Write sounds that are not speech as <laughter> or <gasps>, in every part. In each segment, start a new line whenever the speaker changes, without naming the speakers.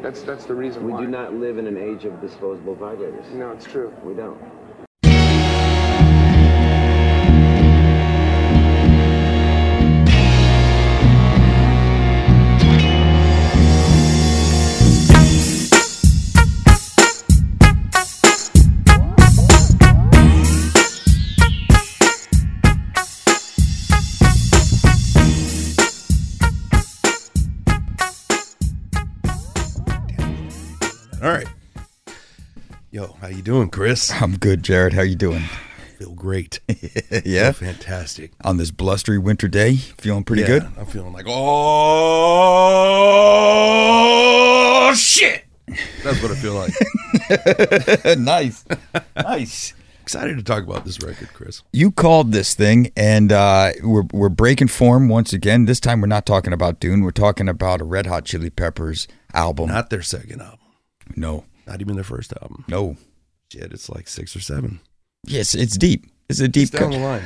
That's that's the reason
We
why.
do not live in an age of disposable vibrators.
No, it's true.
We don't.
All right. Yo, how you doing, Chris?
I'm good, Jared. How you doing?
feel great.
<laughs> yeah.
Fantastic.
On this blustery winter day, feeling pretty
Yeah,
good.
I'm feeling like, oh, shit. That's what I feel like.
<laughs> nice, <laughs> nice.
Excited to talk about this record, Chris.
You called this thing, and uh, we're we're breaking form once again. This time, we're not talking about Dune. We're talking about a Red Hot Chili Peppers album.
Not their second album,
no,
not even their first album.
no.
Shit, it's like six or seven.
Yes, it's deep. It's a deep
It's down the
cut.
line.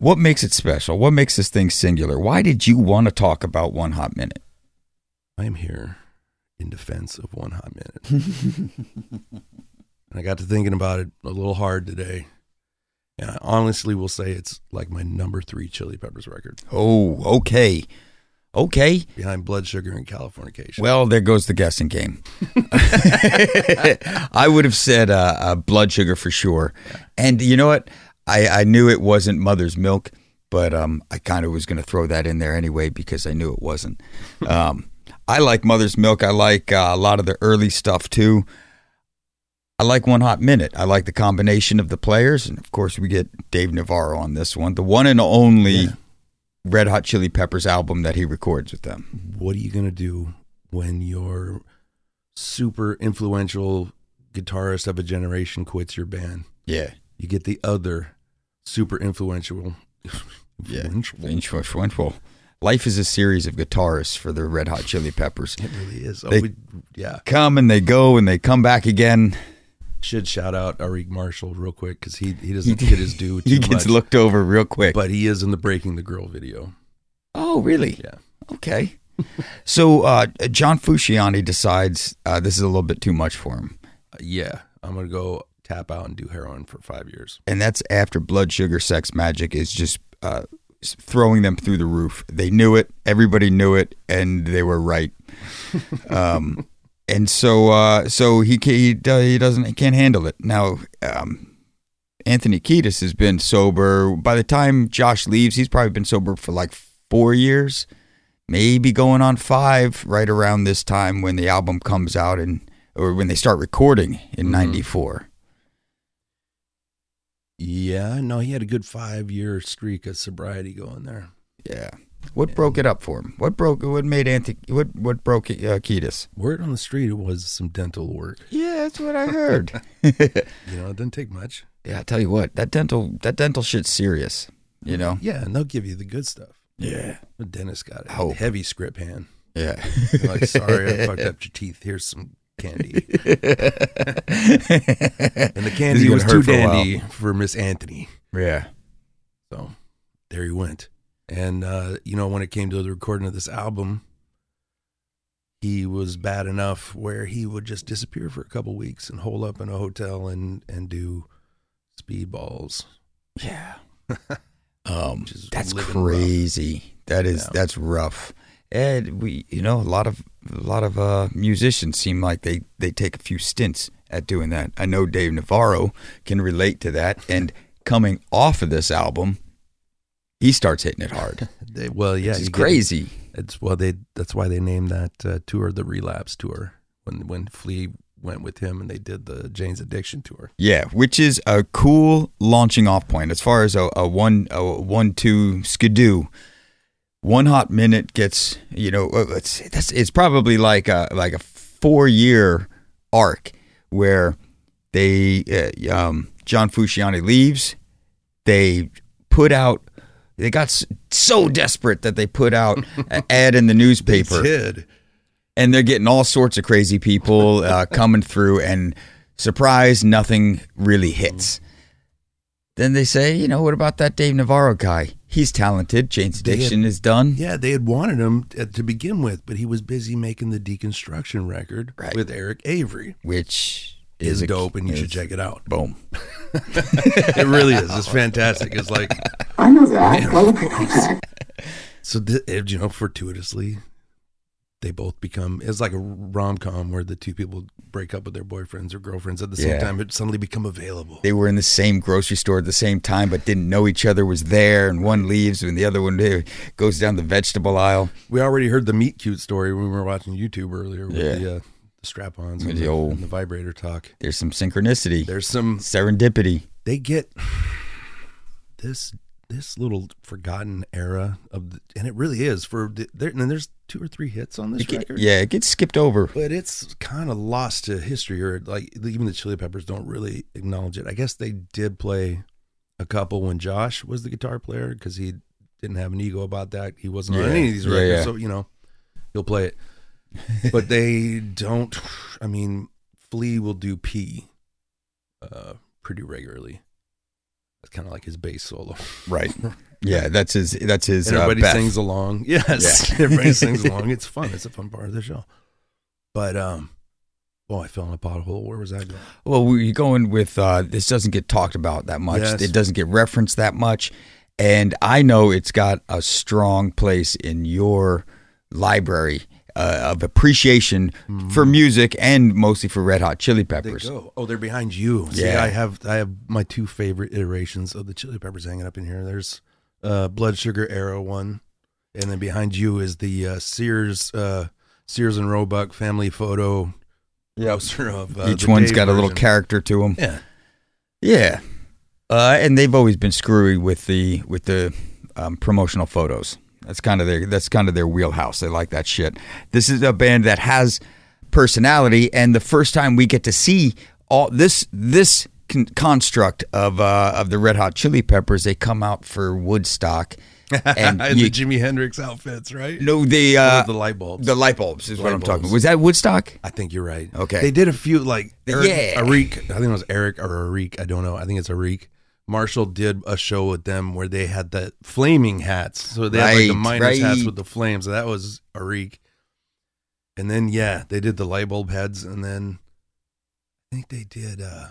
What makes it special? What makes this thing singular? Why did you want to talk about One Hot Minute?
I am here in defense of One Hot
<laughs>
Minute. and I got to thinking about it a little hard today. And I honestly will say it's like my number three Chili Peppers record
Oh, okay, okay.
behind Blood Sugar and Californication.
Well, there goes the guessing game. <laughs> I would have said uh, uh, blood sugar for sure. And you know what? I, I knew it wasn't mother's milk, but um, I kind of was going to throw that in there anyway because I knew it wasn't. Um, I like mother's milk. I like uh, a lot of the early stuff too. I like One Hot Minute. I like the combination of the players. And of course, we get Dave Navarro on this one, the one and only Red Hot Chili Peppers album that he records with them.
what are you going to do when your super influential guitarist of a generation quits your band?
Yeah.
You get the other super influential. <laughs> influential.
Inch Rush Winchell. Life is a series of guitarists for the Red Hot Chili Peppers.
<laughs> It really is. Oh,
They-
we, yeah.
Come and they go and they come back again.
Should shout out Arik Marshall real quick because he, he doesn't get his due. Too
<laughs> He gets
much,
looked over real quick.
But he is in the Breaking the Girl video.
oh, really?
Yeah.
Okay. <laughs> so uh, John Fusciani decides uh, this is a little bit too much for him.
Uh, yeah. I'm going to go tap out and do heroin for five years.
And that's after Blood Sugar Sex Magic is just uh, s- throwing them through the roof. They knew it. Everybody knew it. And they were right. Um, and so uh, so he, ca- he, do- he doesn't, he can't handle it. Now, um, Anthony Kiedis has been sober. By the time Josh leaves, he's probably been sober for like four years, maybe going on five, right around this time when the album comes out and or when they start recording in '94.
Yeah. No, he had a good five year streak of sobriety going there.
Yeah. What broke it up for him? What broke? What made Anthony? What what broke uh, Kiedis?
Word on the street was some dental work.
Yeah, that's what I heard.
You know, it doesn't take much.
<laughs> yeah, I tell you what, that dental that dental shit's serious. You know.
Yeah, and they'll give you the good stuff.
Yeah.
The dentist got it.
Hope.
Heavy script hand.
Yeah.
They're like,
<laughs>
sorry, I fucked up your teeth. Here's some candy. and the candy
gonna
was
hurt
too
for a while.
dandy for Miss Anthony.
<laughs> yeah.
So there he went. And, uh, you know, when it came to the recording of this album, he was bad enough where he would just disappear for a couple weeks and hole up in a hotel and, and do speedballs.
Yeah. um,
Which is
that's
living rough.
crazy. That is
Yeah.
that's rough. And we, you know, a lot of a lot of uh, musicians seem like they they take a few stints at doing that. I know Dave Navarro can relate
<laughs>
to that. And coming off of this album, he starts hitting it hard.
They, well, yeah,
it's
you get-
crazy.
It's well, they that's why they named that uh, tour the Relapse Tour when when Flea went with him and they did the Jane's Addiction tour.
Yeah, which is a cool launching off point as far as a, a one a one two skidoo. One hot minute gets you know uh, it's that's it's probably like a like a four year arc where they uh, um, John Fusciani leaves. They put out. They got s- so desperate that they put out an ad in the newspaper
Did
and they're getting all sorts of crazy
<laughs>
people uh, coming through and surprise nothing really hits Then they say, you know, what about that Dave Navarro guy? He's talented. Jane's
They had-
Addiction is done.
Yeah, they had wanted him t- to begin with, but he was busy making the deconstruction record
Right.
with Eric Avery.
which
Is
a-
dope, and you should
is-
check it out.
Boom.
It really is. It's fantastic. It's like
<laughs> I know
<laughs>
that. Why would you do that?
so. Th- it- you know, fortuitously, they both become. It's like a rom com where the two people break up with their boyfriends or girlfriends at the same
Yeah.
time. It suddenly become available.
They were in the same grocery store at the same time, but didn't know each other was there. And one leaves, and the other one eh, goes down the vegetable aisle.
We already heard the meat cute story when we were watching YouTube earlier with
Yeah.
the, uh, the strap ons
With
and,
the
the-
old-
and the vibrator talk.
There's some synchronicity,
There's some
serendipity.
they get this this little forgotten era of the, and it really is for the, there and there's two or three hits on this
It get-
record
yeah, it gets
<laughs>
skipped over.
but it's kind of lost to history or like even the chili peppers don't really acknowledge it i guess they did play a couple when josh was the guitar player because he didn't have an ego about that he wasn't on
Yeah.
any of these
Yeah,
records
yeah.
so you know he'll play it but they don't i mean flea will do p uh pretty regularly that's kind of like his bass solo
Right. Yeah, that's his. That's his.
and everybody
uh, Beth.
sings along. <laughs> Yes,
Yeah.
everybody
<laughs>
sings along. It's fun. It's a fun part of the show. But um, boy, I fell in a pothole. Where was I going?
Well, we're going with uh, this doesn't get talked about that much.
Yes.
It doesn't get referenced that much. And I know it's got a strong place in your library uh, of appreciation for music and mostly for Red Hot Chili
Mm-hmm. They
Peppers.
go. Oh, they're behind you. Yeah,
Yeah.
I have I have my two favorite iterations of the Chili Peppers hanging up in here. There's uh, Blood Sugar Arrow one, and then behind you is the uh, Sears uh, Sears and Roebuck family photo. poster of uh,
Each
the
one's
Dave
got a little
version.
character to them.
Yeah,
Yeah. Uh, and they've always been screwy with the with the um, promotional photos. That's kind of their that's kind of their wheelhouse. They like that shit. This is a band that has personality, and the first time we get to see all this this con- construct of uh, of the Red Hot Chili Peppers, they come out for
<laughs>
Woodstock, and
and
you,
the Jimi Hendrix outfits, right?
no the uh,
With the light bulbs.
the light bulbs is what
Light
I'm talking.
bulbs.
about. Was that Woodstock?
I think you're right.
Okay.
They did a few like Eric,
Yeah.
Eric- I think it was Eric or Eric. I don't know. I think it's Eric. Marshall did a show with them where they had the flaming hats. So they had like the
Right,
miners hats
right.
with the flames. So that was Eric. And then yeah, they did the light bulb heads, and then I think they did. uh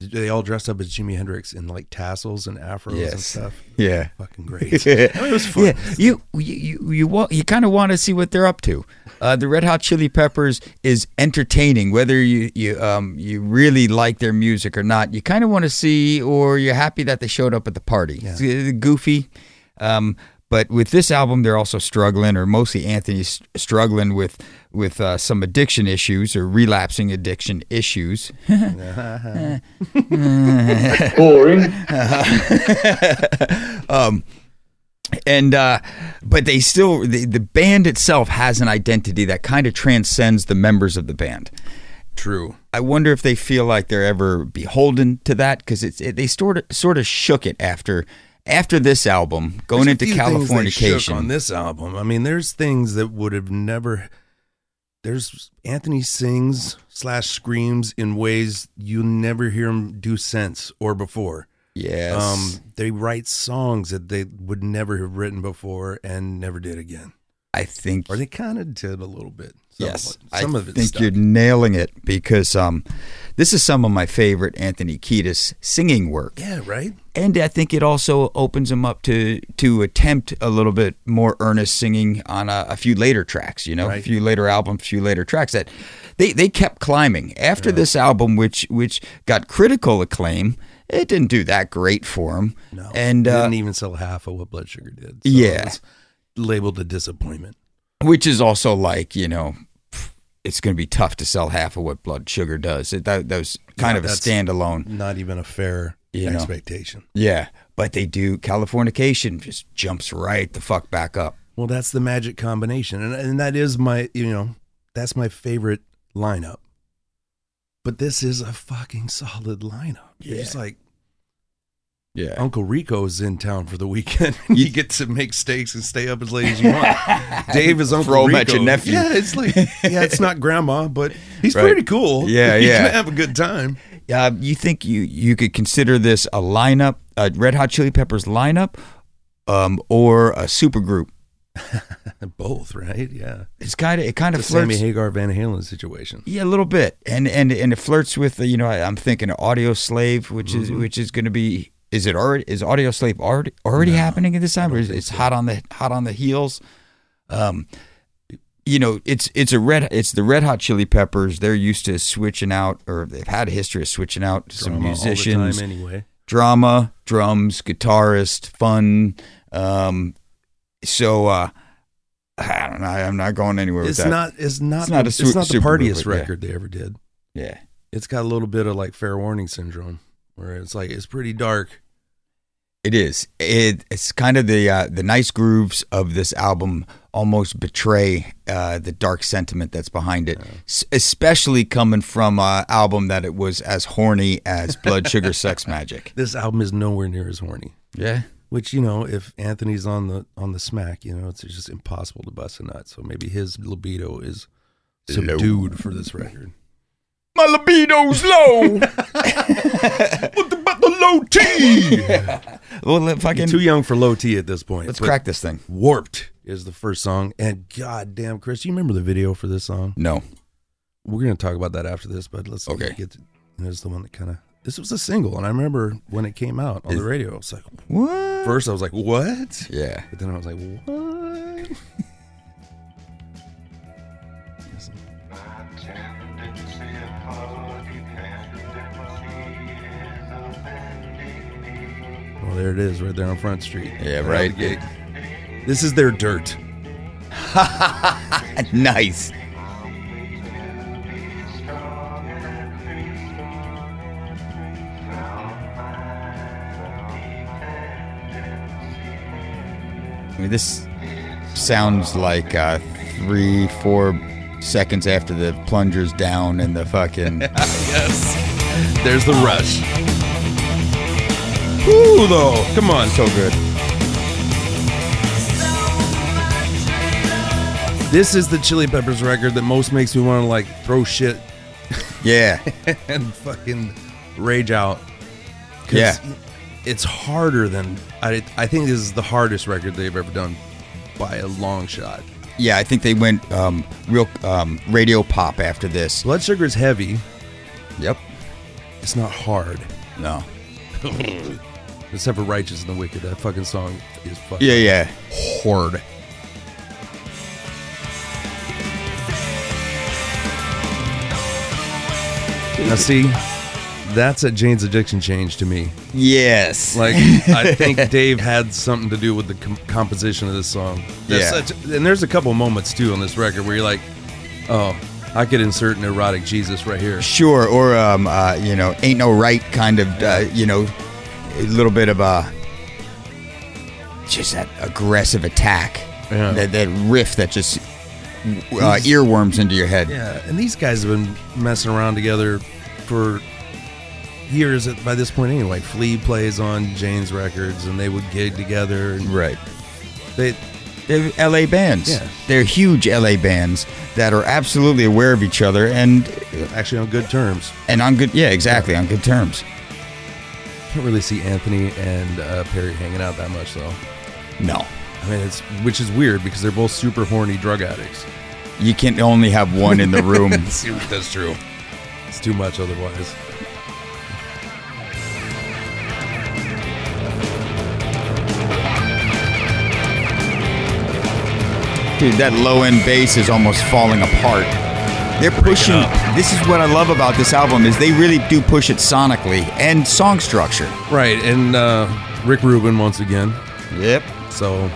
They all dressed up as Jimi Hendrix in like tassels and afros and
Yes.
stuff.
Yeah.
Fucking great. I mean, it was fun.
<laughs> Yeah, you you you you, wa- you kind of want to see what they're up to. Uh, the Red Hot Chili Peppers is entertaining, whether you you um you really like their music or not. You kind of want to see, or you're happy that they showed up at the party.
Yeah.
It's, uh, goofy, um, but with this album, they're also struggling, or mostly Anthony's struggling with with uh, some addiction issues or relapsing addiction issues.
Boring.
and uh, but they still the, the band itself has an identity that kind of transcends the members of the band
True.
i wonder if they feel like they're ever beholden to that because it's it, they sort of sort of shook it after after this album going
There's a
into
few things they shook
californication
on this album. I mean, there's things that would have never. There's Anthony sings slash screams in ways you never hear him do since or before.
yes
Um, they write songs that they would never have written before and never did again,
i think
or they kind of did a little bit. Some
yes,
of it, some
I
of it.
think you're nailing it because um, this is some of my favorite Anthony Kiedis singing work.
yeah, right.
and I think it also opens him up to to attempt a little bit more earnest singing on a, a few later tracks. You know, a
Right.
few later albums, a few later tracks that they they kept climbing after this album, which which got critical acclaim. It didn't do that great for him,
No,
and uh,
didn't even sell half of what Blood Sugar did.
Yeah.
it's labeled a disappointment.
which is also like you know. pff, It's going to be tough to sell half of what Blood Sugar does. It, that, that was kind
Yeah,
of a
that's-
standalone.
Not even a fair
You know.
expectation.
Yeah, but they do. Californication just jumps right the fuck back up.
Well, that's the magic combination, and and that is my you know that's my favorite lineup. But this is a fucking solid lineup. It's
Yeah.
just like
Yeah,
Uncle Rico's in town for the weekend. And you get to make steaks and stay up as late as you
<laughs>
want. Dave is Uncle
Throw 'em
Rico.
at your nephew.
Yeah, it's like yeah, it's not grandma, but he's
Right.
pretty cool. <laughs>
Yeah,
He's
yeah. <laughs>
gonna have a good time.
Uh, you think you you could consider this a lineup, a Red Hot Chili Peppers lineup, um, or a supergroup?
Both, right? Yeah.
It's kind of it kind of
It's a Sammy
flirts,
Hagar Van Halen situation.
yeah, a little bit, and and and it flirts with uh, you know I, I'm thinking Audio Slave, which is
Mm-hmm.
which is going to be is it already is Audio Slave already already happening at this time, or is it's hot on the hot on the heels? Um, you know, it's it's a red it's the Red Hot Chili Peppers. They're used to switching out, or they've had a history of switching out
Drama
some musicians
all the time anyway.
drama, drums, guitarist, fun. Um, so uh, I don't know. I'm not going anywhere
It's
with that.
not, it's not.
It's not a
the-
su-
It's not the
super group,
partiest
but yeah.
record they ever did.
yeah,
It's got a little bit of like fair warning syndrome, where it's like it's pretty dark.
it is. It, it's kind of the uh, the nice grooves of this album almost betray uh, the dark sentiment that's behind it, S- especially coming from an album that it was as horny as Blood Sugar Sex Magic.
This album is nowhere near as horny.
Yeah.
Which you know, if Anthony's on the on the smack, you know, it's just impossible to bust a nut. So maybe his libido is subdued for this record.
My libido's low.
But the low T.
well, let- fucking,
Too young for low T at this point.
let's
but
crack this thing.
Warped is the first song, and goddamn, Chris, do you remember the video for this song?
No.
We're gonna talk about that after this, but let's
Okay.
get. To, this is the one that kind of this was a single, and I remember when it came out on the radio. It's like
What?
first I was like, what?
Yeah.
But then I was like, what? Well, there it is, right there on Front Street.
Yeah,
out
right.
the gate. This is their dirt.
<laughs> nice. I mean, this sounds like uh, three, four seconds after the plunger's down and the fucking.
There's the rush. Ooh, though. Come on.
so good.
This is the Chili Peppers record that most makes me want to like throw shit
Yeah.
and fucking rage out. 'Cause
Yeah.
It's harder than I. I think this is the hardest record they've ever done by a long shot.
Yeah, I think they went um, real um, radio pop after this.
Blood sugar is heavy.
Yep.
It's not hard,
No.
except for Righteous and the Wicked. That fucking song is fucking
Yeah, yeah.
hard. Now see, that's a Jane's addiction change to me. <laughs>
Yes.
Like I think Dave had something to do with the com- composition of this song. There's
Yeah.
such, and there's a couple moments too on this record where you're like, oh, I could insert an erotic Jesus right here.
Sure, or um, uh, you know, ain't no right kind of uh, you know, a little bit of a just that aggressive attack,
Yeah.
that that riff that just uh, earworms into your head.
Yeah, and these guys have been messing around together for years at, by this point anyway. Flea plays on Jane's records, and they would gig together. And
Right,
they
they're L.A. bands.
Yeah.
They're huge L.A. bands that are absolutely aware of each other and
actually on good terms.
and on good. Yeah, exactly, on good terms.
Can't really see Anthony and uh, Perry hanging out that much though.
No,
I mean, it's which is weird because they're both super horny drug <laughs> addicts.
you can only have one in the
<laughs>
room.
That's true. It's too much otherwise.
Dude, that low end bass is almost falling apart. They're pushing. This is what I love about this album is they really do push it sonically and song structure.
Right, and uh, Rick Rubin once again.
Yep.
So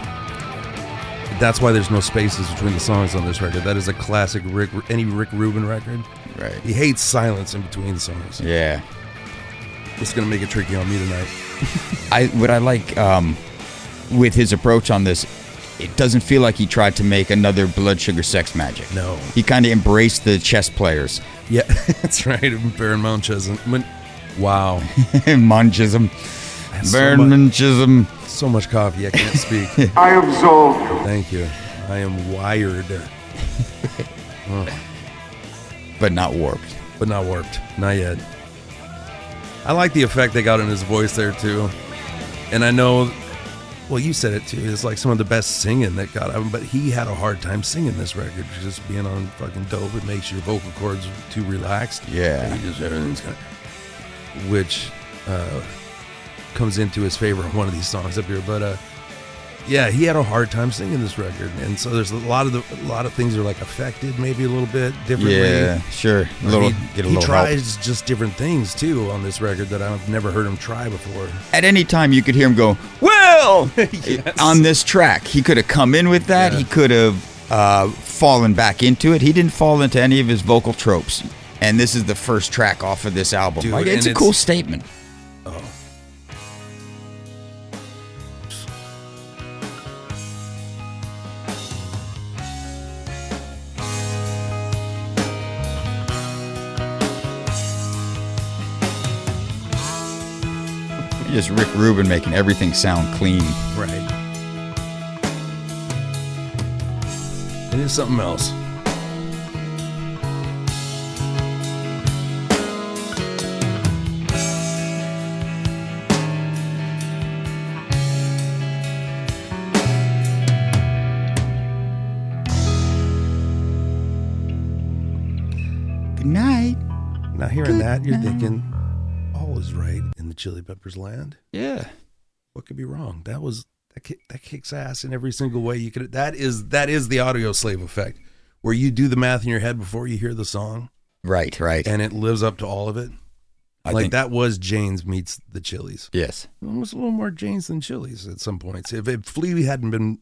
that's why there's no spaces between the songs on this record. That is a classic Rick any Rick Rubin record.
Right.
He hates silence in between songs.
Yeah.
It's gonna make it tricky on me tonight.
I what I like um, with his approach on this, it doesn't feel like he tried to make another Blood Sugar Sex Magic.
No.
He kind of embraced the chess players, <laughs>
Yeah, <laughs> that's right. Baron Munchausen. Mun- Wow,
Munchism,
so, much,
Burnmanchism.
so much coffee. I can't speak.
I absolve you.
Thank you. I am wired,
but not warped.
but not warped. Not yet. I like the effect they got in his voice there too. And I know, well, you said it too. It's like some of the best singing that got him, but he had a hard time singing this record. Just being on fucking dope, it makes your vocal cords too relaxed.
Yeah.
And he just everything's kind of, which uh, comes into his favor in one of these songs up here. But uh, yeah, he had a hard time singing this record, and so there's a lot of the, a lot of things are like affected maybe a little bit differently.
Yeah, sure. A
I
little,
mean,
get a
he
little help.
tries just different things too on this record that I've never heard him try before.
at any time you could hear him go,
<laughs>
"Well," on this track. He could have come in with that.
Yeah.
He could have uh, fallen back into it. He didn't fall into any of his vocal tropes. And this is the first track off of this album.
Dude,
like, it's a
and
cool
it's-
statement. Just Rick Rubin making everything sound clean.
Right. It is something else.
Good night.
Now hearing that, you're thinking, all is right in the Chili Peppers land.
Yeah.
What could be wrong? That was that, kick, that kicks ass in every single way you could. That is that is the audio slave effect, where you do the math in your head before you hear the song,
Right. Right.
and it lives up to all of it.
I
like
think-
that was Jane's meets the Chili's.
Yes.
almost a little more Jane's than Chili's at some points. If, if Flea hadn't been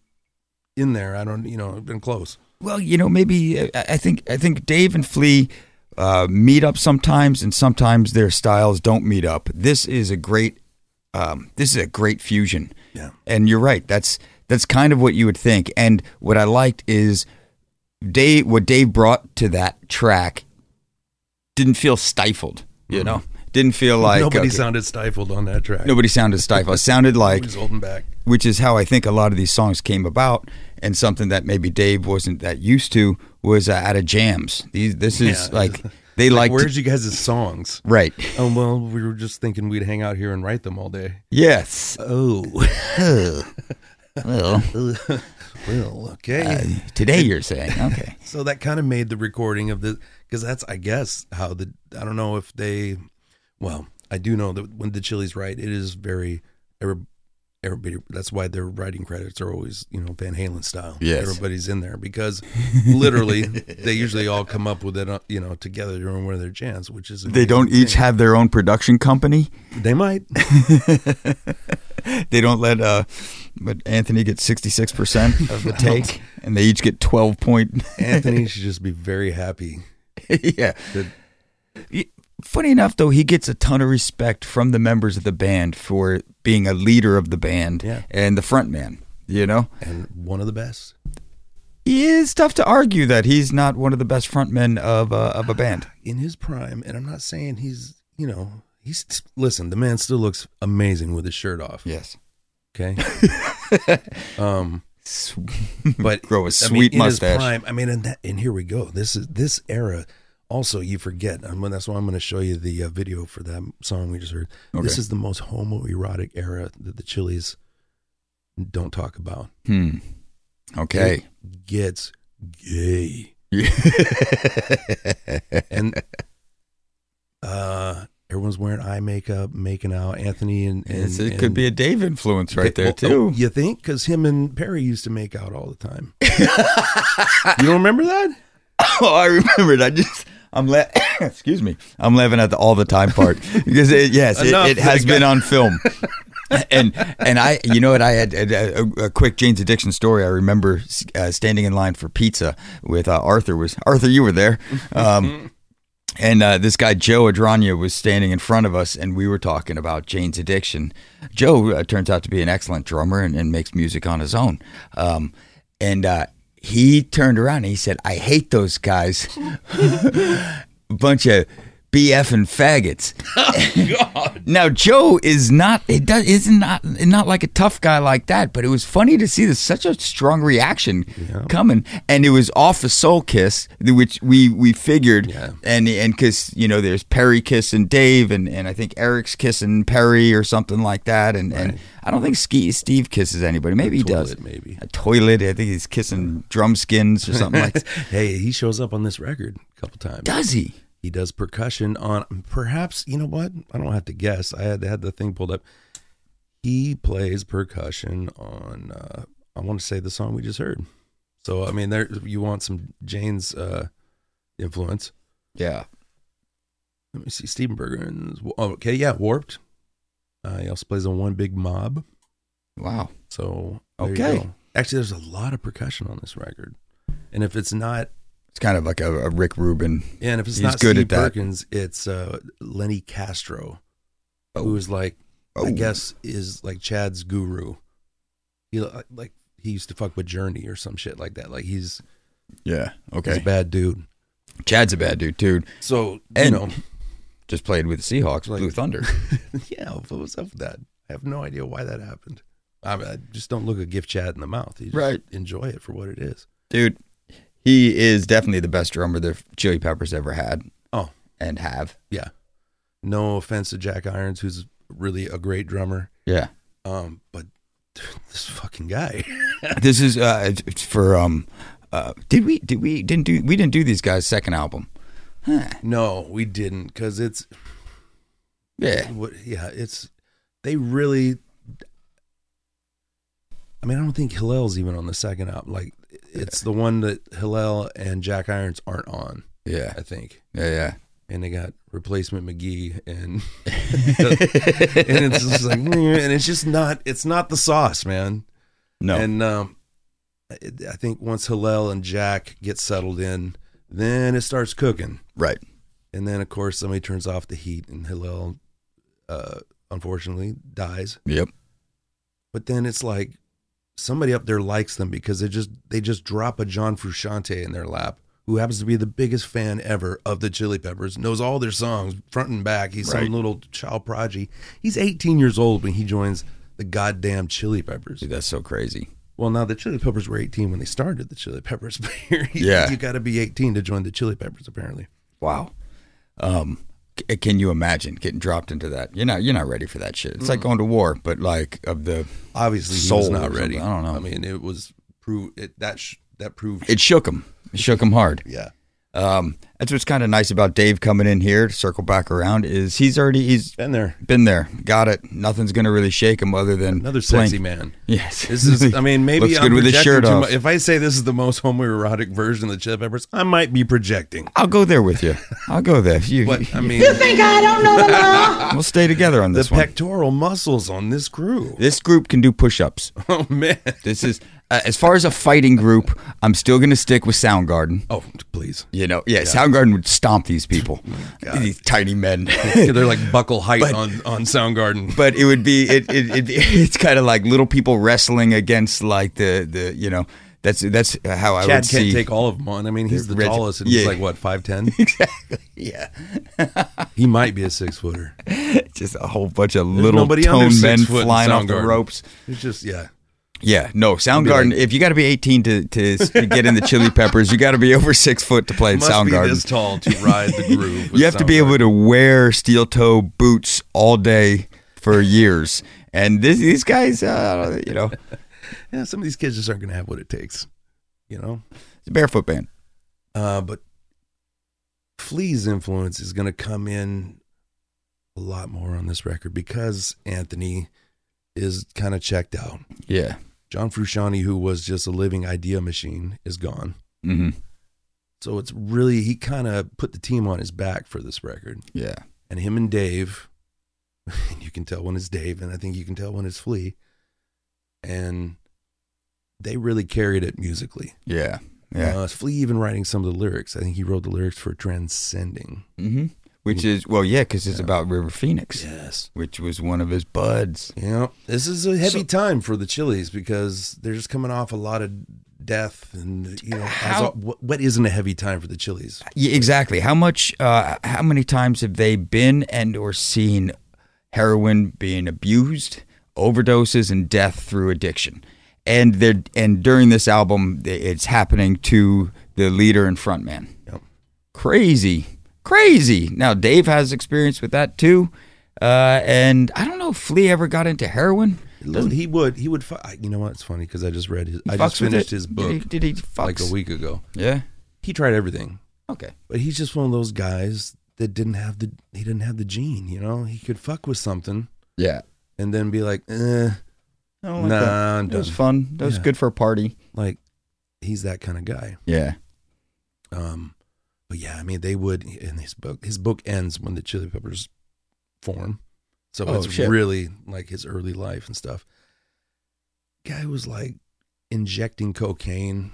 in there, I don't, you know, been close.
Well, you know, maybe I I think I think Dave and Flea uh, meet up sometimes, and sometimes their styles don't meet up. This is a great, um, this is a great fusion.
Yeah.
And you're right. That's that's kind of what you would think. And what I liked is Dave. What Dave brought to that track didn't feel stifled. You know, didn't feel like
Nobody
okay,
sounded stifled on that track.
nobody sounded stifled. It sounded like
Nobody's holding
<laughs>
back.
which is how I think a lot of these songs came about, and something that maybe Dave wasn't that used to was uh, out of jams. These, this <laughs> is
Yeah.
like they
Like,
like, to-
where's you guys' songs?
<laughs> right.
Oh, well, we were just thinking we'd hang out here and write them all day.
Yes.
Oh,
<laughs> Well,
<laughs>
Uh,
well, okay.
today you're saying okay.
so that kind of made the recording of the, because that's, I guess, how the, I don't know if they, well, I do know that when the Chili's write, it is very, every- everybody, that's why their writing credits are always, you know, Van Halen style.
Yes.
Everybody's in there
<laughs>
because literally they usually all come up with it, uh, you know, together during one of their jams, which is,
<laughs> They don't each have their own production company.
they
<laughs>
might.
They don't let uh, but Anthony gets sixty six percent of the <laughs> take, and they each get twelve point. <laughs>
Anthony should just be very happy.
yeah.
Good.
Y- Funny enough, though, he gets a ton of respect from the members of the band for being a leader of the band
Yeah.
and the front man. You know,
and one of the best.
it's tough to argue that he's not one of the best frontmen of a, of a <sighs> band.
in his prime, and I'm not saying he's, you know, he's listen, the man still looks amazing with his shirt off.
Yes, <laughs>
Okay. um
S-
but
Grow a
I mean,
sweet
in his
mustache.
prime- I mean, and that and here we go. This is this era. Also, you forget. I mean, that's why I'm going to show you the uh, video for that song we just heard. This
Okay.
is the most homoerotic era that the Chili's don't talk about.
Hmm. Okay.
It gets gay. and uh everyone's wearing eye makeup making out anthony and, and
It's- it
and-
could be a Dave influence right there
Oh,
too.
oh, you think because him and perry used to make out all the
<laughs>
time you don't remember that
Oh, I remembered. I just I'm la- <coughs> excuse me. I'm laughing at the all the time part because it, yes, it,
Enough,
it has
guy.
been on film. and and I, you know what? I had a, a, a quick Jane's addiction story. I remember uh, standing in line for pizza with uh, Arthur. Was Arthur? You were there. Um, And uh, this guy Joe Adragna was standing in front of us, and we were talking about Jane's addiction. Joe uh, turns out to be an excellent drummer and, and makes music on his own. Um, and uh, he turned around and he said, "I hate those guys, <laughs> bunch of BF and
<laughs>
faggots.
Oh,
<laughs> now Joe is not it does is not not like a tough guy like that, but it was funny to see this such a strong reaction coming, and it was off a soul kiss, which we we figured,
Yeah.
and and because you know there's Perry kissing Dave, and and I think Eric's kissing Perry or something like that, and and I don't think Ski, Steve kisses anybody, maybe he does,
Toilet, maybe.
a toilet. I think he's kissing drum skins or something
<laughs>
<laughs> like. that.
hey, he shows up on this record a couple times.
Does he?
He does percussion on perhaps you know what? I don't have to guess. I had had the thing pulled up. He plays percussion on uh I want to say the song we just heard. So I mean there you want some Jane's uh influence.
Yeah.
Let me see Steven Berger and oh, okay, yeah, warped. Uh, he also plays on one big mob.
Wow.
So there you
Okay.
go. Actually there's a lot of percussion on this record. And if it's not
It's kind of like a, a Rick Rubin.
and if it's
He's
not
good
Steve
at that.
Perkins, it's uh Lenny Castro.
Oh.
who is like I
Oh.
guess is like Chad's guru. He li- like he used to fuck with Journey or some shit like that. Like he's,
Yeah.
he's a bad dude.
Chad's a bad dude, dude.
So
And-
you know, <laughs>
Just played with the Seahawks,
Like-
Blue Thunder. <laughs>
yeah, what was up with that? I have no idea why that happened. I, mean, I just don't look a gift Chad in the mouth. You just
Right.
Enjoy it for what it is.
dude, he is definitely the best drummer the Chili Peppers ever had
Oh
and have.
yeah. No offense to Jack Irons, who's really a great drummer.
Yeah.
Um, but <laughs> this fucking guy.
<laughs> this is uh it's- it's for um uh did we did we didn't do we didn't do these guys second album.
no, we didn't, because it's
Yeah.
what yeah it's they really i mean i don't think hillel's even on the second album like it's the one that hillel and jack irons aren't on
Yeah.
i think
Yeah, yeah. <laughs>
and they got replacement mcgee and <laughs> and it's just like <laughs> meh, and it's just not it's not the sauce man
No.
and um it- i think once hillel and jack get settled in then it starts cooking
right.
and then, of course, somebody turns off the heat, and Hillel, uh, unfortunately, dies.
Yep.
But then it's like somebody up there likes them because they just they just drop a John Frusciante in their lap, who happens to be the biggest fan ever of the Chili Peppers, knows all their songs front and back. He's
Right.
some little child prodigy. He's 18 years old when he joins the goddamn Chili Peppers.
Dude, that's so crazy.
Well, now the Chili Peppers were 18 when they started the Chili Peppers. <laughs> but you-
Yeah.
you got to be 18 to join the Chili Peppers, apparently.
Wow. Um c- can you imagine getting dropped into that? You're not you're not ready for that shit. It's like
Mm.
going to war, but like of the
obviously he was
soul
not
or
ready.
something. I don't know.
I mean, it was prove it that sh- that proved.
it shook him. It shook him hard.
yeah,
Um, that's what's kind of nice about Dave coming in here to circle back around is he's already he's
been there.
been there, got it. Nothing's gonna really shake him other than
Another
playing-
sexy man.
Yes,
This is. I <laughs>
<laughs>
mean, maybe
looks
I'm
good with his
projecting
shirt
too
off.
mu- If I say this is the most homoerotic version of the Chili Peppers, I might be projecting.
I'll go there
<laughs>
with you. I'll go there. You,
But I <laughs> mean,
we'll stay together on
the
this one.
pectoral muscles on this crew.
This group can do push-ups.
<laughs> Oh man.
This is uh, as far as a fighting group. I'm still gonna stick with Soundgarden.
Oh <laughs> please.
You know, yeah, Soundgarden would stomp
<laughs>
these people,
Oh
these tiny men. <laughs>
They're like buckle height on on Soundgarden.
but it would be it, it, it it's kind of like little people wrestling against like the the you know that's that's how I
Chad
would
can't
see
take all of them on. I mean, he's the
Reg-
tallest, and
yeah.
he's like what five ten.
exactly <laughs> yeah
<laughs> He might be a six footer.
just a whole bunch of little
nobody under
toned
six
men
foot in
flying off the
Soundgarden.
ropes
It's just yeah.
yeah no Soundgarden if you got to be eighteen to, to, to get in the Chili Peppers you got to be over six foot to play in
Must
Soundgarden
be this tall to ride
<laughs>
the groove. with
you have to be
Soundgarden.
able to wear steel toe boots all day for years and this, these guys uh, you know
yeah, some of these kids just aren't going to have what it takes, you know.
it's a barefoot band
Uh, but Flea's influence is going to come in a lot more on this record because Anthony is kind of checked out.
yeah
John Frusciante, who was just a living idea machine, is gone.
mm-hmm.
So it's really he kind of put the team on his back for this record,
yeah
and him and Dave. <laughs> And you can tell when it's Dave, and I think you can tell when it's Flea. And they really carried it musically.
yeah yeah.
Uh, Flea even writing some of the lyrics. I think he wrote the lyrics for Transcending.
hmm Which is well, yeah, because it's about River Phoenix,
Yes.
which was one of his buds.
Yeah. This is a heavy
So-
time for the Chili's because they're just coming off a lot of death and you know as
How-
a- what, what isn't a heavy time for the Chili's?
Yeah, exactly. How much? Uh, how many times have they been and or seen heroin being abused, overdoses, and death through addiction? And they're and during this album, it's happening to the leader and frontman.
Yep.
Crazy, crazy. Now Dave has experience with that too, uh, and I don't know if Flea ever got into heroin.
Listen, he would he would fu- I- you know what? It's funny because I just read his I
Fucks
just
with
finished
it?
his
Did
book
he- Did he, fucks?
like a week ago.
Yeah.
He tried everything,
Okay.
but he's just one of those guys that didn't have the he didn't have the gene. You know, he could fuck with something
Yeah.
and then be like, eh,
I
nah,
don't like that.
I'm
Oh That was
done.
fun. That was
Yeah.
good for a party.
Like he's that kind of guy.
Yeah.
Um, but yeah, I mean, they would in his book. His book ends when the Chili Peppers form, so
Oh,
it's
shit.
really like his early life and stuff. Guy was like injecting cocaine.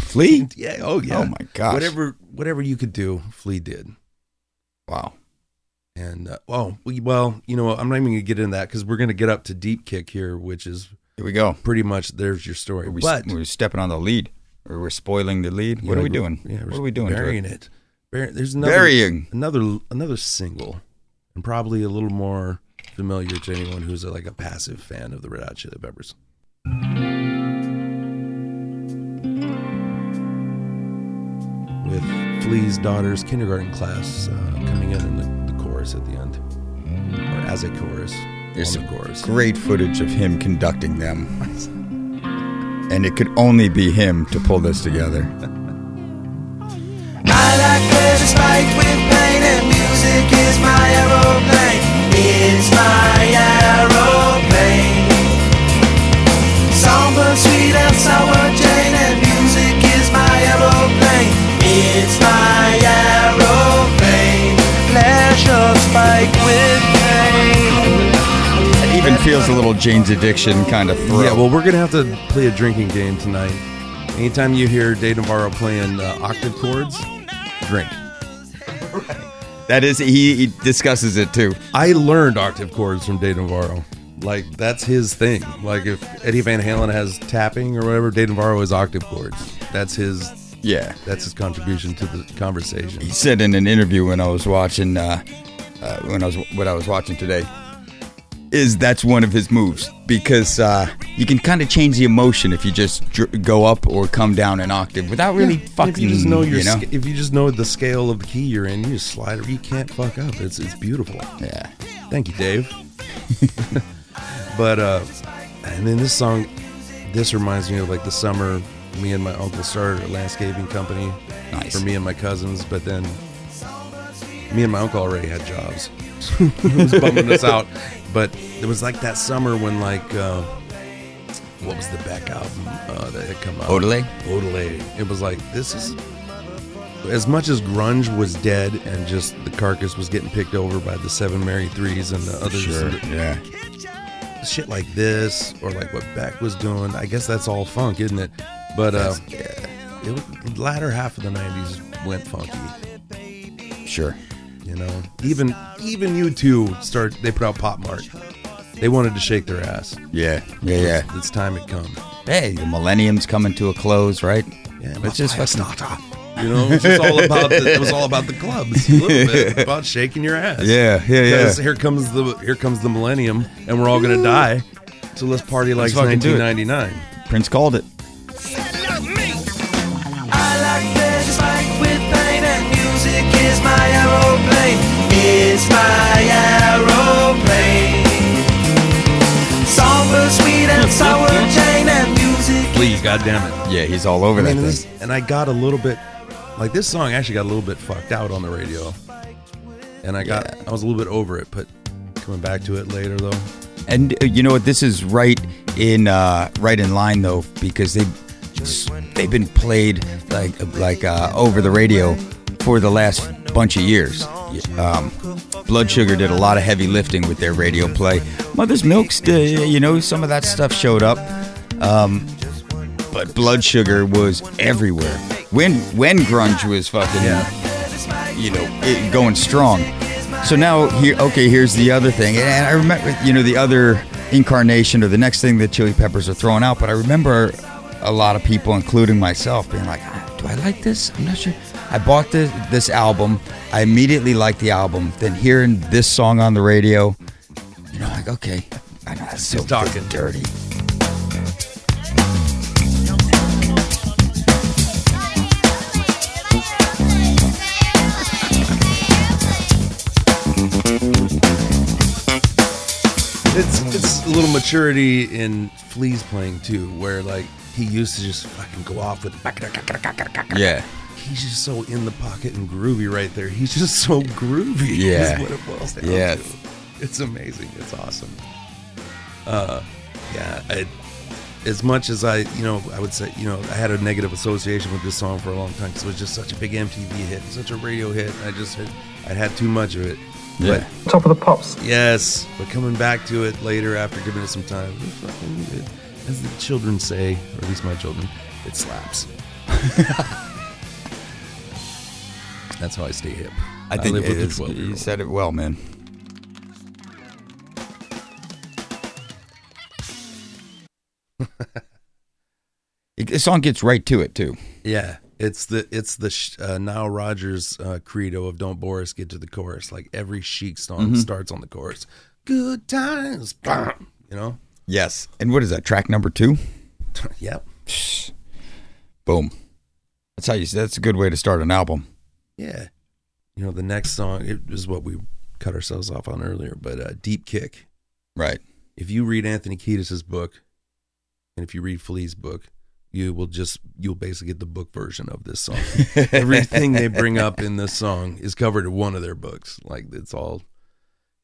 Flea.
Yeah. Oh yeah.
Oh my gosh.
Whatever, whatever you could do, Flea did.
Wow.
And uh, well, we, well, you know, what, I'm not even gonna get into that because we're gonna get up to deep kick here, which is
Here we go.
pretty much there's your story.
We,
but
we're stepping on the lead. Or we're spoiling the lead. What
Yeah,
are we
we're-
doing?
yeah,
what
we're
are we doing? to it?
Burying it. Bur- there's another,
Burying.
another another single, and probably a little more familiar to anyone who's uh, like a passive fan of the Red Hot Chili Peppers. With Flea's daughter's kindergarten class uh, coming in in the, the chorus at the end, or as a chorus,
There's
on the
some
chorus.
Great footage of him conducting them. And it could only be him to pull this together.
I like pleasure spiked with pain, and music is my aeroplane. It's my aeroplane. Somber, sweet, and sour Jane, and music is my aeroplane. It's my aeroplane. Pleasure spiked with pain.
It even feels a little Jane's Addiction kind of throw.
Yeah, well, we're gonna have to play a drinking game tonight. Anytime you hear Dave Navarro playing uh, octave chords, drink.
that is, he, he discusses it too.
I learned octave chords from Dave Navarro. Like that's his thing. Like if Eddie Van Halen has tapping or whatever, Dave Navarro is octave chords. That's his.
Yeah.
That's his contribution to the conversation.
He said in an interview when I was watching, uh, uh, when I was what I was watching today, is that's one of his moves because uh, you can kind of change the emotion if you just dr- go up or come down an octave without really fucking.
if you just know your,
you know?
sc- if you just know the scale of the key you're in, you just slide it. You can't fuck up. It's it's beautiful.
yeah.
Thank you, Dave. <laughs> but uh and then this song this reminds me of like the summer me and my uncle started a landscaping company
Nice.
for me and my cousins, but then me and my uncle already had jobs. <laughs> it was bumming us out. But it was like that summer when like uh what was the Beck album uh, that had come out?
Odelay?
Odelay. It was like this is as much as grunge was dead and just the carcass was getting picked over by the Seven Mary Threes and the others,
Sure. Yeah.
shit like this or like what Beck was doing. I guess that's all funk, isn't it? But uh, it was, the latter half of the '90s went funky.
Sure.
You know, even even you two start. They put out Pop Mart. They wanted to shake their ass.
Yeah. Yeah. Yeah.
It's time it come.
Hey, the millennium's coming to a close, right?
Yeah,
Let's just fucking-
<laughs> You know, it's just all about the, it was all about the clubs, a little bit about shaking your ass.
Yeah, yeah, yeah.
Because Here comes the here comes the millennium, and we're all gonna die. So let's party like
Let's
it's
fucking do it.
1999.
Prince called it.
I like pleasure spiked with pain, and music is my aeroplane. It's my aeroplane. Somber, sweet, and sour Jane, and music.
Please, goddamn it.
Yeah, he's all over
I
that
mean,
thing.
this, and I got a little bit like this song actually got a little bit fucked out on the radio, and I got I was a little bit over it, but coming back to it later though.
And uh, you know what? This is right in uh, right in line though, because they s- they've been played like like uh, over the radio for the last bunch of years. Um, Blood Sugar did a lot of heavy lifting with their radio play. Mother's Milk's, uh, you know, some of that stuff showed up, um, but Blood Sugar was everywhere. When when grunge was fucking you know, it going strong. So now here, okay, here's the other thing, and I remember, you know, the other incarnation or the next thing that Chili Peppers are throwing out. But I remember a lot of people, including myself, being like, "Ah, "Do I like this? I'm not sure." I bought this this album. I immediately liked the album. Then hearing this song on the radio, you know, like, okay, I know that's so
He's talking.
dirty.
It's it's a little maturity in Flea's playing too, where like he used to just fucking go off with.
Yeah.
He's just so in the pocket and groovy right there. He's just so <laughs> groovy. is
Yeah.
what it boils down
Yes.
to. <laughs> It's amazing. It's awesome. Uh, yeah. I, as much as I, you know, I would say, you know, I had a negative association with this song for a long time because it was just such a big MTV hit, such a radio hit. And I just had, I had too much of it.
Yeah.
Top of the pops.
Yes, but coming back to it later after giving it some time, it fucking, it, as the children say, or at least my children, it slaps.
<laughs>
That's how I stay hip.
I think
live with
it
the
is,
12-year-old.
you said it well, man. <laughs> It- This song gets right to it too.
Yeah, it's the it's the sh- uh, Nile Rodgers uh, credo of "Don't bore us, get to the chorus." Like every chic song starts on the chorus. Good times, bam, you know. <laughs>
Yes. And what is that track number two?
yep.
<sighs> Boom. That's how you. That's a good way to start an album.
Yeah. You know, the next song it is what we cut ourselves off on earlier, but uh, "Deep Kick."
Right.
if you read Anthony Kiedis's book, and if you read Flea's book, you will just you'll basically get the book version of this song. Everything they bring up in this song is covered in one of their books. Like it's all,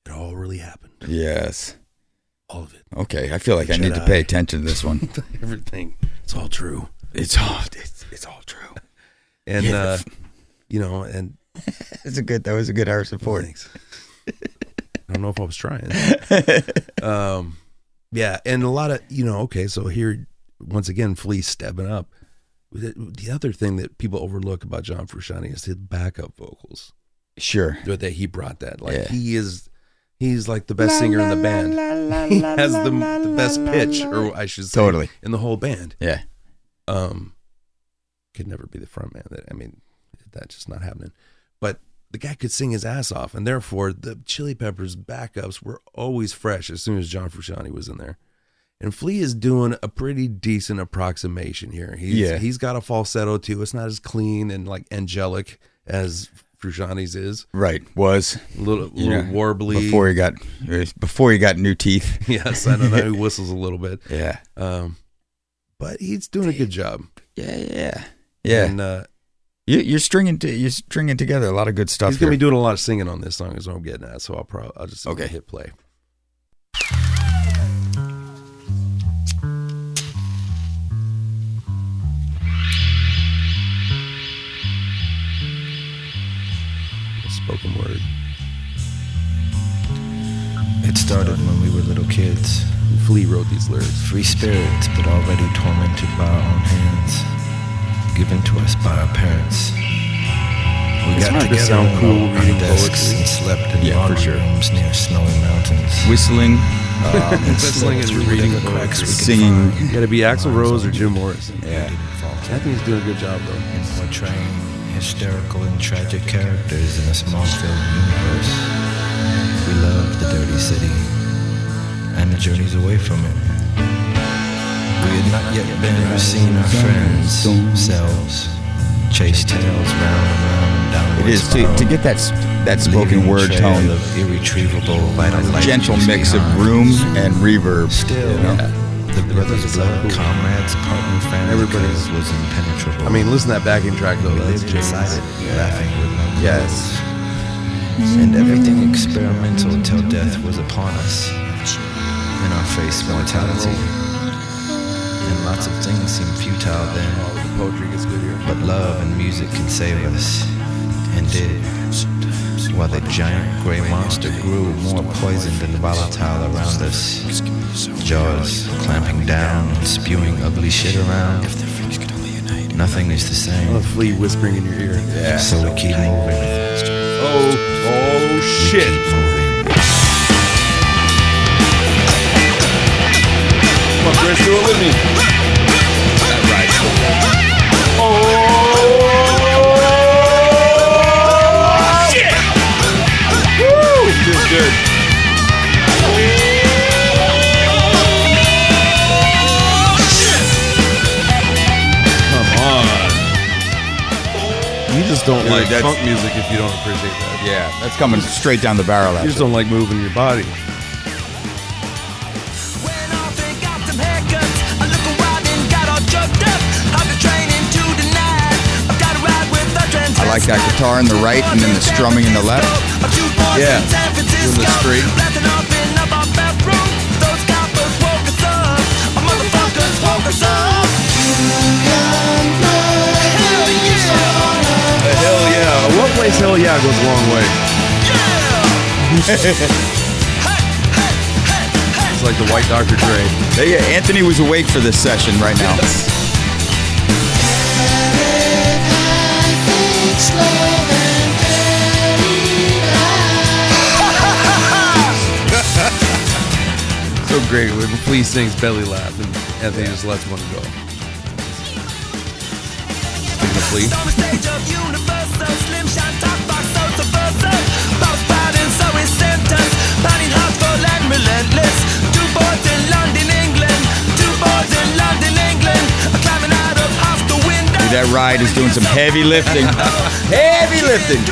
it all really happened,
Yes.
all of it, <laughs>
Okay. I feel like I
Should
need to
I?
pay attention to this one.
everything. It's all true,
<laughs> it's all. It's, it's all true.
and
Yeah.
uh, you know, and
<laughs> That's a good. That was a good hour
<laughs>
support.
Thanks. I don't know if I was <laughs> trying. um, yeah, and a lot of you know. Okay, so here once again, Flea stepping up. The, the other thing that people overlook about John Frusciante is his backup vocals
Sure.
that that he brought. That like
Yeah.
he is, he's like the best singer in the band. <laughs> he has the, the best pitch, or I should say,
Totally.
in the whole band.
Yeah.
Um, could never be the front man. That I mean, that's just not happening. But the guy could sing his ass off, and therefore the Chili Peppers backups were always fresh as soon as John Frusciante was in there. And Flea is doing a pretty decent approximation here. He's
Yeah.
he's got a falsetto too. It's not as clean and like angelic as Frusciante's is.
Right. Was.
A little,
you
little
know,
warbly.
before he got uh, before he got new
<laughs>
teeth.
yes, I don't
<laughs>
know. He whistles a little bit.
Yeah.
Um, but he's doing a good job.
Yeah. Yeah. Yeah.
And uh,
you, you're stringing to, you're stringing together a lot of good stuff.
he's going to
here.
be doing a lot of singing on this song, is what I'm getting at. So I'll probably I'll just
Okay.
hit play. Spoken word.
It started when we were little kids,
Flea wrote these lyrics.
free spirits, but already tormented by our own hands, given to us by our parents. We
It's
got
hard to
together
sound
on
cool
our
reading
desks
poetry.
and slept in
Yeah, for
laundry
sure.
rooms near snowy mountains.
whistling,
and
That's
slept
like as
through
reading
whatever
poetry.
cracks we could
singing.
find.
Got to be Axl Rose or Jim Morrison.
Yeah.
I think he's doing a good job though.
and portraying hysterical and tragic characters in a small film universe. We love the dirty city and the journeys away from it. We had not yet been or seen our friends, selves, chase tails round and round and down.
It is to, to get that s- that spoken word tone,
of irretrievable vital light
gentle mix of room and reverb.
Still,
you know?
the brothers' blood, comrades, partner, family,
Everybody's-
was impenetrable.
I mean, listen to that backing track though.
We
That's
lived
James.
inside it, laughing with no clothes.
Yes.
And everything experimental till death was upon us. In our face, mortality. And lots of things seemed futile then.
Oh, the poetry gets good here.
But love and music can save us, and did. While the giant gray monster grew more poisoned and volatile around us, jaws clamping down, spewing ugly shit around. Nothing is the
Oh,
same,
Flea whispering in your ear. Yeah.
so we keep moving.
Oh, oh shit. Come on, Chris, do it with me. Oh, Come on. You just don't
Dude,
like
that's-
funk music if you don't appreciate that.
Yeah, that's coming straight down the barrel.
You
After.
just don't like moving your body.
When I think got them haircuts, I look around and got all jugged up. I've been training to deny. I've got to ride with the trans.
I like that guitar in the right and then the strumming in the left.
Yeah.
Doing the straight.
Hell yeah. One place hell yeah goes a long way. It's like the white Dr. Dre.
There you- Anthony was awake for this session right now.
<laughs> So great when Flea sings belly laugh and Anthony just lets one go. Speaking of Flea.
Dude, that ride is doing some
<laughs>
heavy lifting. heavy lifting.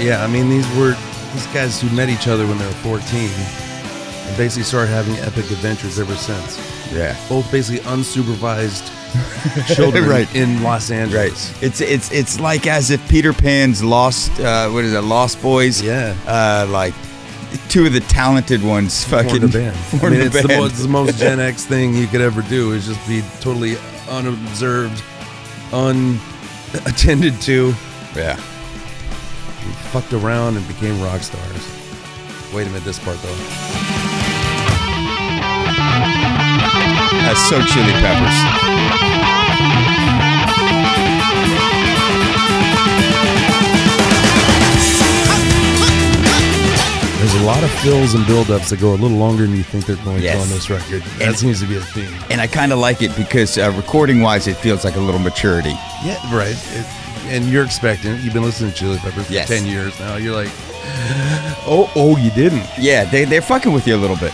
Yeah, I mean these were these guys who met each other when they were 14 and basically started having epic adventures ever since.
Yeah.
Both basically <laughs> unsupervised children
Right.
in Los Angeles.
Right. It's it's it's like as if Peter Pan's Lost. Uh, what is that? Lost Boys.
Yeah.
Uh, like two of the talented ones. Fucking
Formed a
<laughs>
band. I
formed
mean,
a
it's, The
band.
most, it's the most Gen X thing you could ever do is just be totally unobserved, unattended to,
yeah.
fucked around and became rock stars. Wait a minute, this part though.
That's so Chili Peppers.
There's a lot of fills and buildups that go a little longer than you think they're going
Yes.
to on this record. That
And-
seems to be a theme.
And I kind of like it because uh, recording wise, it feels like a little maturity.
Yeah, right. It, and you're expecting it. You've been listening to Chili Peppers for
Yes.
10 years now. You're like, oh, oh, you didn't.
Yeah, they they're fucking with you a little bit.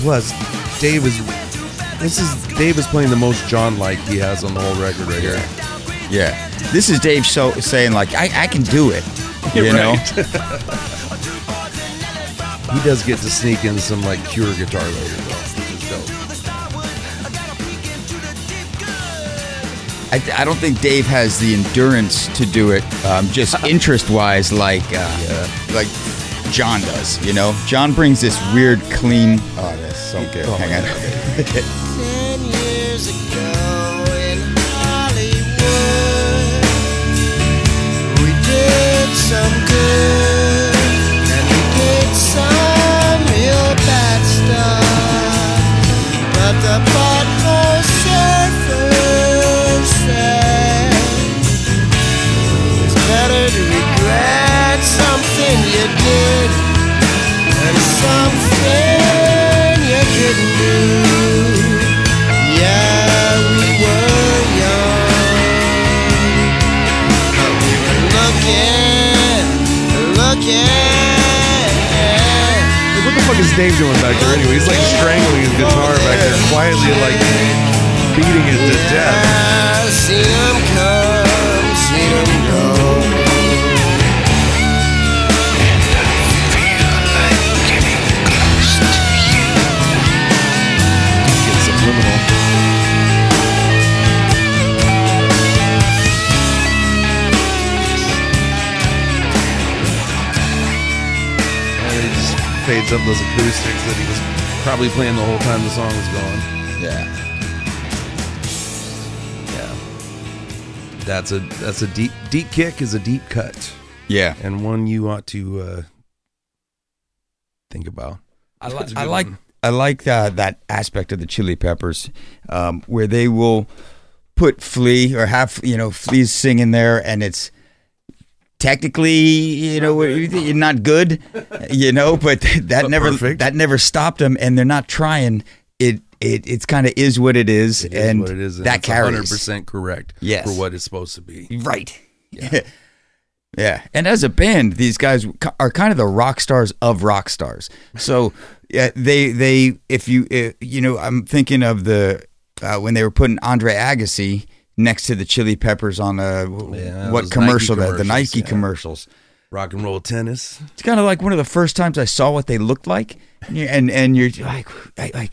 Plus, Dave is. This is Dave is playing the most John like he has on the whole record right here.
Yeah. This is Dave so saying like I, I can do
<laughs>
it. You know.
He does get to sneak in some like Cure guitar later though, which is dope.
I, I don't think Dave has the endurance to do it, um, <laughs> just interest-wise, like uh, like John does. You know, John brings this weird, clean. Oh, that's so good.
Oh,
Hang on.
Ten years ago in Hollywood, we did some good and we did some real bad stuff. But the butler surfer said it's better to regret something you did than something you couldn't do. Yeah, we were young, but we were looking, looking.
What the fuck is Dave doing back there anyway? He's like strangling his guitar back there, quietly like beating it to death.
See him come, see him go.
It's subliminal. And it just fades up those acoustics that he was probably playing the whole time the song was going.
Yeah.
Yeah. That's a that's a deep deep kick is a deep cut
Yeah.
and one you ought to uh think about.
I,
That's
li-
a
I
good
like
one.
I like that that aspect of the Chili Peppers, um, where they will put Flea or have you know Flea's singing there, and it's technically, you know, not good, you know, but <laughs> that
But
never
perfect.
that never stopped them, and they're not trying. It it it's kind of is what it is,
It is
and
what it is, and
that
it's
carries
100% correct
Yes.
for what it's supposed to be.
right. Yeah. <laughs> yeah, and as a band, these guys ki- are kind of the rock stars of rock stars. So <laughs> yeah, they they if you uh, you know, I'm thinking of the uh, when they were putting Andre Agassi next to the Chili Peppers on a
Yeah,
what
those Nike
commercial that the
commercials,
Nike
yeah.
commercials.
Rock and roll tennis.
It's kind of like one of the first times I saw what they looked like, and you- and, and you're like, I, like,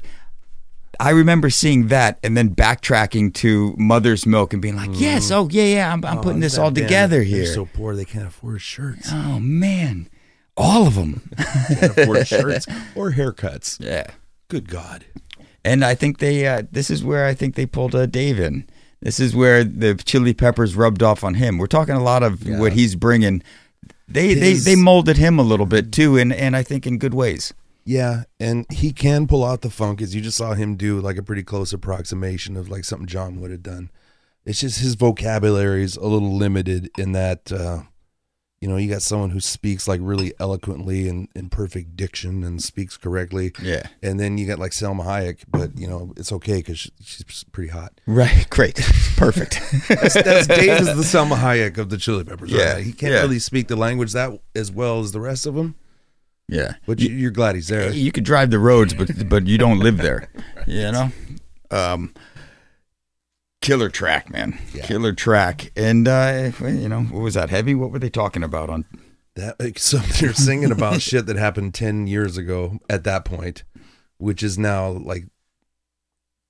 I remember seeing that, and then backtracking to Mother's Milk and being like,
Mm-hmm.
yes, oh yeah, yeah, I'm, I'm putting this all together
They're
here.
so poor they can't afford
<laughs>
shirts.
oh man, all
<laughs>
of them.
can't afford shirts or haircuts.
yeah,
Good God.
and I think they. Uh, this is where I think they pulled uh, Dave in. This is where the Chili Peppers rubbed off on him. We're talking a lot of what he's bringing. They, they
His-
they molded him a little bit too, and, and I think in good ways.
Yeah, and he can pull out the funk as you just saw him do like a pretty close approximation of like something John would have done. It's just his vocabulary is a little limited in that uh you know, you got someone who speaks like really eloquently and in perfect diction and speaks correctly.
Yeah.
And then you got like Selma Hayek, but you know, it's okay cuz she, she's pretty hot.
Right, great, perfect.
That's Dave is the Selma Hayek of the Chili Peppers.
Yeah,
He can't
yeah.
really speak the language that as well as the rest of them,
<laughs> yeah.
but you, you're glad he's there.
you could drive the roads, but but you don't live there. You know, um, killer track, man, killer track, and uh, well, you know what was that heavy? What were they talking about on?
That like, <laughs> so they're singing about shit that happened ten years ago at that point, which is now like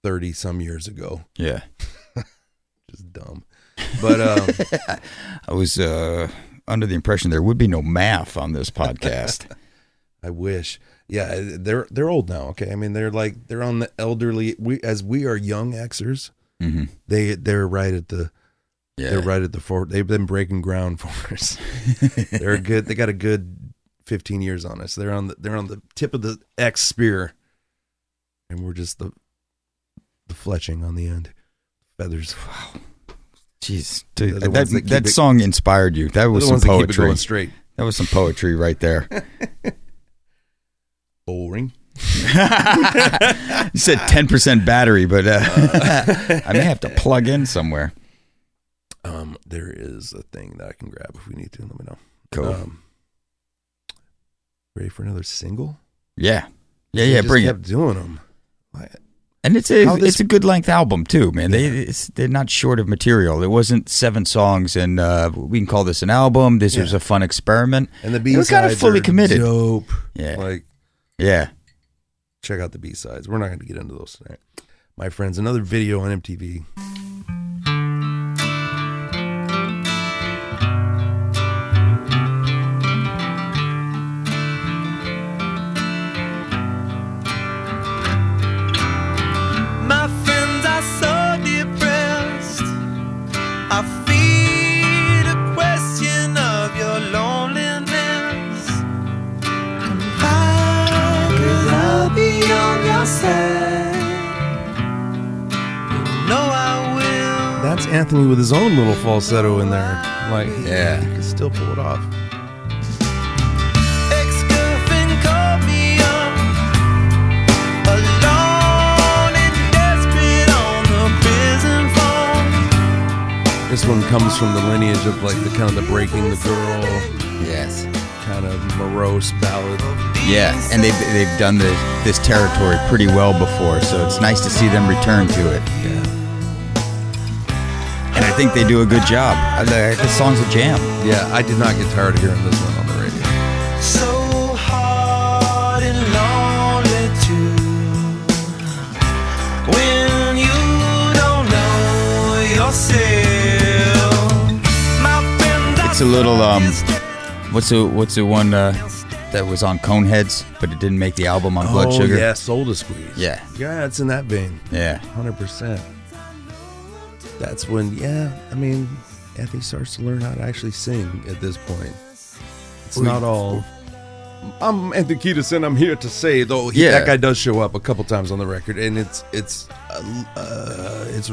thirty some years ago.
Yeah,
Just dumb. But um,
I was uh, under the impression there would be no math on this podcast.
I wish. Yeah, they're they're old now. Okay, I mean they're like they're on the elderly. We as we are young Xers,
Mhm.
they they're right at the
<laughs> yeah,
they're right at the fort. They've been breaking ground <laughs> for us. they're a good. They got a good fifteen years on us. They're on the they're on the tip of the X spear, and we're just the the fletching on the end, feathers.
Jeez,
They're
dude,
the
that
ones that keep
that
it-
song inspired you. That
They're
was
the
some
ones that keep it
poetry.
going straight.
That was some poetry right there.
Boring.
You <laughs> said ten percent battery, but <laughs> uh, I may have to plug in somewhere.
Um, there is a thing that I can grab if we need to. Let me know.
Cool.
Um, ready for another single?
yeah, yeah,
They
yeah.
just
Bring it.
kept doing them. Like,
And it's a
How this-
it's a good length album too, man. They it's, they're not short of material. It wasn't seven songs, and uh, we can call this an album. This was
Yeah.
a fun experiment.
And the B
They were
sides
kind of fully
are
committed.
Dope.
Yeah.
Like
Yeah,
check out the B sides. We're not going to get into those tonight, my friends. Another video on MTV.
My friends are so depressed. I feed a question of your loneliness. Come back, cause I'll be on your side. You know I will.
That's Anthony with his own little falsetto in there. Like
Yeah.
he can still pull it off.
Ex-girlfriend called me up, alone and desperate on the prison phone.
This one comes from the lineage of like the kind of the breaking the girl
yes,
kind of morose ballad.
yeah. And they they've done the, this territory pretty well before, so it's nice to see them return to it.
Yeah,
And I think they do a good job. I, like- the song's a jam.
yeah. I did not get tired of hearing this one on the radio.
So hard and lonely too. When you don't know yourself, my friends
It's a little um, what's the what's the one uh, that was on Coneheads, but it didn't make the album on Blood
oh,
Sugar.
yeah, soul to squeeze.
Yeah.
yeah. It's in that vein.
yeah.
Hundred percent. That's when, yeah. I mean, Effie starts to learn how to actually sing at this point. It's not all I'm Anthony Kiedis, and I'm here to say though he,
Yeah.
that guy does show up a couple times on the record, and it's it's uh, uh, it's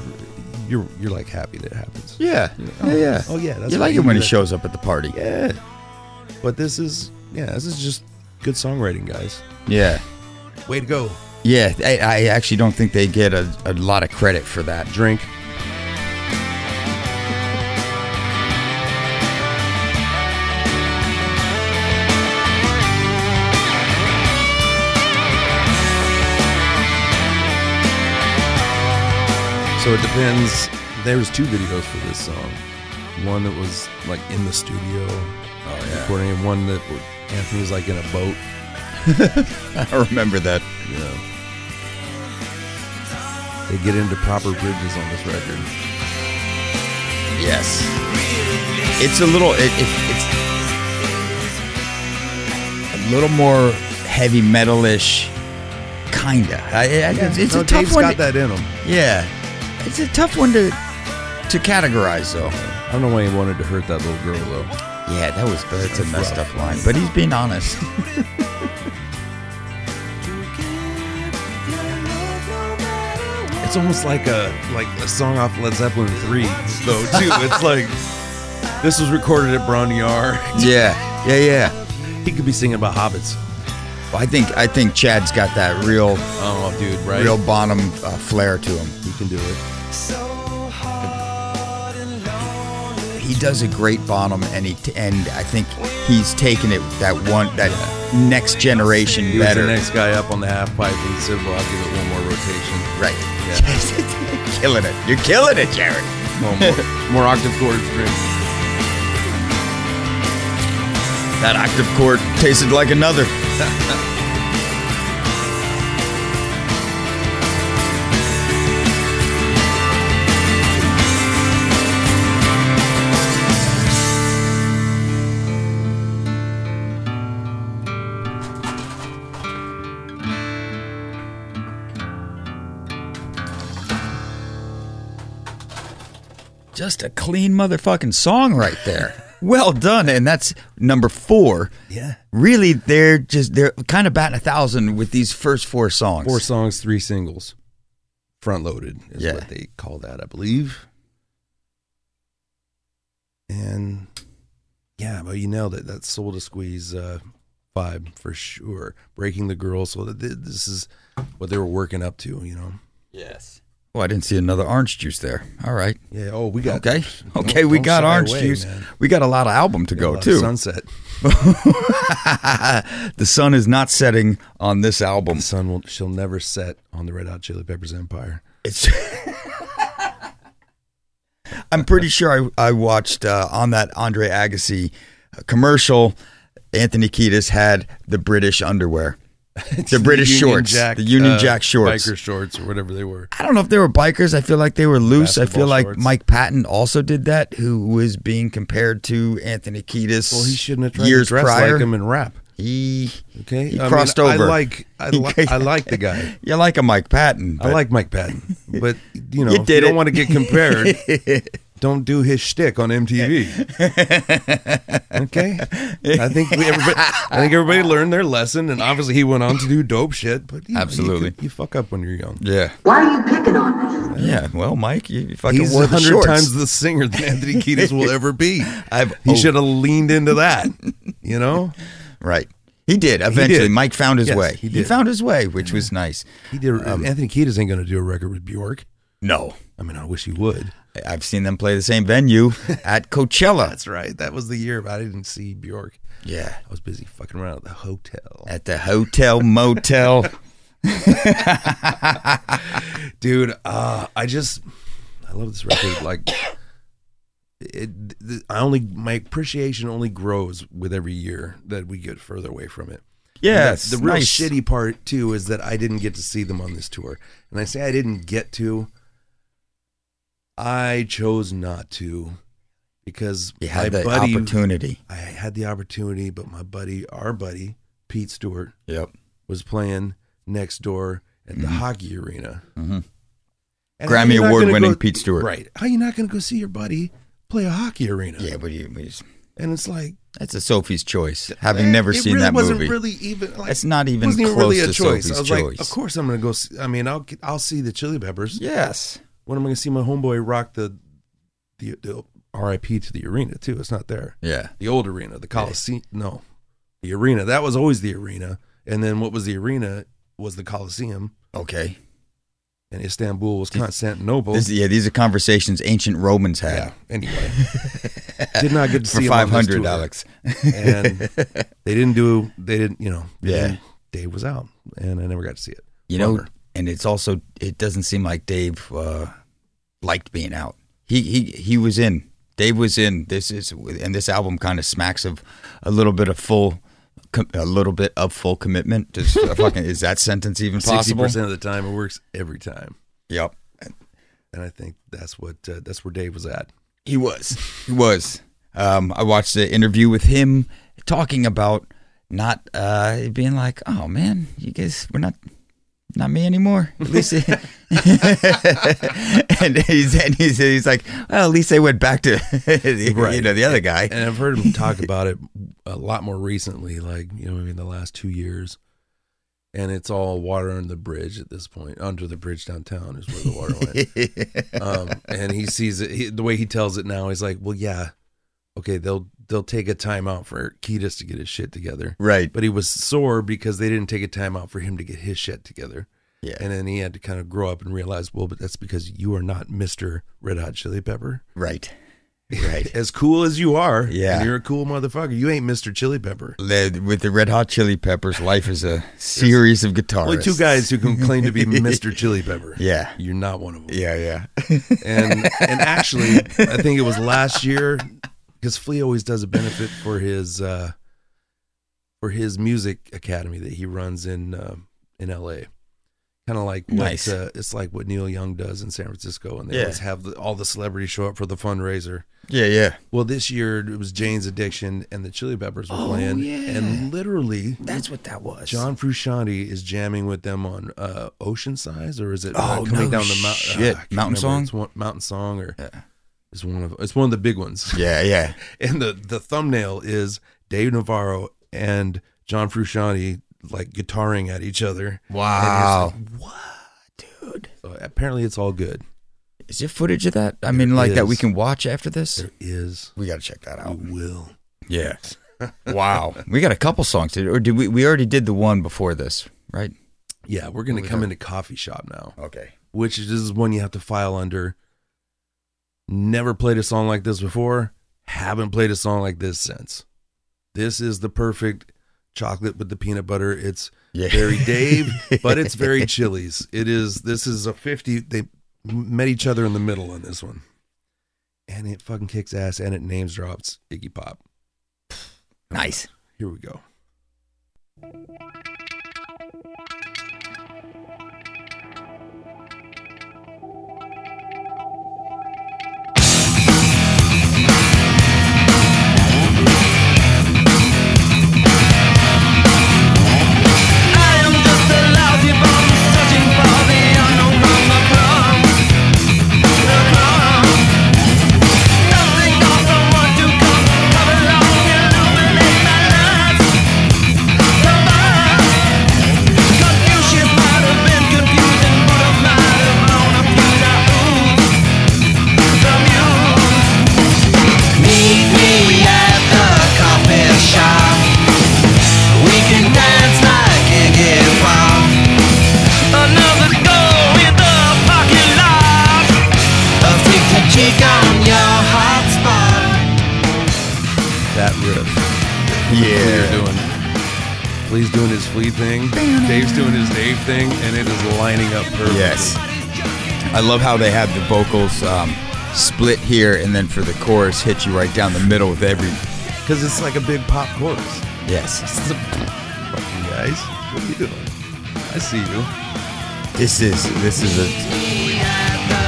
you're you're like happy that it happens.
Yeah, yeah, yeah.
Oh, yeah, that's
you
what
like
you
it when he
do.
shows up at the party.
Yeah, but this is yeah, this is just good songwriting, guys.
Yeah,
Way to go,
yeah. I, I actually don't think they get a, a lot of credit for that. <laughs>
drink. So it depends. There's two videos for this song. One that was like in the studio Uh, recording, and one that w- Anthony was like in a boat.
I remember that.
You know, they get into proper bridges on this record.
Yes, it's a little. It, it, it's a little more heavy metal-ish, kinda. I, I, it's it's
No,
a tough
Dave's
one.
got
to-
that in him.
Yeah, it's a tough one to to categorize though.
I don't know why he wanted to hurt that little girl though.
Yeah, that was that's a messed up line, but he's being honest.
It's almost like a like a song off Led Zeppelin three though
<laughs>
too. It's like this was recorded at Brown E Yard.
<laughs> yeah, yeah, yeah.
He could be singing about hobbits.
Well, I think I think Chad's got that real
Oh, dude, right?
real Bonham uh, flair to him.
He can do it.
He does a great Bonham, and he t- and I think he's taken it that one that next generation
He
better.
was the next guy up on the half pipe, and he said, "Well, I'll give it one more rotation,
Right.
Yeah.
<laughs> Yes, killing it. You're killing it, Jared.
Well, more, more octave chords, drink."
That octave chord tasted like another. Just a clean motherfucking song right <laughs> there. Well done, and that's number four.
<laughs> Yeah.
Really, they're just they're kind of batting a thousand with these first four songs.
Four songs, three singles, front loaded is
Yeah.
what they call that, I believe. And yeah, but you nailed it. That soul to squeeze uh, vibe for sure. Breaking the girl, so that th- this is what they were working up to, you know.
Oh, I didn't see another orange juice there. All right.
Yeah. Oh, we got
Okay.
don't-
<laughs> Okay, we
don't
got
shy
orange
away,
juice.
man.
We got a lot of album to
a
go
lot of
too.
Sunset.
<laughs> the sun is not setting on this album.
The sun will. She'll never set on the Red Hot Chili Peppers empire.
It's. <laughs> I'm pretty sure I, I watched uh, on that Andre Agassi uh, commercial. Anthony Kiedis had the British underwear.
<laughs>
The British
Union
shorts,
Jack,
the Union
uh,
Jack shorts.
biker shorts, or whatever they were.
I don't know if they were bikers. I feel like they were loose. I feel
Basketball
like
shorts.
Mike Patton also did that, who was being compared to Anthony Kiedis.
Well, he shouldn't have tried
years
to dress
prior.
like him and rap.
He
Okay,
He
I mean,
crossed over.
I like I,
He-
li- I like the guy.
You like a Mike Patton?
I like Mike Patton, but you know,
You
if
did
you
it.
don't want to get
<laughs>
compared. don't do his shtick on MTV. okay, I think we, everybody. I think everybody learned their lesson, and obviously he went on to do dope shit. But you know, you
Absolutely.
could- you, fuck up when you're young.
Yeah,
Why are you picking on me?
yeah. Well, Mike, you fucking
He's
wore
a
the
hundred
shorts.
times the singer that Anthony Kiedis will ever be.
I've-
he
oh.
should have leaned into that. You know,
right. He did eventually.
did.
Mike found his
Yes,
way.
he
He,
did.
found his way, which was nice.
he did.
Um,
Anthony Kiedis ain't going to do a record with Bjork.
No,
I mean, I wish he would.
I- I've seen them play the
<laughs>
same venue at Coachella.
That's right. That was the year but I didn't see Bjork.
yeah,
I was busy fucking around at the hotel.
at the hotel
<laughs>
motel.
Dude, uh, I just I love this record. Like, it, th- I only my appreciation only grows with every year that we get further away from it. And
Yeah,
that's the
it's
real
nice.
shitty part too is that I didn't get to see them on this tour, and I say I didn't get to. I chose not to, because
You had
my
the
buddy,
opportunity.
I had the opportunity, but my buddy, our buddy Pete Stewart,
Yep.
was playing next door at the hockey arena.
Mhm.
And how
Mm-hmm. Grammy
you not gonna
award-winning
go-
Pete Stewart.
Right. How you not going to go see your buddy play a hockey arena?
Yeah, but you, we just-
And it's like
That's a Sophie's choice. Having
eh,
never
it
seen
really
that
wasn't
movie,
Really, even like,
That's not even
wasn't even
close
really a
to
choice.
Sophie's
I was
choice.
like, of course I'm gonna go. See, I mean, I'll I'll see the Chili Peppers.
yes,
When am I gonna see my homeboy rock the the, the R.I.P. to the arena too? It's not there.
yeah,
The old arena, the Coliseum. No, the arena. That was always the arena. And then what was the arena was the Coliseum,
okay.
and Istanbul was Constantinople.
This, yeah, these are conversations ancient Romans had
yeah.
<laughs>
Anyway, did not get to
for
see
five hundred,
dollars.
Alex. <laughs>
and they didn't do they didn't you know they
Yeah.
didn't- Dave was out and I never got to see it.
You know,
Bummer.
and it's also it doesn't seem like Dave uh, liked being out. He he he was in. Dave was in. This is and this album kind of smacks of a little bit of full, com, a little bit of full commitment. Just
<laughs>
a fucking is that sentence even
sixty
possible?
percent of the time it works every time,
Yep,
and I think that's what uh, that's where Dave was at.
he was. He was. Um, I watched the interview with him talking about not uh, being like, oh man, you guys, we're not. Not me anymore. At least, <laughs> and he's and he's, he's like, well, at least they went back to <laughs> you know the other guy.
And I've heard him talk about it a lot more recently, like you know maybe in the last two years. And it's all water under the bridge at this point. Under the bridge downtown is where the water went.
<laughs>
um, and he sees it he, the way he tells it now. He's like, "Well, yeah, okay, they'll they'll take a time out for Ketis to get his shit together,
Right.
But he was sore because they didn't take a time out for him to get his shit together.
Yeah.
And then he had to kind of grow up and realize, well, but that's because you are not Mr. Red Hot Chili Pepper.
Right. Right.
As cool as you are,
Yeah.
and you're a cool motherfucker. You ain't Mr. Chili Pepper.
Led with the Red Hot Chili Peppers, life is a series of guitarists.
Only two guys who can claim to
<laughs>
be Mr. Chili Pepper.
Yeah.
You're not one of them.
Yeah, yeah.
and
<laughs>
and actually, I think it was last year because Flea always does a benefit for his uh, for his music academy that he runs in uh, in L.A. Kind of like what
Nice.
uh, it's like what Neil Young does in San Francisco, and they
Yeah.
always have the, all the celebrities show up for the fundraiser.
Yeah, yeah.
Well, this year it was Jane's Addiction and the Chili Peppers were playing, and literally
Oh, That's what that was.
John Frusciante is jamming with them on uh, Ocean Size, or is it uh,
Oh,
coming
no
down the mou- uh,
shit.
I can't
Mountain
remember.
Song?
It's one, mountain song, or
Yeah.
it's one of it's one of the big ones. <laughs>
Yeah, yeah.
And the the thumbnail is Dave Navarro and John Frusciante like guitaring at each other.
Wow.
And it's like, what, dude? So apparently, it's all good.
Is there footage of that? I mean, like that we
is.
can watch after this?
There is
We got to check that out.
will.
Mm, <laughs> Yeah. wow. We got a couple songs to Or did we? We already did the one before this, right?
Yeah, we're gonna come into coffee shop now.
Okay.
which is this is one you have to file under. Never played a song like this before. Haven't played a song like this since. This is the perfect chocolate with the peanut butter. It's
Yeah.
very Dave, but it's very Chili's. It is. This is a fifty. They met each other in the middle on this one, and it fucking kicks ass. And it names drops Iggy Pop.
Nice.
Here we go.
Cheek on your hot spot.
That riff. You're
Yeah.
doing. Flea's doing his Flea thing. Dave's doing his Dave thing, and it is lining up perfectly.
Yes. I love how they have the vocals um, split here, and then for the chorus, hit you right down the middle with every.
Because it's like a big pop chorus.
Yes.
It's a- Fucking guys, what are you doing? I see you.
This is this is a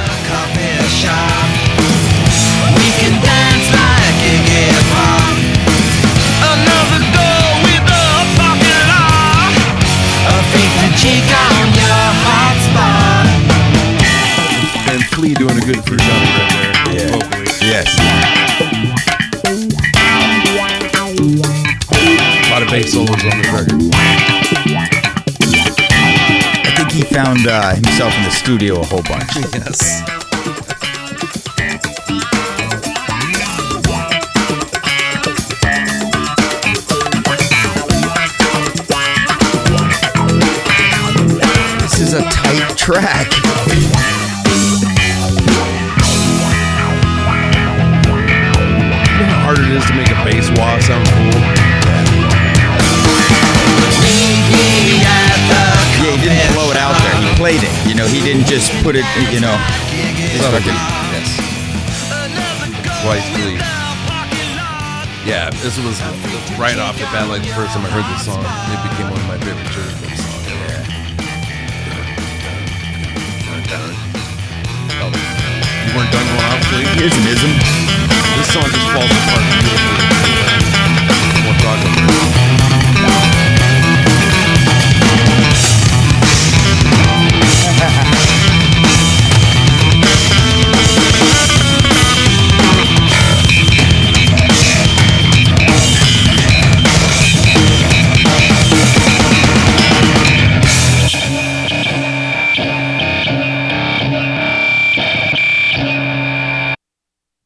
And Flea doing a good Frusciante right there.
Yeah.
vocally.
yes.
the bass solos on this record.
I think he found uh, himself in the studio a whole bunch.
Yes.
This is a tight track.
You know how hard it is to make a bass wah sound cool?
Yeah, he didn't blow it out there. He played it. You know, he didn't just put it. You know, it's fucking yes.
Twice, please. Yeah, this was right off the bat. Like the first time I heard this song, it became one of my favorite church folk songs. Oh, You weren't done going off, please?
Here's an ism.
This song just falls apart beautifully. We'll talk about it.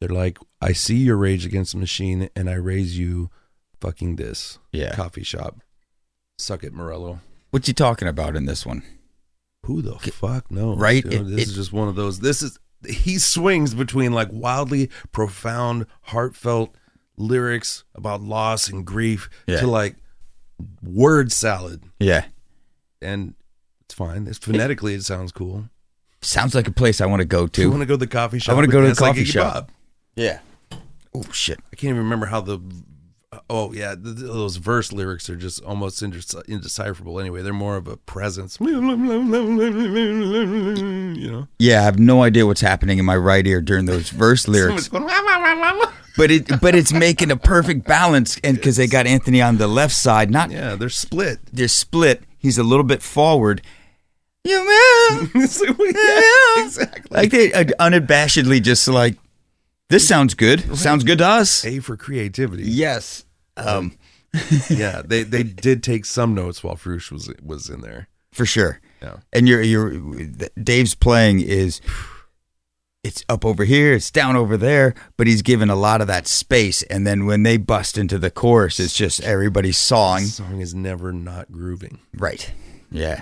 They're like, I see your rage against the machine and I raise you fucking this.
Yeah.
Coffee shop. Suck it, Morello.
What's he talking about in this one?
Who the fuck knows?
right?
dude?
It-
this is
it-
just one of those. This is he swings between like wildly profound, heartfelt lyrics about loss and grief
Yeah.
to like word salad,
Yeah.
and it's fine. It's phonetically, it sounds cool.
Sounds like a place I want to go
Do you want
to.
to go to the coffee shop?
wanna
and
go to the
dance like a
coffee shop.
kebab?
Yeah. Oh shit.
I can't even remember how the. Oh yeah, th th- those verse lyrics are just almost indec- indecipherable. Anyway, they're more of a presence. <laughs> You know,
Yeah, I have no idea what's happening in my right ear during those <laughs> verse lyrics. but it but it's making a perfect balance and because they got anthony on the left side not
yeah, they're split.
they're split he's a little bit forward you move,
<laughs> It's like, well,
<laughs> yeah.
yeah, exactly.
like they uh, unabashedly just like this sounds good sounds good to us
A for creativity.
yes um
Yeah, they they did take some notes while Frush was was in there.
for sure
Yeah.
and you're you're dave's playing is it's up over here it's down over there but he's given a lot of that space and then when they bust into the chorus it's just everybody sawing
This song is never not grooving.
Right. Yeah.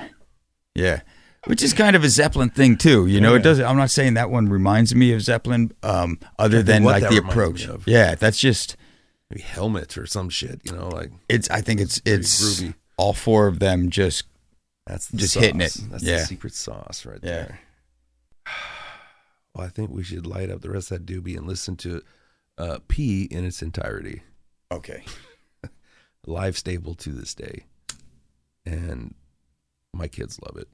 Yeah. Which is kind of a Zeppelin thing too, you know. It doesn't. I'm not saying that one reminds me of Zeppelin, um, other
Can't think
than
what
like
that
the
reminds
approach.
me of.
Yeah, that's just
Maybe helmet or some shit. You know, like
it's. I think it's it's
groovy.
all four of them. Just
that's the
Just
sauce.
hitting it.
That's
Yeah.
the secret sauce right
Yeah.
there. <sighs> Well, I think we should light up the rest of that doobie and listen to uh, P in its entirety.
okay.
Live staple to this day, and my kids love it.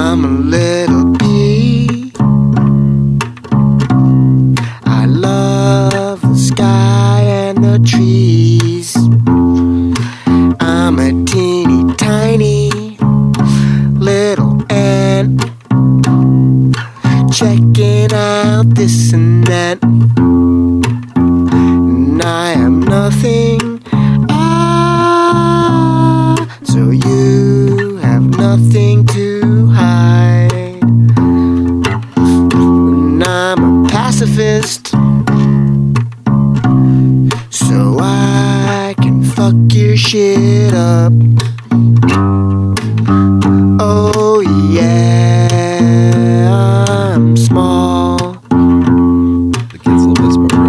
I'm a little pea. I love the sky and the trees. I'm a teeny tiny little ant. Checking out this and that. And I am nothing. Ah, so you have nothing to hide. And I'm a pacifist. So I can fuck your shit up. Oh, yeah, I'm small.
The kids love this part. Right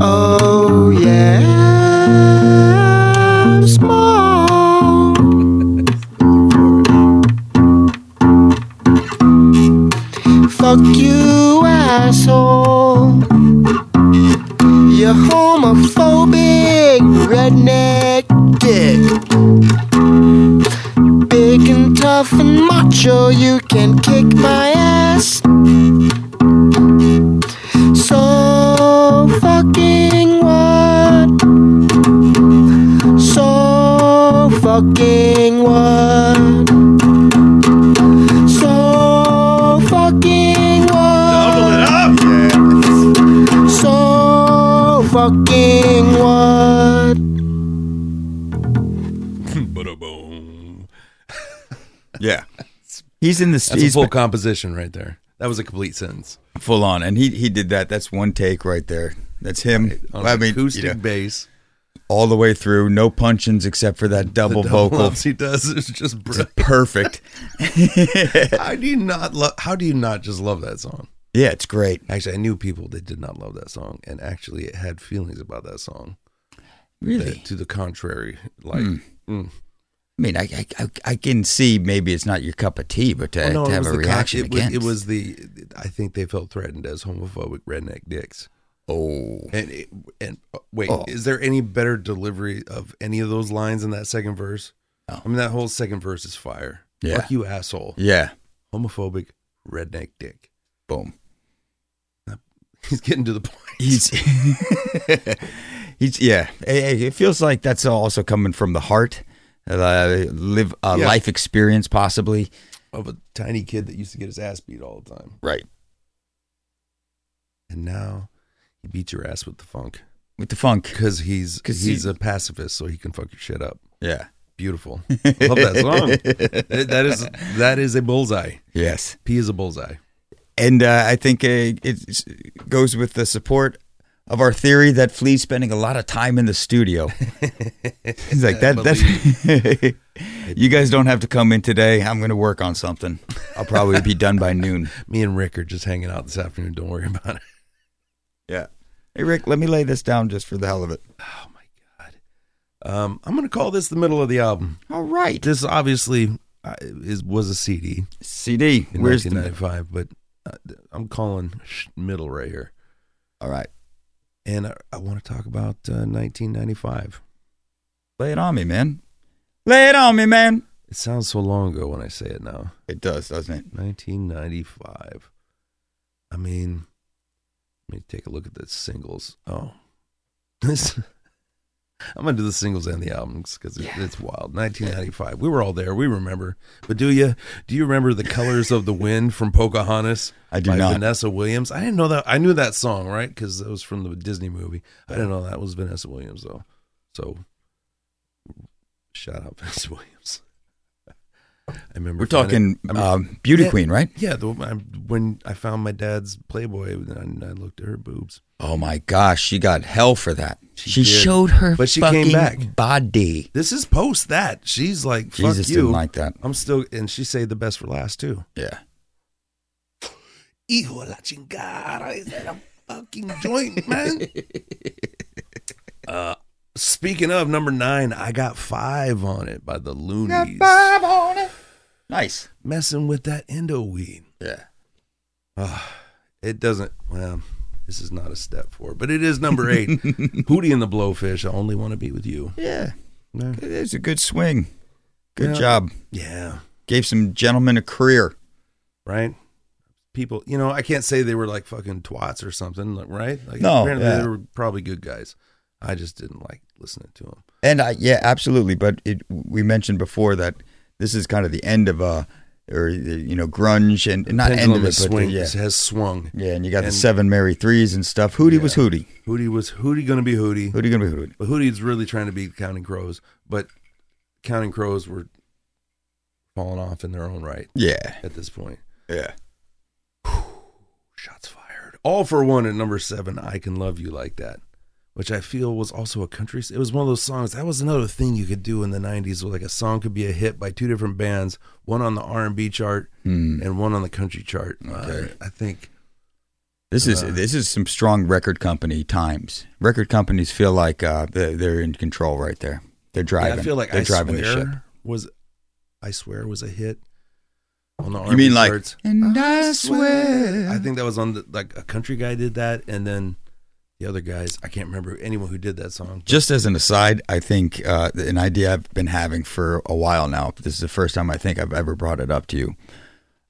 here.
Oh yeah, I'm small. Fuck you, asshole. You homophobic redneck dick. Big and tough and macho, you can kick my ass. So fucking what? So fucking what? So fucking what?
Double it up.
Yeah.
fucking what?
Ba-da-boom. <laughs>
Yeah. He's in the
That's
he's
a full composition right there. That was a complete sentence.
full on, and he he did that. That's one take right there. That's him.
On
I mean,
acoustic
you know,
bass.
all the way through, no punch-ins except for that
The
double
double
vocal.
ups he does is just
<laughs>
brilliant.
Perfect.
How do you not love? How do you not just love that song?
Yeah, it's great.
Actually, I knew people that did not love that song, and actually, it had feelings about that song.
Really.
That, to the contrary, like mm.
I mean, I, I I- I can see maybe it's not your cup of tea, but to,
Well,
to
Oh, it
have
was
a
the con-
reaction
it was,
against
it was the. I think they felt threatened as homophobic redneck dicks.
oh
And it, and uh, wait,
Oh.
is there any better delivery of any of those lines in that second verse?
No.
I mean, that whole second verse is fire.
Yeah.
Fuck you, asshole.
yeah,
Homophobic redneck dick. <laughs>
boom.
He's getting to the point.
He's <laughs> he's yeah. It, it feels like that's also coming from the heart, uh, live a
Yeah.
life experience possibly.
of a tiny kid that used to get his ass beat all the time,
Right.
and now he beats your ass with the funk
With the funk.
because he's
'Cause
he's
he-
a pacifist, so he can fuck your shit up.
Yeah. <laughs>
Beautiful. Love that song. That- that is that is a bullseye.
Yes.
P is a bullseye.
And uh, I think uh, it goes with the support of our theory that Flea's spending a lot of time in the <laughs> studio. He's like that. That <laughs> you guys don't have to come in today. I'm going to work on something. I'll probably be done by noon.
Me and Rick are just hanging out this afternoon. Don't worry <laughs> about it.
<laughs> Yeah. Hey Rick, let me lay this down just for the hell of it.
Um, I'm gonna call this the middle of the album.
All right.
This obviously uh, is was a CD
CD.
in
Where's the?
1995, but uh, th- I'm calling sh- middle right here.
All right.
And I, I want to talk about uh, 1995.
Lay it on me, man. Lay it on me, man.
It sounds so long ago when I say it now.
It does, doesn't it?
1995. I mean, let me take a look at the singles. Oh, <laughs> this. I'm gonna do the singles and the albums because it's, it's wild. 1995. We were all there. We remember. But do you do you remember the colors of the wind from Pocahontas?
I do
by
not.
Vanessa Williams. I didn't know that. I knew that song right because that was from the Disney movie. I didn't know that was Vanessa Williams though. So shout out <laughs> Vanessa Williams. I remember.
We're
finding-
talking
I mean-
um, Beauty
Yeah.
Queen, right?
yeah, the, I, when I found my dad's Playboy, and I looked at her boobs.
Oh my gosh, she got hell for that.
She
She,
did.
showed her
But she came
fucking
back.
body.
This is post that. She's like, fuck
Jesus
you.
didn't like that.
I'm still, and she saved the best for last too.
Yeah.
Hijo de la chingada, is that a fucking joint,
<laughs>
man? uh, speaking of number nine, I got five on it by the Loonies,
Nice.
messing with that endo weed. Ah,
Yeah.
It doesn't. Well, this is not a step forward, but it is number
<laughs>
eight. Hootie and the Blowfish. I only want to be with you.
Yeah.
Yeah.
It is a good swing. Good
Yeah.
job.
Yeah.
Gave some gentlemen a career.
right? People, you know, I can't say they were like fucking twats or something, like, right? Like,
No,
apparently
yeah.
they were probably good guys. I just didn't like listening to them.
And I yeah, absolutely. But it we mentioned before that this is kind of the end of uh or you know, grunge and not end of it, but the-
swing,
yeah.
has swung.
Yeah, and you got the
And-
seven Mary threes and stuff. Hootie was Hootie.
Hootie was Hootie going to be Hootie,
Hootie gonna be Hootie.
but Hootie's really trying to be Counting Crows. But Counting Crows were falling off in their own right
Yeah.
at this point.
Yeah.
Shots fired. All for one at number seven. I can love you like that, which I feel was also a country. It was one of those songs. That was another thing you could do in the '90s, where like a song could be a hit by two different bands, one on the R&B chart
Hmm.
and one on the country chart.
Mm. Okay.
Uh, I think
This is
Uh,
this is some strong record company times. Record companies feel like uh, they're, they're in control right there. They're
yeah,
driving.
I feel like
they're
I
driving the ship.
swear was I swear was a hit on the R&B
You mean like?
charts.
And I swear.
I think that was on the like a country guy did that, and then the other guys. I can't remember anyone who did that song.
Just as an aside, I think uh, an idea I've been having for a while now. This is the first time I think I've ever brought it up to you.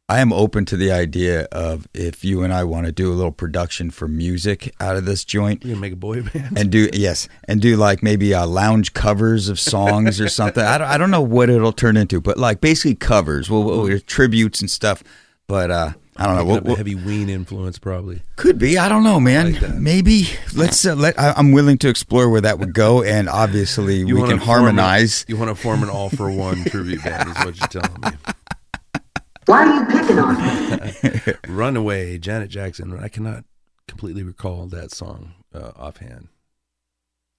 I am open to the idea of if you and I want to do a little production for music out of this joint,
You gonna make a boy <laughs> band?
and do yes and do like maybe uh, lounge covers of songs or something I don't, I don't know what it'll turn into but like basically covers well, well, well, tributes and stuff but uh I don't know.
Picking
We'll,
up a
we'll-
heavy Ween influence, probably.
could be. I don't know, man.
like that.
Maybe let's. Uh, let, I, I'm willing to explore where that would go, and obviously we
wanna
can
form an-
harmonize.
you want to form an all for one tribute band, is what you're telling me.
<laughs> Why are you picking on me?
<laughs> Runaway, Janet Jackson. I cannot completely recall that song uh, offhand.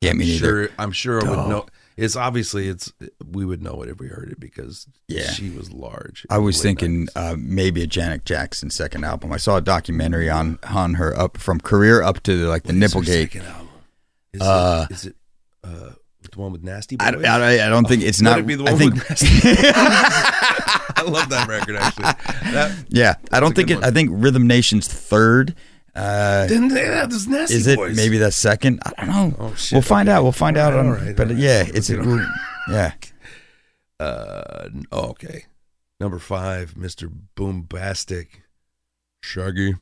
Yeah, me neither.
sure, I'm sure I
Duh.
would know. It's obviously it's we would know it if we heard it because
Yeah.
she was large.
I
in the
was
late
thinking
90s.
uh, maybe a Janet Jackson second album. I saw a documentary on on her up from career up to like the
What is her
Nipplegate.
second album? Is
Uh,
it, is it uh, the one with Nasty Boys? <laughs>
I, don't- I, don't- I don't think it's
Let
not.
it be the
I
one
think
with Nasty I love that record actually. That,
yeah. I
a
don't think
good
it.
one.
I think Rhythm Nation's third. Uh,
didn't they have this Nasty
is it
Boys?
maybe the second? I don't know.
Oh, shit,
we'll find
okay.
out. We'll find
All
out.
right,
on,
all right,
but
all right.
yeah, it's a
Let's get
group. Yeah.
Uh, n- oh, okay. Number five, Mr. Boombastic. Shaggy.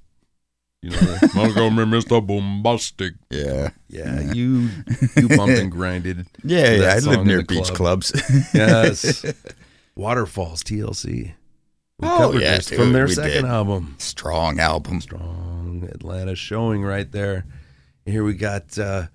You know that? Montgomery, Mr. Boombastic.
Yeah.
Yeah, you you bumped and grinded.
<laughs> Yeah,
to
yeah.
that
I
song
live
in
near
the
beach
club. <laughs>
clubs. <laughs>
Yes. Waterfalls, TLC. We
Oh,
covered
yeah,
this from
dude,
their
we
second
did.
album.
Strong album.
Strong Atlanta showing right there. And here we got uh,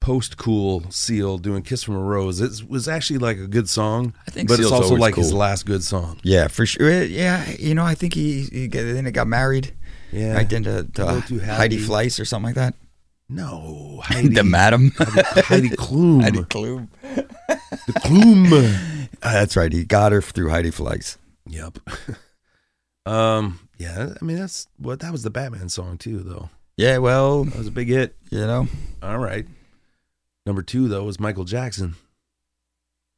Post Cool Seal doing Kiss from a Rose. It was actually like a good song, I
think
but
Seal's
it's also
always
like his
cool.
last good song.
Yeah, for sure. Yeah, you know, I think he, he got- then it got married.
Yeah.
Right then to, to
Go to
Heidi
Heidi.
Fleiss or something like that. <laughs>
No, Heidi.
the madam. <laughs>
Heidi Klum.
Heidi Klum.
The Klum.
<laughs> Uh, that's right. He got her through Heidi Fleiss.
yep. <laughs> um. Yeah. I mean, that's what that was the Batman song too, though.
Yeah, well,
That was a big hit.
you know.
All right. Number two though was Michael Jackson.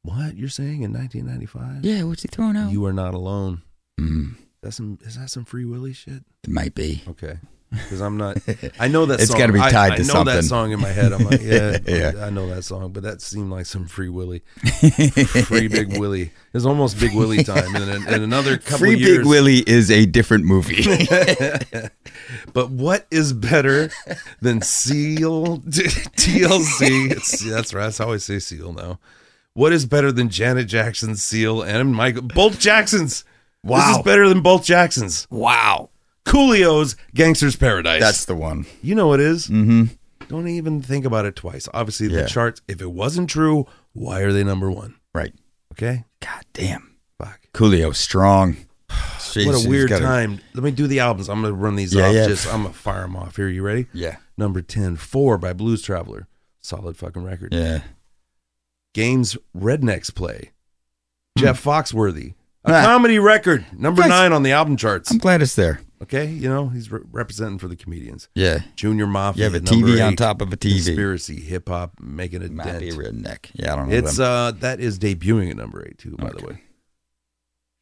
What you're saying in 1995?
Yeah, what's he throwing
You are not alone.
Mm,
That's some. Is that some Free Willy shit?
it might be.
Okay. Because I'm not. I know that.
<laughs> It's
song.
gotta be
I-
tied
I,
to
know
something.
that song in my head. I'm
<laughs>
like, yeah,
Yeah.
I know that song, but that seemed like some Free
<laughs>
Willy, Free Big Willy. It's almost Big
<laughs>
Willy time. And in, in another couple
Free
years,
Big Willie is a different movie.
But what is better than Seal <laughs> TLC? It's- that's right. That's how I say Seal now. What is better than Janet Jackson's Seal and Michael both Jacksons? This
Wow.
is better than both Jacksons.
<laughs> wow.
Coolio's Gangster's Paradise.
That's the one.
you know it is.
Mm-hmm.
Don't even think about it twice. Obviously,
Yeah.
the charts. If it wasn't true, why are they number one?
Right.
Okay.
God damn.
Fuck.
Coolio, <sighs> strong.
what
She's-
a
she's
weird
got
time. Let me do the albums. I'm gonna run these
Yeah,
off.
yeah.
Just I'm gonna fire them off here. You ready?
Yeah.
Number 10, Four by Blues Traveler. Solid fucking record.
Yeah.
Games Rednecks Play. Jeff Foxworthy. A
Hmm. Ah.
comedy record. Number
Yes.
nine on the album charts.
I'm glad it's there.
Okay. You know, he's re- representing for the comedians.
Yeah.
Junior
You
Mafia.
have a
number
TV on
eight.
top of a TV.
Conspiracy, hip hop, making a
Might be a
dent.
redneck. Yeah, I don't know.
It's
them.
uh that is debuting at number eight too, by the
Okay.
way.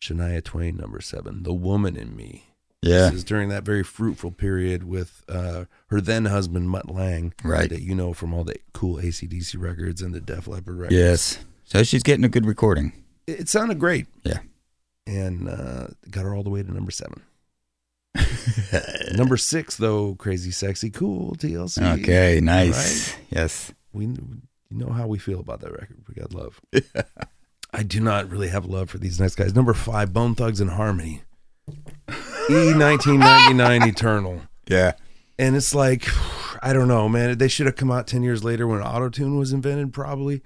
Shania Twain, number seven. The Woman in Me.
yeah.
This is during that very fruitful period with uh, her then husband Mutt Lang,
Right.
That you know from all the cool ACDC records and the Def Leppard records.
Yes. So she's getting a good recording.
it, it sounded great.
Yeah.
and uh, got her all the way to number
<laughs>
seven. number six, though, crazy, sexy, cool TLC.
Okay, nice. Yes.
we you know how we feel about that record. We got love. <laughs> I do not really have love for these next guys. Number five, Bone Thugs and Harmony. <laughs> E nineteen ninety nine Eternal.
Yeah.
And it's like, I don't know, man. They should have come out 10 years later when autotune was invented, probably.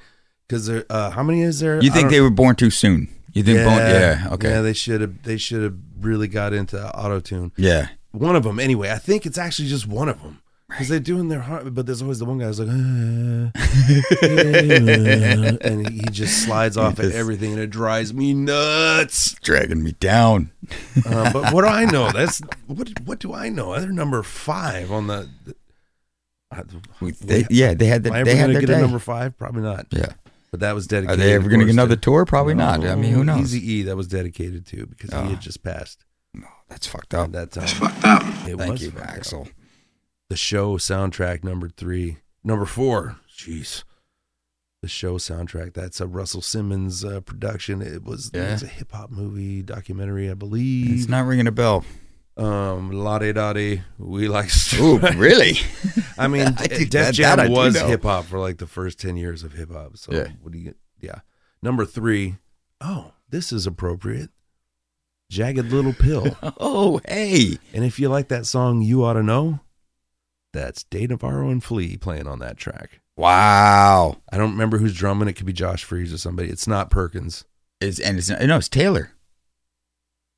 Because uh, how many is there?
You think they were born too soon? You think
yeah,
born? Yeah. Okay.
Yeah,
Yeah.
they should have. They should have really got into autotune. One of them, anyway. I think it's actually just one of them because they're doing their heart. But there's always the one guy
<laughs>
who's like, "Ah, ah," and he just slides off at
Yes.
everything, and it drives me nuts.
Dragging me down.
Um, but what do I know? That's what. What do I know? They're number five on the. the I-
We- They, yeah, they had the,
Am I
they
ever
had
going to
their
get
day.
a number five? Probably not.
yeah.
But that was
Are
dedicated.
they ever going to
of course,
get another tour? Probably not. I mean, who knows? Ah.
Easy E, that was dedicated to because he had just passed
That's fucked up.
at that time.
Fucked up.
It
Oh. Thank
was
you,
fucked up.
Axel.
The show soundtrack number three, number four. Jeez, the show soundtrack. That's a Russell Simmons uh, production. It was it
Yeah.
was a hip hop movie documentary, I
It's
believe.
not ringing a bell.
um, la de da de. We like. <laughs>
Ooh, <laughs> really?
I mean,
<laughs> I
De-
think
Def
that- that
Jam
I do
was
know.
hip hop for like the first 10 years of hip hop. So,
Yeah.
what do you, yeah. Number three, oh, this is appropriate. Jagged Little Pill.
<laughs> Oh, hey.
and if you like that song, you ought to know. That's Dave Navarro and Flea playing on that track.
Wow.
I don't remember who's drumming. It could be Josh Freeze or somebody. It's not Perkins.
It's, and it's not, no, it's Taylor.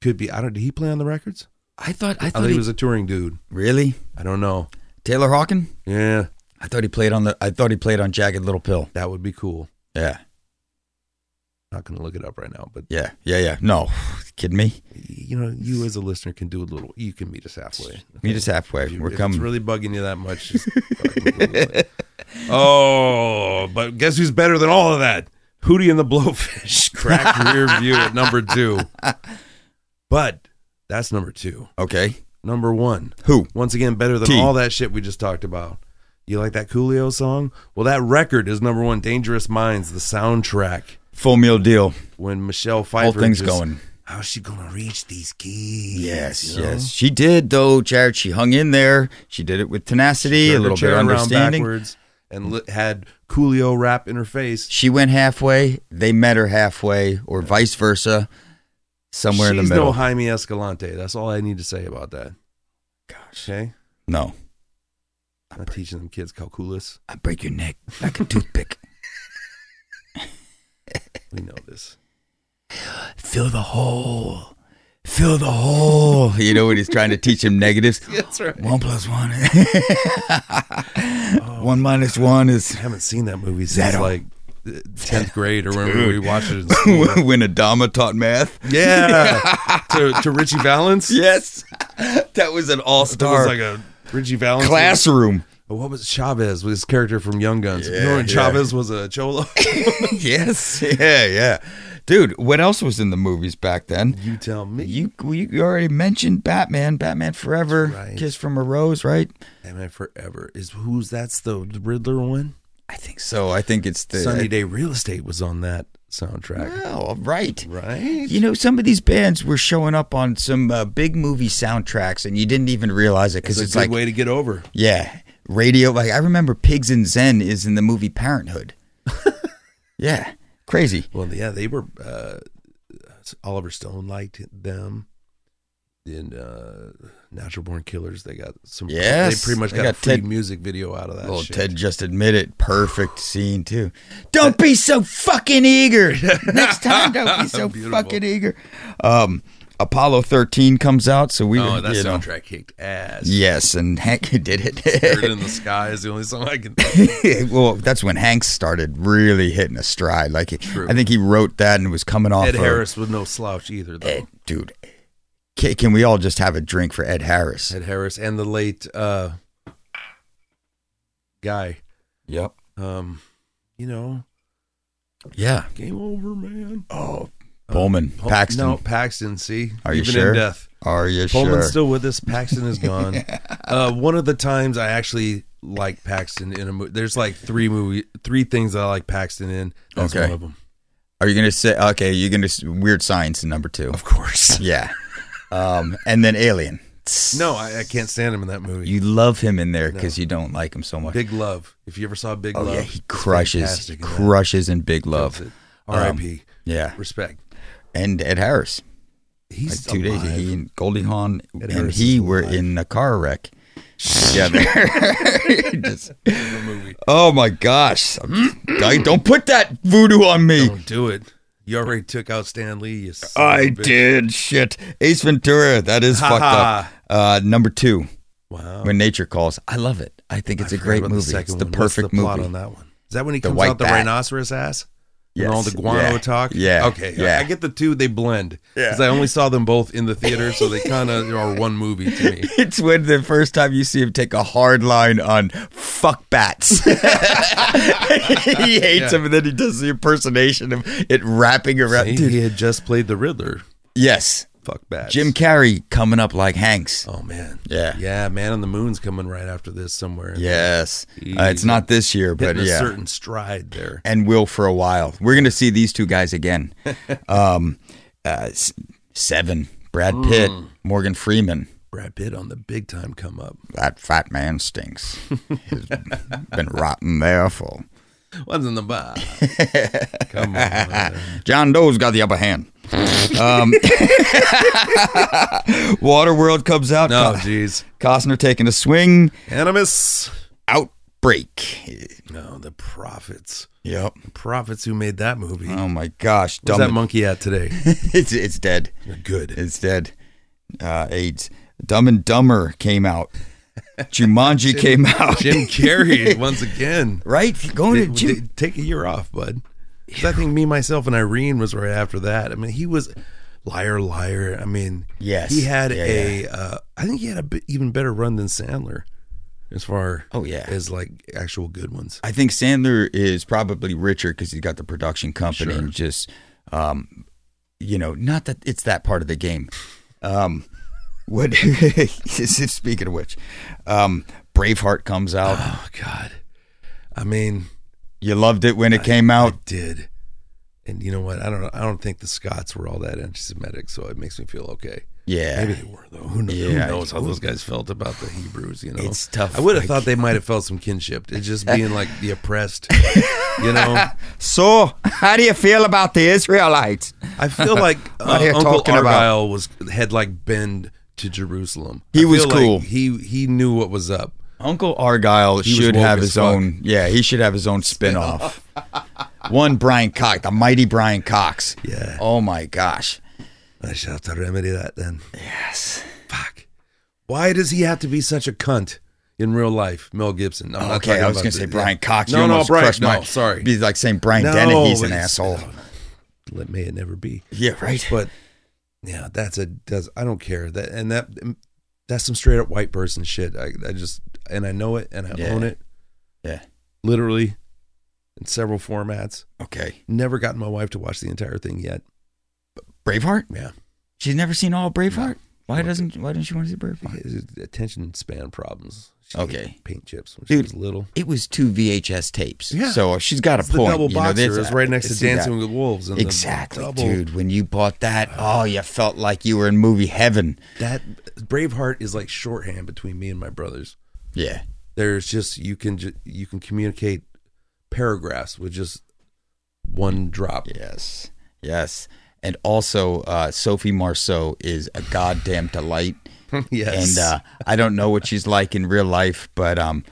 Could be. I don't. Did he play on the records?
I thought I
I
thought
thought he
was
was a touring dude.
really
I don't know.
Taylor Hawkin.
Yeah,
I thought he played on the. I thought he played on Jagged Little Pill.
that would be cool.
Yeah,
Not going to look it up right now, but
yeah, yeah, yeah. No, <sighs> kidding me.
you know, you as a listener can do a little. You can meet us halfway.
Meet us halfway.
If you-
We're
if
coming.
It's really bugging you that much. just
<laughs>
fucking Google it. oh, but guess who's better than all of that? Hootie and the Blowfish, <laughs> crack rear view at number two.
<laughs>
But that's number two.
okay.
Number one,
Who?
once again, better than
T.
all that shit we just talked about. You like that Coolio song? Well, that record is number one. Dangerous Minds, the soundtrack.
Full meal deal.
When Michelle Pfeiffer,
things
just,
going.
How's she gonna reach these keys?
Yes,
you know?
yes. She did though, Jared. She hung in there. She did it with tenacity,
Turned
a
her
little bit
chair
of
around
understanding.
backwards and li- had Coolio rap in her face.
She went halfway. They met her halfway, or vice versa, somewhere in the
She's
middle.
no Jaime Escalante. That's all I need to say about that. Gosh. Okay.
no,
Not teaching them kids calculus.
I break your neck like a toothpick. <laughs>
We know this.
Fill the hole. Fill the hole. You know when he's trying to teach him negatives.
<laughs> That's right.
One plus one. <laughs> one minus one is <laughs>
I haven't seen that movie since
Zero.
like tenth grade or whenever we watched it. In school.
<laughs> when Adama taught math. <laughs>
yeah. to, to Richie Valens.
Yes, that was
That was
an all-star
like a Richie Valens
classroom.
Oh, What was Chavez? Was his character from Young Guns? you
Yeah,
know when
yeah.
Chavez was a cholo? <laughs>
<laughs> yes, yeah, yeah, dude. What else was in the movies back then?
you tell me.
You we you already mentioned Batman, Batman Forever,
Right.
Kiss from a Rose, right?
Batman Forever is who's that's the Riddler one.
I think so. I think it's the
Sunny Day Real Estate was on that soundtrack,
Oh, right.
right?
You know, some of these bands were showing up on some uh, big movie soundtracks, and you didn't even realize it
It's
because
a
it's,
good
like,
way to get over.
yeah, radio. Like I remember Pigs in Zen is in the movie <laughs> Parenthood. yeah, crazy.
Well, yeah, they were. Uh, Oliver Stone liked them. In uh, Natural Born Killers, they got some.
Yes,
they pretty much
they
got,
got
a free
Ted-
music video out of that.
Well,
shit.
Ted just admitted it. Perfect scene too. Don't be so fucking
<laughs>
eager. Next time, don't be so
Beautiful.
fucking eager. Um, Apollo thirteen comes out, so we.
Oh, that
you know,
soundtrack kicked ass.
Yes, and Hank <laughs> did
Bird
it.
in the Sky is the only song I
<laughs>
can.
well, that's when Hank started really hitting a stride. Like, he- I think he wrote that and was coming off.
Ed
of-
Harris was no slouch either, though.
Ed- dude. Can, can we all just have a drink for Ed Harris?
Ed Harris and the late uh, guy.
Yep.
Um, you know,
Yeah.
game over, man.
Oh, Bowman, Paxton.
Uh, No, Paxton. See,
Are you
even
sure?
in death,
Are you
Pullman's
sure?
still with us. Paxton
<laughs>
is gone. uh, one of the times I actually like Paxton in a movie. There's like three movie, three things I like Paxton in. That's
Okay.
one of them,
Are you gonna say okay? You're gonna s- weird science in number two.
of course.
<laughs> Yeah. Um, and then Alien.
No, I, I can't stand him in that movie.
You love him in there because you don't like him so much.
Big Love. If you ever saw Big
oh
Love,
yeah, he
it's
crushes,
fantastic in that.
crushes in Big Love.
R.I.P.
Yeah,
Respect.
and Ed Harris.
He's
like two days, he and Goldie Hawn
Ed
and
Harris
he
is
were
alive.
in a car wreck
<laughs>
together. <laughs> Just-
movie.
oh my gosh! I'm- I- don't put that voodoo on me.
Don't do it. You already took out Stan Lee. You son of
I
a bitch.
did shit. Ace Ventura. That is
Ha
fucked
ha.
up. Uh, number two.
Wow.
When Nature Calls. I love it. I think it's
Oh. I
a
forgot
great
about the
movie.
second
it's the
one. What's
perfect
plot
movie.
on that one. Is that when he
The
comes
white
out the
bat.
rhinoceros ass? And all
Yes.
the guano
Yeah.
talk?
Yeah.
Okay.
Yeah.
I get the two, they blend. Because I only saw them both in the theater, so they kind of are one movie to
<laughs>
me.
<laughs> It's when the first time you see him take a hard line on fuck
<laughs>
bats. <laughs> he
Yeah.
hates him, and then he does the impersonation of it wrapping around.
He,
Dude,
he had just played the Riddler.
yes,
Fuck bats.
Jim Carrey coming up like Hanks.
Oh, man.
Yeah.
Yeah. Man on the Moon's coming right after this somewhere.
Yes, Uh, it's not this year, but
Hitting a
yeah,
certain stride there.
and will for a while. We're gonna see these two guys
<laughs>
again. um, uh, s- seven. Brad Pitt,
Mm.
Morgan Freeman.
Brad Pitt on the big time come up.
That fat man stinks. He's been rotten there for <laughs>
What's in the bar? Come on.
John Doe's got the upper hand. Um, <laughs> Waterworld comes out.
No,
Co-
jeez.
Costner taking a swing.
Animus.
Outbreak.
No, the prophets.
Yep.
The prophets who made that movie.
Oh my gosh.
Where's
Dumb.
that monkey at
<laughs>
today?
it's it's dead.
You're good.
It's dead. Uh, AIDS. Dumb and Dumber came out. Jumanji came out.
<laughs> Jim
<laughs>
Carrey <laughs> once again.
right? Going
They-
to Jim.
they- take a year off, bud. 'Cause I think me, myself, and Irene was right after that. I mean, he was liar, liar. I mean,
Yes.
he had
Yeah,
a. Uh, I think he had a bit even better run than Sandler, as far
Oh, yeah.
as like actual good ones.
I think Sandler is probably richer because he's got the production company
Sure.
and just, um, you know, not that it's that part of the game. Um, what? <laughs> speaking of which, um, Braveheart comes <gasps> out.
Oh God, I mean,
You loved it when it came
I
out.
did, and you know what? I don't. I don't think the Scots were all that anti-Semitic, so it makes me feel okay.
Yeah.
Maybe they were though. Who knows,
Yeah.
who knows how those guys felt about the Hebrews? You know,
It's tough,
I would have
like-
thought they might have felt some kinship. It's just being like the oppressed. You know,
So, how do you feel about the Israelites?
I
<laughs>
feel like uh,
What are you
Uncle
talking about?
Argyle was had like been to Jerusalem.
He
I
was
feel like
cool.
he he knew what was up.
Uncle Argyle
was
should
woke
have
as
his
fuck.
own. Yeah, he should have his own spinoff. <laughs> One Brian Cox, the mighty Brian Cox.
Yeah.
Oh my gosh.
I shall have to remedy that then. Yes. Fuck. Why does he have to be such a cunt in real life, Mel Gibson? I'm not
Okay,
talking
I was
about
gonna
the-
say
yeah.
Brian Cox. You
No, no,
almost
Brian.
crushed
No,
my-
sorry.
Be like saying Brian
No,
Dennehy's an
it's-
asshole.
Let may it never be.
Yeah, right.
But yeah, that's a does. I don't care that, and that that's some straight up white person shit. I, I just and I know it, and I
Yeah.
own it
Yeah.
literally in several formats.
Okay.
Never gotten my wife to watch the entire thing yet.
Braveheart.
Yeah,
She's never seen all of Braveheart. Why doesn't? Why doesn't she want to see Braveheart?
attention span problems. She
Okay.
ate paint chips when
Dude,
she was little.
It was two VHS tapes.
Yeah.
So uh, she's got a
It's
point.
the double
you know,
boxer
there's-
is right next to
see that.
Dancing with the Wolves. And the
Exactly,
double-
dude. When you bought that, oh, you felt like you were in movie heaven.
That Braveheart is like shorthand between me and my brothers.
Yeah.
There's just you can ju- you can communicate paragraphs with just one drop.
Yes. Yes. And also, uh, Sophie Marceau is a goddamn delight.
<laughs> yes.
And uh, I don't know what she's like in real life, but um,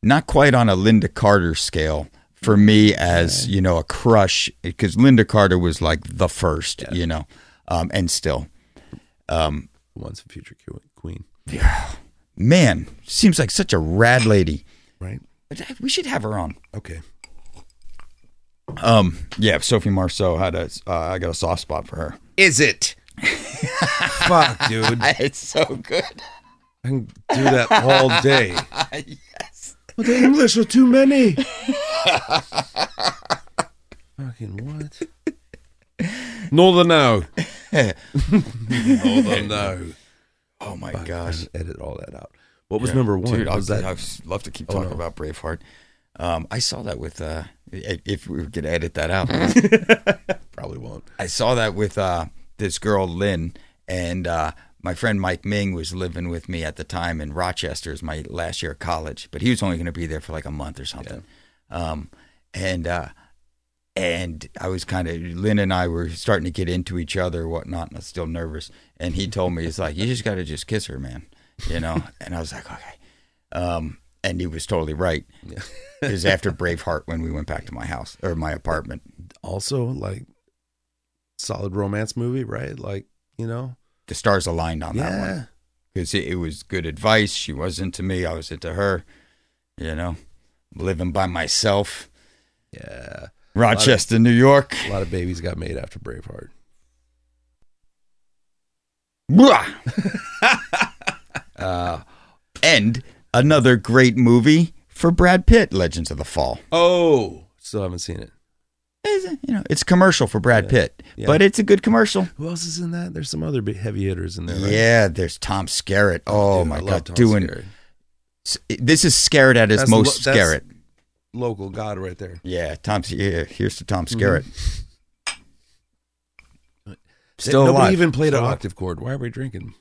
not quite on a Linda Carter scale for me as you know a crush because Linda Carter was like the first, you know, um, and still,
once a future que- queen,
man, seems like such a rad lady.
right?
But I- we should have her on.
Okay.
<laughs> Um, yeah, Sophie Marceau had a. Uh, I got a soft spot for her.
Is it? <laughs> Fuck, dude. I
It's so good.
can do that all day.
<laughs>
yes. But the English are too many. Fucking what? Northern
<laughs>
now. Northern now.
Oh my gosh,
Edit all that out. What was number one?
dude! I
was that?
I love to keep talking
Oh, no.
about Braveheart. Um, I saw that with uh, i- if we could edit that out.
probably won't.
I saw that with uh, this girl Lynn and uh, my friend Mike Ming was living with me at the time in Rochester. It was my last year of college, but he was only going to be there for like a month or something. Um, and uh, and I was kind of Lynn and I were starting to get into each other, whatnot, and I was still nervous. And he told me, he's like, you just got to just kiss her, man, you know. and I was like, okay. Um, and he was totally right. it was after Braveheart when we went back to my house or my apartment.
Also, like, solid romance movie, right? Like, you know?
The stars aligned on that one.
yeah.
because it, it was good advice. She was into me. I was into her. You know, living by myself,
Yeah.
Rochester, New York.
A lot of babies got made after Braveheart.
Blah. <laughs> uh, and another great movie for Brad Pitt, Legends of the Fall.
Oh, still haven't seen it.
It's, you know, it's a commercial for Brad
Yeah.
Pitt,
Yeah.
but it's a good commercial.
Who else is in that? There's some other big heavy hitters in there. Right?
Yeah, there's Tom Skerritt. Oh
Dude, I
my
love
god,
Tom
doing
Skerritt.
s- this is Skerritt at his
That's
most
lo- that's-
Skerritt.
local god right there.
Yeah, Tom. Yeah, here's to Tom Skerritt. Still
Nobody
alive.
even played an
Still alive.
octave chord. Why are we drinking?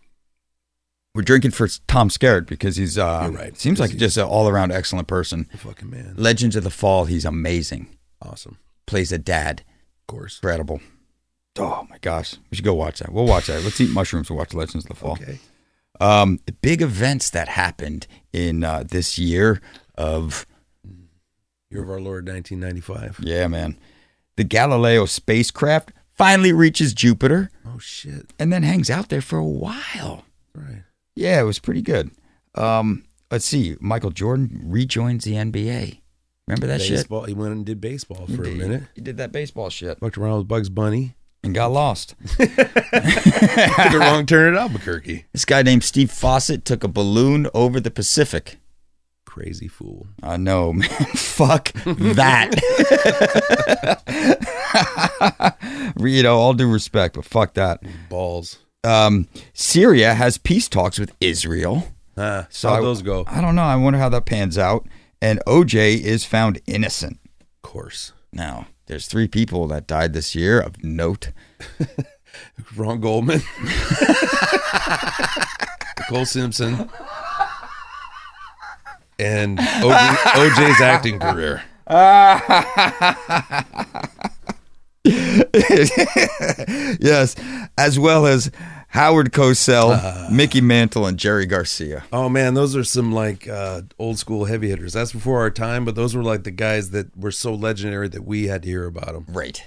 We're drinking for Tom Skerritt because he's uh
You're right.
seems like
He's-
just an all around excellent person.
The fucking man.
Legends of the Fall, he's amazing.
Awesome.
Plays a dad,
Of course.
incredible. Oh my gosh, we should go watch that. We'll watch that. Let's eat mushrooms and watch Legends of the Fall.
Okay.
Um, big events that happened in uh, this year of
Year of Our Lord 1995.
yeah, man, the Galileo spacecraft finally reaches Jupiter
Oh shit.
and then hangs out there for a while.
Right.
Yeah, it was pretty good. Um, let's see, Michael Jordan rejoins the NBA. Remember that shit?
baseball. He went and did baseball for a minute.
He did that baseball shit
Fucked around with Bugs
<laughs>
Bunny.
and got lost.
Took a wrong turn at Albuquerque.
This guy named Steve Fawcett took a balloon over the Pacific.
Crazy fool.
I know, <laughs> man. Fuck that. <laughs> you know, all due respect, but fuck that.
Balls.
Um, Syria has peace talks with Israel.
Ah,
So
how'd
I-
those go? Of
I don't know. I wonder how that pans out. And OJ is found innocent.
course.
Now, there's three people that died this year of note. <laughs>
Ron Goldman. <laughs> Nicole Simpson. And OJ, OJ's acting career.
yes, as well as Howard Cosell, Mickey Mantle, and Jerry Garcia.
Oh man, those are some like uh, old school heavy hitters. That's before our time, but those were like the guys that were so legendary that we had to hear about them.
Right.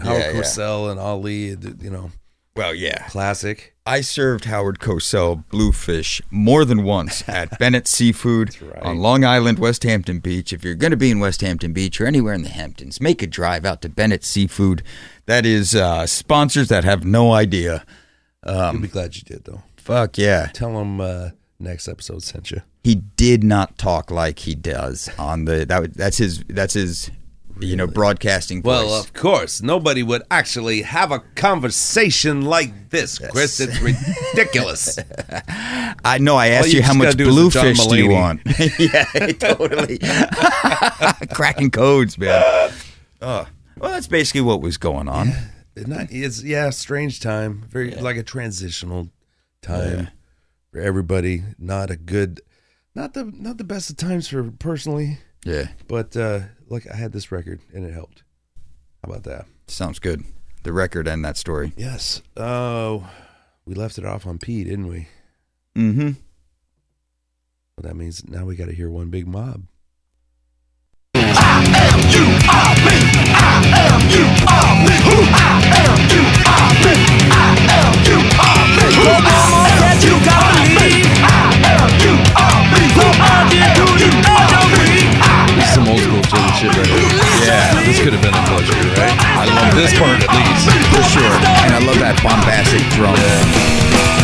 Howard
Yeah, yeah.
Cosell and Ali, th- you know,
Well, yeah.
classic.
I served Howard Cosell bluefish more than once at Bennett Seafood on Long Island, West Hampton Beach. If you're going to be in West Hampton Beach or anywhere in the Hamptons, make a drive out to Bennett Seafood. That is uh, sponsors that have no idea.
You'll be glad you did though.
Fuck yeah.
Tell them uh, next episode sent you.
he did not talk like he does on the that was- that's his that's his you know broadcasting voice.
Well, of course, nobody would actually have a conversation like this, Chris. <laughs> It's ridiculous.
I know I asked
uh, all
you,
you
how
just
much
gotta do is the John
bluefish do you
Mulaney.
want? yeah, <laughs> totally. <laughs> Cracking codes, man. Oh. Well, that's basically what was going on.
It's Not, it's yeah, strange time. Very like a transitional time for everybody. Not a good, not the not the best of times for personally.
Yeah,
But uh look, I had this record and it helped. How about that?
sounds good. The record and that story.
Yes. Oh, we left it off on P, didn't we?
Mm-hmm.
Well, that means now we got to hear one big mob. Some old school shit right
Yeah,
This could have been a pleasure, right? I love this part at least.
for sure. And I love that bombastic drum.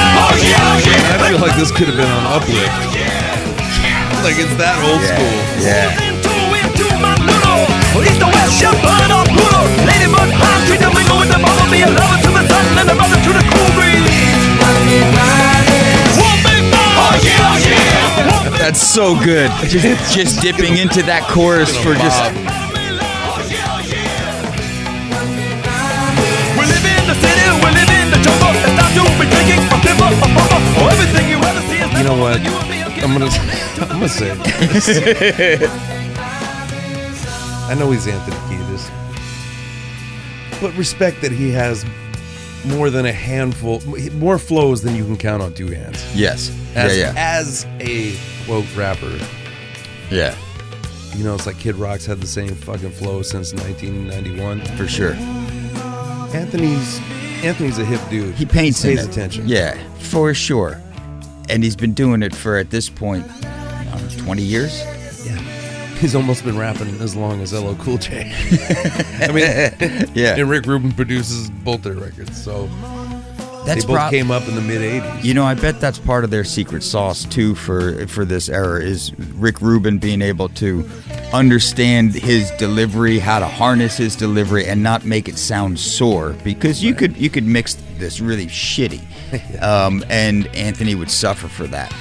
I feel like this could have been on Uplift. Like it's that old school.
Yeah. That's so good. Just, just dipping into that chorus for just.
You know what? I'm gonna, <laughs> I'm gonna say. this. <laughs> I know he's Anthony Kiedis, but respect that he has more than a handful, more flows than you can count on two hands.
Yes.
As,
yeah, yeah.
as a quote rapper,
Yeah,
you know, it's like Kid Rock's had the same fucking flow since 1991.
for sure.
Anthony's Anthony's a hip dude.
He paints in
pays
it.
attention.
Yeah, for sure. And he's been doing it for, at this point, I don't know, 20 years? <laughs>
Yeah. He's almost been rapping as long as LL Cool J. I mean,
Yeah.
and Rick Rubin produces both their records, so
That's
they both
prob-
came up in the mid '80s.
You know, I bet that's part of their secret sauce too for for this era is Rick Rubin being able to understand his delivery, how to harness his delivery, and not make it sound sore. Because you could you could mix this really shitty, um, and Anthony would suffer for that.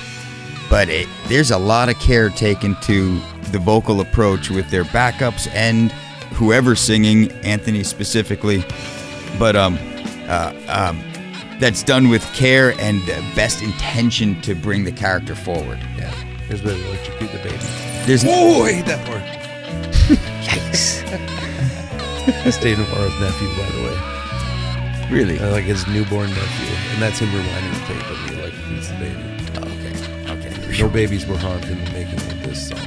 But it, there's a lot of care taken to the vocal approach with their backups and whoever's singing, Anthony specifically. But um, that's done with care and the best intention to bring the character forward.
Yeah. Here's where they electrocute the baby.
There's
Whoa, I hate that part. Yikes. That's David Morrow's nephew, by the way.
really.
Uh, like his newborn nephew. And that's him rewinding the tape of me, like, he's the baby.
okay. Okay.
No babies were harmed in the making of this song.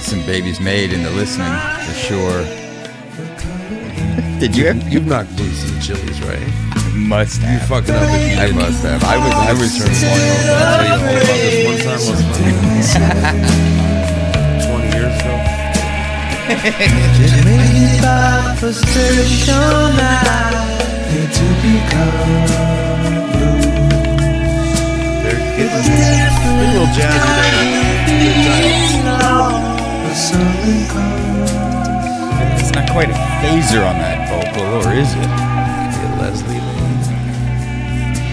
Some babies made in the listening for sure. Did you have
You've knocked loose some chilies, right?
must
You
have?
fucking up if you
I
didn't.
must have. I was I was
Turn one over. I'll tell you all about this one time. was- 20 years ago.
Made by frustration, I had to become
They're getting they're a little jazzy there.
a sullen cause.
It's not quite a phaser on that vocal, or is it?
Yeah, Leslie Lane.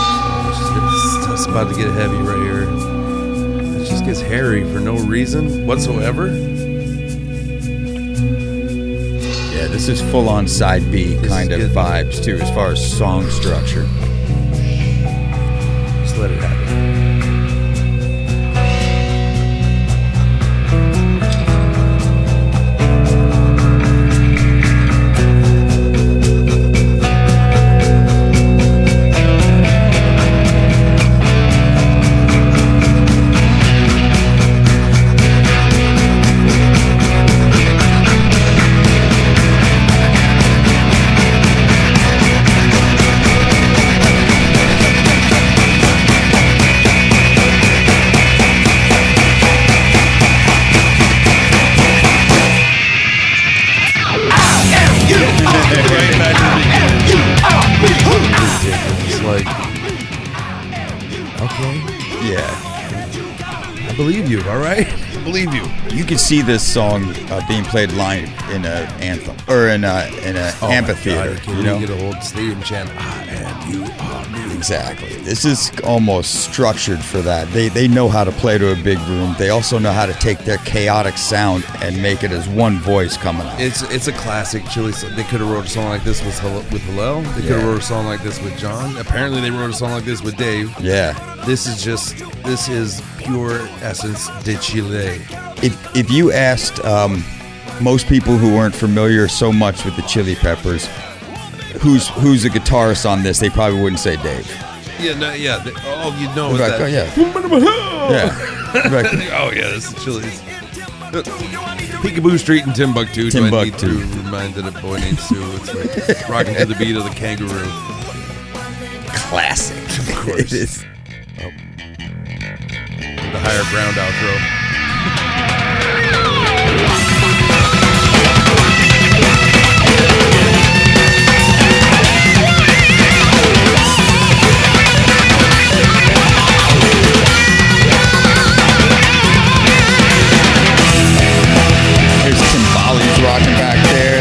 It's, it's about to get heavy right here. It just gets hairy for no reason whatsoever.
Yeah, this is full on side B
is
kind of
good.
vibes too, as far as song structure.
Just let it happen. It's like, okay,
Yeah,
I believe you. All right, I believe you.
you could see this song uh, being played live in a anthem or in a in a
Oh my
amphitheater.
God, can
you
we
know
get a whole stadium chant? I am you are me.
exactly. This is almost structured for that. They they know how to play to a big room. They also know how to take their chaotic sound and make it as one voice coming out.
It's it's a classic Chili. song. They could have wrote a song like this with Hil- with Hillel. They could have
Yeah.
wrote a song like this with John. Apparently, they wrote a song like this with Dave.
yeah.
This is just this is pure essence de Chile.
If, if you asked um, most people who weren't familiar so much with the Chili Peppers, who's who's the guitarist on this, they probably wouldn't say Dave.
Yeah, no, yeah. They, all you know is
Right,
that.
oh, yeah. Yeah, right.
<laughs> oh yeah, this is Chili's. Peekaboo Street in Timbuktu. Do I need to
Timbuktu.
remind that a boy named Sue? It's <laughs> like rocking to the beat of the kangaroo.
classic. Of
<laughs> course.
it is.
The higher ground outro.
There's timbales rocking back there,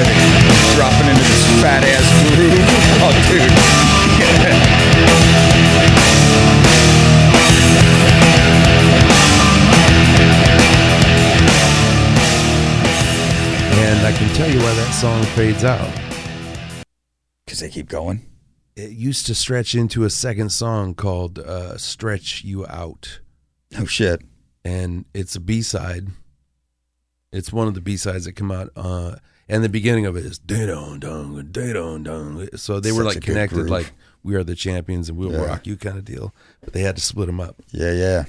dropping into this fat ass groove. <laughs> Oh, dude.
And I can tell you why that song fades out.
Because they keep going.
It used to stretch into a second song called uh, "Stretch You Out."
Oh shit.
and it's a B side. It's one of the B sides that come out, uh, and the beginning of it is day don dong day don dong. So they were
Such a
like
good
connected,
groove.
like we are the champions and we'll
Yeah.
rock you kind of deal. But they had to split them up.
Yeah, yeah.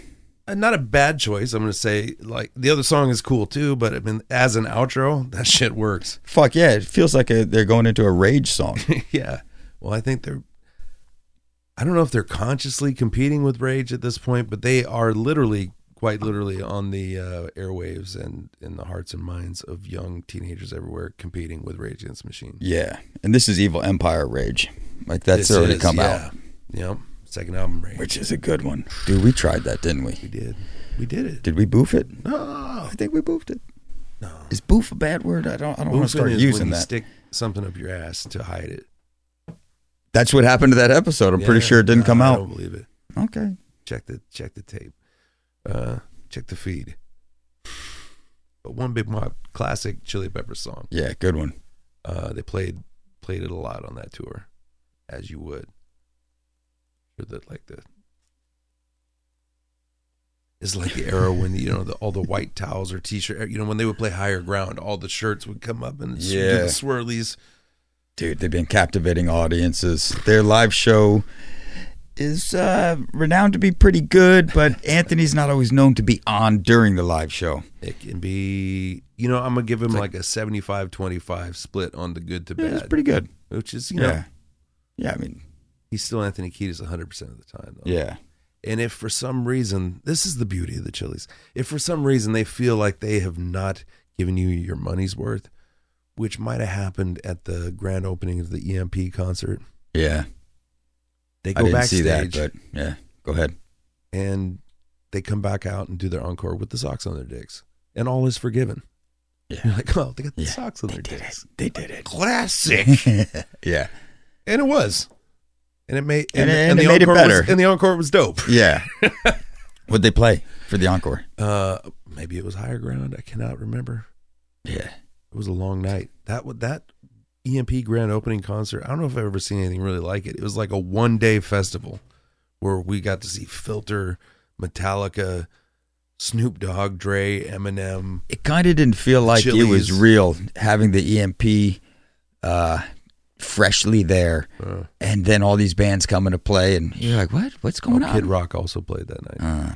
Uh, not a bad choice, I'm gonna say. Like the other song is cool too, but I mean, as an outro, that <laughs> shit works.
Fuck yeah. It feels like a, they're going into a rage
<laughs>
song.
yeah. Well, I think they're. I don't know if they're consciously competing with Rage at this point, but they are literally, quite literally, on the uh, airwaves and in the hearts and minds of young teenagers everywhere, competing with Rage Against the Machine.
yeah. And this is Evil Empire Rage. Like that's already come out.
Yep. Second album, Rage.
Which is a good one. Dude, we tried that, didn't we?
we did. We did it.
Did we boof it?
No.
I think we boofed it.
No.
Is boof a bad word? I don't I don't want to
Boofing
start
is when
using
you
that.
Stick something up your ass to hide it.
That's what happened to that episode. I'm pretty
Yeah.
sure it didn't
No,
come
I
out.
don't believe it.
Okay.
check the check the tape uh check the feed but one big Mop classic chili pepper song
Yeah, good one.
uh they played played it a lot on that tour as you would or the like the it's like the era when you know the, all the white towels or t-shirt you know when they would play higher ground all the shirts would come up and s- do
Yeah.
the swirlies
dude they've been captivating audiences their live show is uh, renowned to be pretty good but anthony's not always known to be on during the live show
it can be you know i'm gonna give him like, a 75 25 split on the good to
yeah, it's
bad
pretty good
which is you know
yeah yeah i mean
he's still anthony kiedis 100% of the time though.
yeah
And if for some reason, this is the beauty of the Chili's, if for some reason they feel like they have not given you your money's worth, which might have happened at the grand opening of the EMP concert,
yeah
they
i
go
didn't
backstage
see that but yeah go ahead
and they come back out and do their encore with the socks on their dicks. And all is forgiven. <laughs> You're
yeah
like, oh, they got the
Yeah,
socks on
they
their
did it
dicks.
they did it <laughs>
Classic.
<laughs> yeah
and it was. And it made and,
And it-
and
and
the
it made it
encore Was,
better.
and the encore was dope.
<laughs> yeah what'd they play for the encore
Uh, maybe it was higher ground. I cannot remember.
yeah
It was a long night. That would that EMP grand opening concert. I don't know if I've ever seen anything really like it. It was like a one day festival where we got to see Filter, Metallica, Snoop Dogg, Dre, Eminem.
it kind of didn't feel like it was
Chili's.
real having the EMP uh, freshly there,
Uh.
and then all these bands coming to play, and you're like, Oh, "What? What's going
Kid
on?"
Rock also played that night.
Oh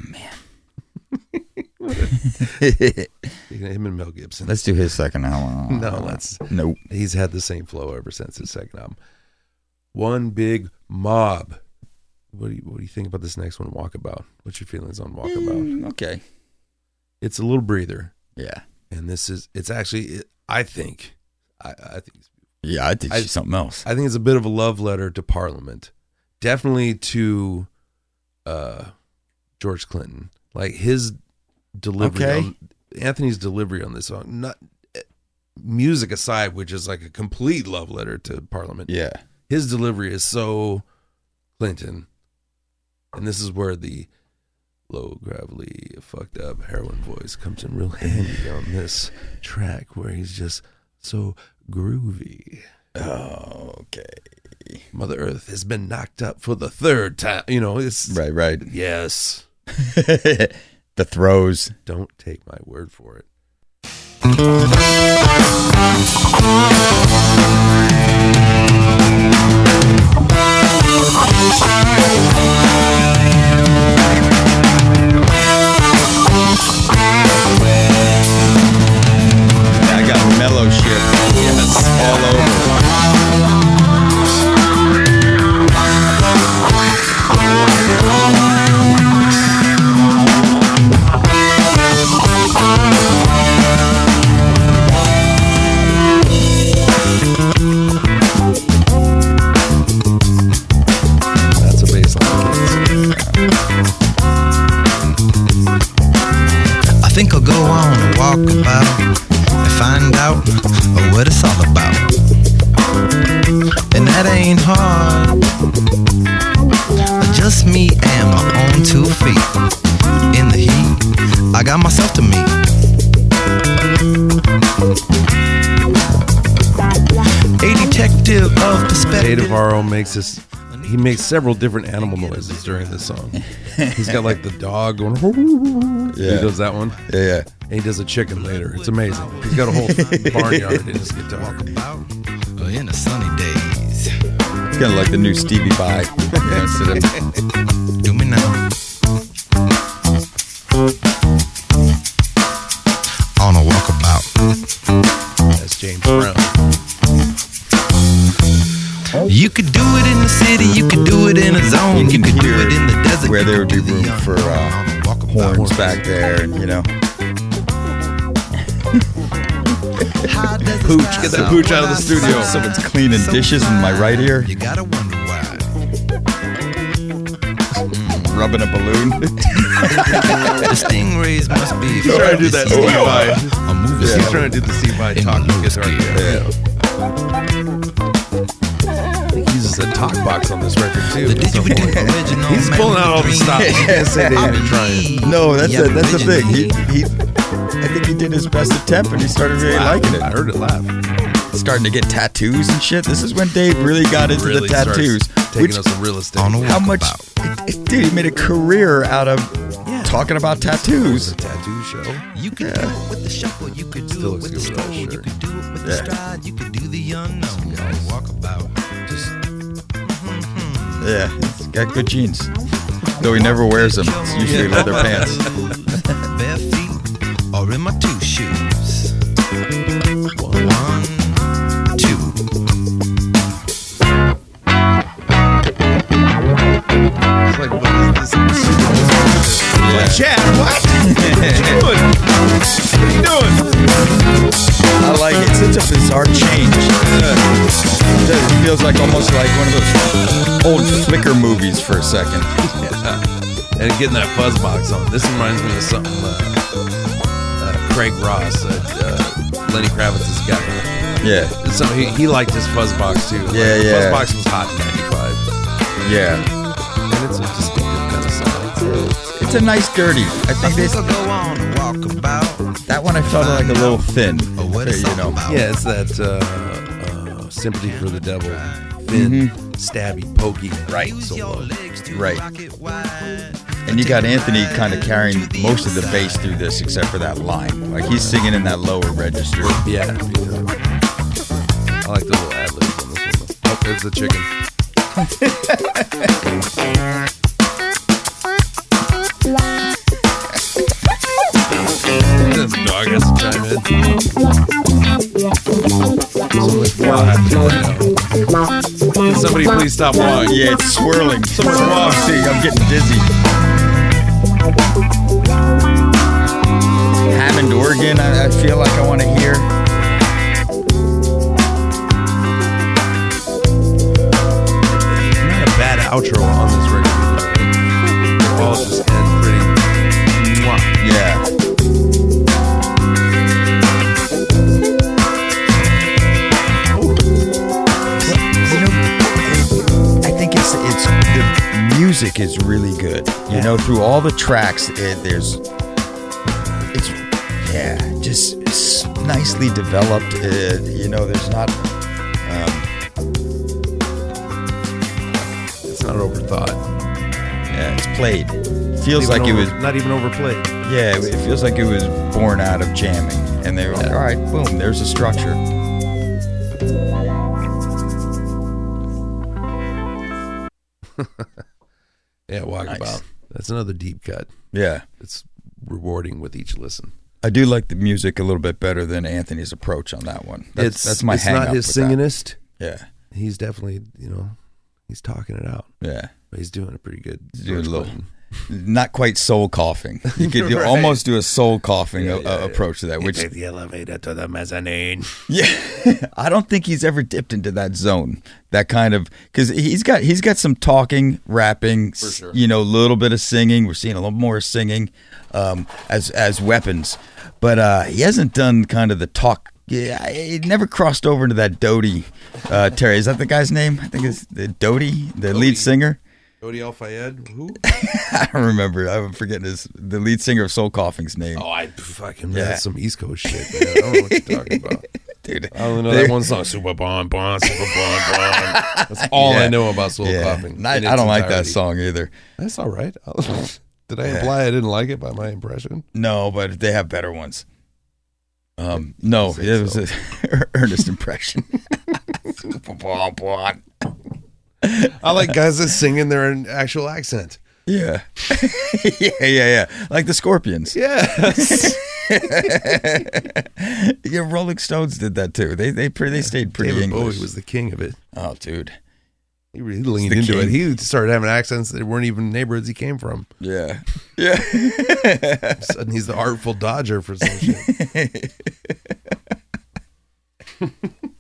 man,
<laughs> Him and Mel Gibson.
let's do his second <laughs> album.
No, let's-
Nope.
He's had the same flow ever since his second album. One big mob. What do you what do you think about this next one, Walkabout? What's your feelings on Walkabout?
Mm, okay.
It's a little breather,
Yeah.
and this is it's actually it, I think I, I think it's
Yeah, I think
I-
she's something else.
I think it's a bit of a love letter to Parliament, definitely to uh, George Clinton. Like his delivery,
Okay.
on, Anthony's delivery on this song, not eh, music aside, which is like a complete love letter to Parliament.
yeah.
His delivery is so Clinton, and this is where the low gravelly, fucked up heroin voice comes in real handy on this track, where he's just so groovy.
Oh, okay.
Mother Earth has been knocked up for the third time. You know, it's
Right, right. <laughs>
yes.
the throws.
Don't take my word for it.
I got mellow shit all over.
That's a baseline.
I think I'll go on a walkabout and find out what it's all about. And that ain't hard. Just me and my own two feet. In the heat, I got myself to meet. A detective of
Jay
perspective.
Navarro makes this. He makes several different animal noises during this song. He's got like the dog going. <laughs> He
Yeah.
does that one.
Yeah, yeah.
And he does a chicken later. It's amazing. He's got a whole <laughs> barnyard in his guitar.
Or in the sunny days.
It's kind of like the new Stevie Vai. You know, instead of-
Do me now. On a walkabout.
That's James
Oh,
Brown.
You could do it in the city, you could do it in a zone, you
You can
could do
hear
it in the desert.
where
you
there
could
would be
do the
room
young
for, uh,
on a walkabout.
horns back there, and you know.
How does it
Pooch,
sound?
get that pooch out of the
Someone
studio.
outside,
Someone's cleaning dishes in my right ear.
You gotta wonder why.
rubbing a balloon. <laughs>
The stingrays must be. He's
trying to do that Steve Vai.
A movie
He's
star
trying to do the Steve Vai
in
talk.
Lucas Gear.
He uses a talk box on this record too.
The didgeridoo <laughs> original
He's
man
pulling
with
out
the
all the
dream.
stops. You
<laughs>
can't say they ain't trying.
No, that's
Yeah,
the, that's the thing.
originally.
He, he, I think he did his best attempt, and he started really
Wow.
liking
I
it.
heard it laugh.
starting to get tattoos and shit. This is when Dave really got into
Really
the
starts
tattoos.
Taking
which-
us some real estate.
On a
how much, dude? He made a career out of
Yeah.
talking about tattoos.
a tattoo show.
You could do it with the shuffle, you could do
Still
it
looks
with the
good with that
stroll, you
shirt.
could do it with the stride, you could do the unknown. Walk about.
Yeah, he's got good jeans. Though he never wears them. It's usually leather pants.
Bare feet or in my two shoes. One, two.
It's like, what is this?
Chad, what? what I like it. It's such a bizarre change. It feels like almost like one of those old flicker movies for a second.
And getting that fuzz box on. This reminds me of something uh, uh, Craig Ross, uh, uh, Lenny Kravitz's guy.
Yeah,
So he, he liked his fuzz box too. Like,
Yeah, yeah.
Fuzz box was hot in
yeah.
'95, and it's a distinctive kind of sound.
It's a nice dirty. I
I
think
think
this
I'll go on a walk about.
that one I felt like a little thin.
Or what it's
You
all
know.
about.
Yeah, it's that uh, uh, sympathy for the devil, thin, stabby, pokey, right?
Use your
Solo.
legs to
Right.
rock it wide.
And you got Anthony kind of carrying most of the bass through this, except for that line. Like he's singing in that lower register.
Yeah. I like the little ad libs on this one. though. Oh, there's the chicken. This dog has to chime in. So much wild right now. Can somebody please stop walking?
Yeah, it's swirling. So much wafting. I'm getting dizzy. Hammond, Oregon, I, I feel like I want to hear.
Not a bad outro on this record. They all just end pretty. Mwah.
Yeah. You know, I think it's it's the music is really good. You know, through all the tracks, it, there's it's yeah, just s- nicely developed. Uh, you know, there's not um,
It's not overthought.
yeah, it's played. Feels
Even
like it
over-
was
not even overplayed.
yeah, it it feels like it was born out of jamming, and they were like, all right, boom, there's a structure.
Yeah, Walkabout.
Nice.
That's another deep cut.
Yeah.
It's rewarding with each listen.
I do like the music a little bit better than Anthony's approach on that one. That's,
it's
that's my
It's
hang
not
up
his
with that.
singingest.
Yeah,
He's definitely you know he's talking it out,
yeah.
but he's doing a pretty good.
doing a
George
little-
Clinton.
Not quite soul coughing.
<laughs>
You could do, almost do a soul coughing a, a- approach to that,
You
which
take the elevator to the mezzanine.
yeah, <laughs> I don't think he's ever dipped into that zone. That kind of because he's got he's got some talking, rapping, s- you know, a little bit of singing. We're seeing a little more singing um, as as weapons, but uh, he hasn't done kind of the talk. Yeah, it never crossed over into that Doty uh, Terry. Is that the guy's name? I think it's the Doty, the lead singer. <laughs>
Cody Al Fayed. Who?
I don't remember. I'm forgetting his the lead singer of Soul Coughing's name.
<laughs> Oh, I fucking
Yeah.
that's some East Coast shit. Man. I don't know what you're talking about.
Dude,
<laughs> I only know that one song, Super Bon Bon, Super Bon Bon. That's all I
Yeah.
know about soul
Yeah,
coughing.
Not- I
in
don't
its
like that
entirety.
song either.
That's all right. <laughs> Did I imply I didn't like it by my impression?
No, but they have better ones. Um, no, it was an <laughs> earnest impression.
I like guys that sing in their actual accent.
yeah. <laughs> yeah, yeah, yeah. Like the
<laughs>
Scorpions.
Yes.
Yeah, Rolling Stones did that too. They they pretty, they stayed pretty
David
English.
Bowie was the king of it.
oh, dude.
He really leaned
the
into it.
king.
He started having accents that weren't even neighborhoods he came from.
Yeah. Yeah.
Suddenly he's the artful dodger for some shit. <laughs>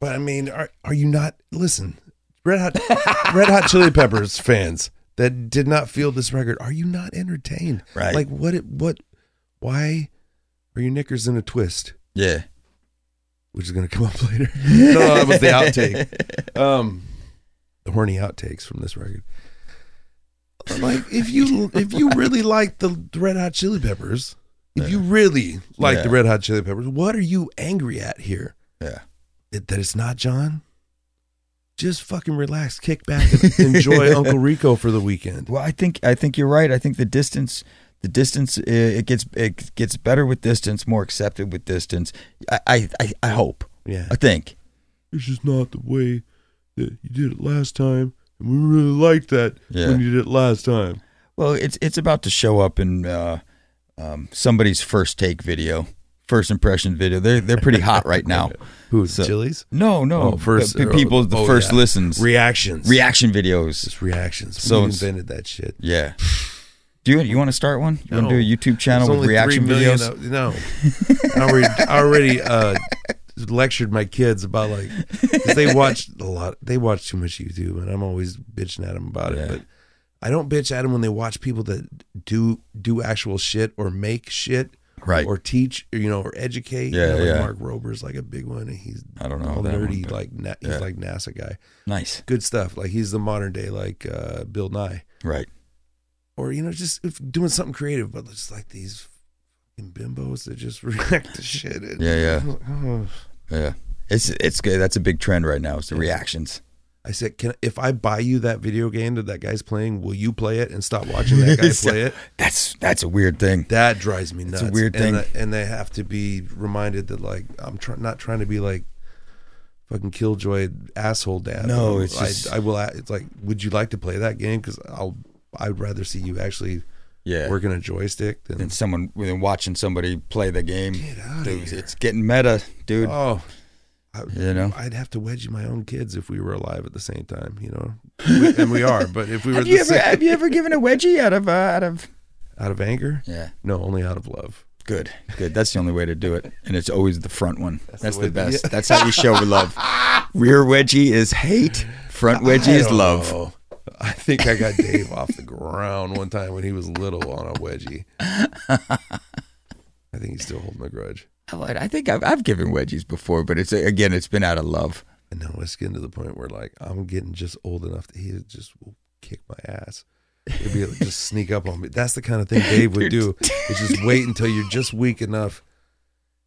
but I mean, are are you not listen, Red Hot Red Hot Chili Peppers fans that did not feel this record, are you not entertained?
Right.
Like what it what why are your knickers in a twist?
yeah.
Which is gonna come up <laughs> later. no, that <laughs> was the outtake. Um the horny outtakes from this record. Like if you if you really like the Red Hot Chili Peppers, If you really like the
Yeah.
Red Hot Chili Peppers, what are you angry at here?
Yeah.
That, that it's not John? Just fucking relax, kick back, and <laughs> enjoy Uncle Rico for the weekend.
Well, I think I think you're right. I think the distance, the distance, i- it gets it gets better with distance, more accepted with distance. I I, I, I hope.
Yeah.
I think.
It's just not the way that you did it last time. And we really liked that
Yeah.
when you did it last time.
Well, it's it's about to show up in uh, um, somebody's first take video, first impression video. They're they're pretty hot
<laughs>
right now.
Who's
So-
Chili's?
No, no,
Oh, first-
the, people the
oh,
first
yeah.
listens,
Reactions.
reaction videos.
Just reactions.
So
So
it's-
invented that shit.
Yeah. Do you, you want to start one? You want
No.
to do a YouTube channel
There's
with
only
reaction
3 million
videos?
of- no,
<laughs>
I already, I already uh, lectured my kids about like 'cause they watch a lot. They watch too much YouTube, and I'm always bitching at them about it.
Yeah.
But I don't bitch at them when they watch people that do do actual shit or make shit,
Right.
Or teach, or, you know, or educate.
Yeah,
you know, like
yeah.
Mark Rober's like a big one, and he's
I don't know
all
that one,
nerdy,
but-
like na- he's
yeah.
like NASA guy.
Nice.
Good stuff. Like he's the modern day like uh, Bill Nye
Right.
or you know just if doing something creative but just like these fucking bimbos that just <laughs> react to shit It-
Yeah,
Ugh.
Yeah. It's it's good. That's a big trend right now. It's
<laughs>
the reactions.
<sighs> i said can if i buy you that video game that that guy's playing will you play it and stop watching
<laughs>
that guy play it
uh, That's that's a weird thing.
that drives me
It's
nuts
a weird
and
thing.
the- and they have to be reminded that like i'm try- not trying to be like fucking killjoy asshole dad
No,
but
it's
I,
just-
I will a- it's like would you like to play that game because i'll i'd rather see you actually
Yeah.
working a joystick than
than someone than watching somebody play the game.
Get outta
Dude,
here.
It's getting meta, dude.
Oh, I,
You know?
I'd have to wedgie my own kids if we were alive at the same time. You know, We- and we are. But if we were
have
the
you ever
same,
have you ever given a wedgie out of uh, out of?
out of anger,
Yeah.
no, only out of love.
Good, good. That's the only way to do it, and it's always the front one. That's,
the
the,
way to-
best. That's how we show we <laughs> love. Rear wedgie is hate. Front wedgie
I
is
don't
love.
know. I think I got Dave off the ground one time when he was little on a wedgie.
<laughs>
I think he's still holding a grudge.
I like- I think I've, I've given wedgies before, but it's again, it's been out of love.
And now it's getting to the point where like I'm getting just old enough that he just will kick my ass. He'll be able to just sneak up on me. That's the kind of thing Dave would
<laughs>
do. Is just wait until you're just weak enough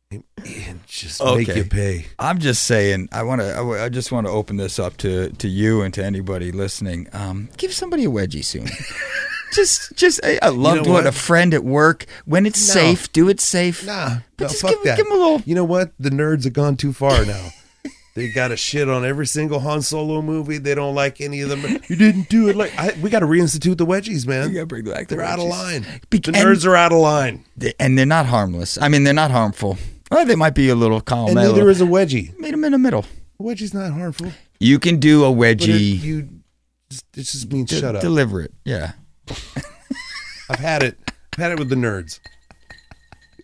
and, and just make
Okay.
you pay.
I'm just saying, I want to. I, w- I just want to open this up to to you and to anybody listening. Um, give somebody a wedgie soon. <laughs> just, just a, a loved
know
one,
what?
a friend at work. When it's
No.
safe, do it safe.
Nah,
But
no,
just
fuck
give-
that.
give him a little-
You know what? The nerds have gone too far
<laughs>
now. they got to shit on every single Han Solo movie. They don't like any
<laughs>
of them. You didn't do it like I, we got to reinstitute the wedgies, man.
You gotta bring back the
They're out of
wedgies.
line.
Bec-
the
and-
nerds are out of line.
They- and they're not harmless. I mean, they're not harmful. Well, they might be a little column.
And
a
neither
little-
is a wedgie.
Meet them in the middle.
A wedgie's not harmful.
You can do a
But
wedgie.
it- you just, it just means
de-
shut up.
Deliver it. Yeah.
I've had it. I've had it with the nerds.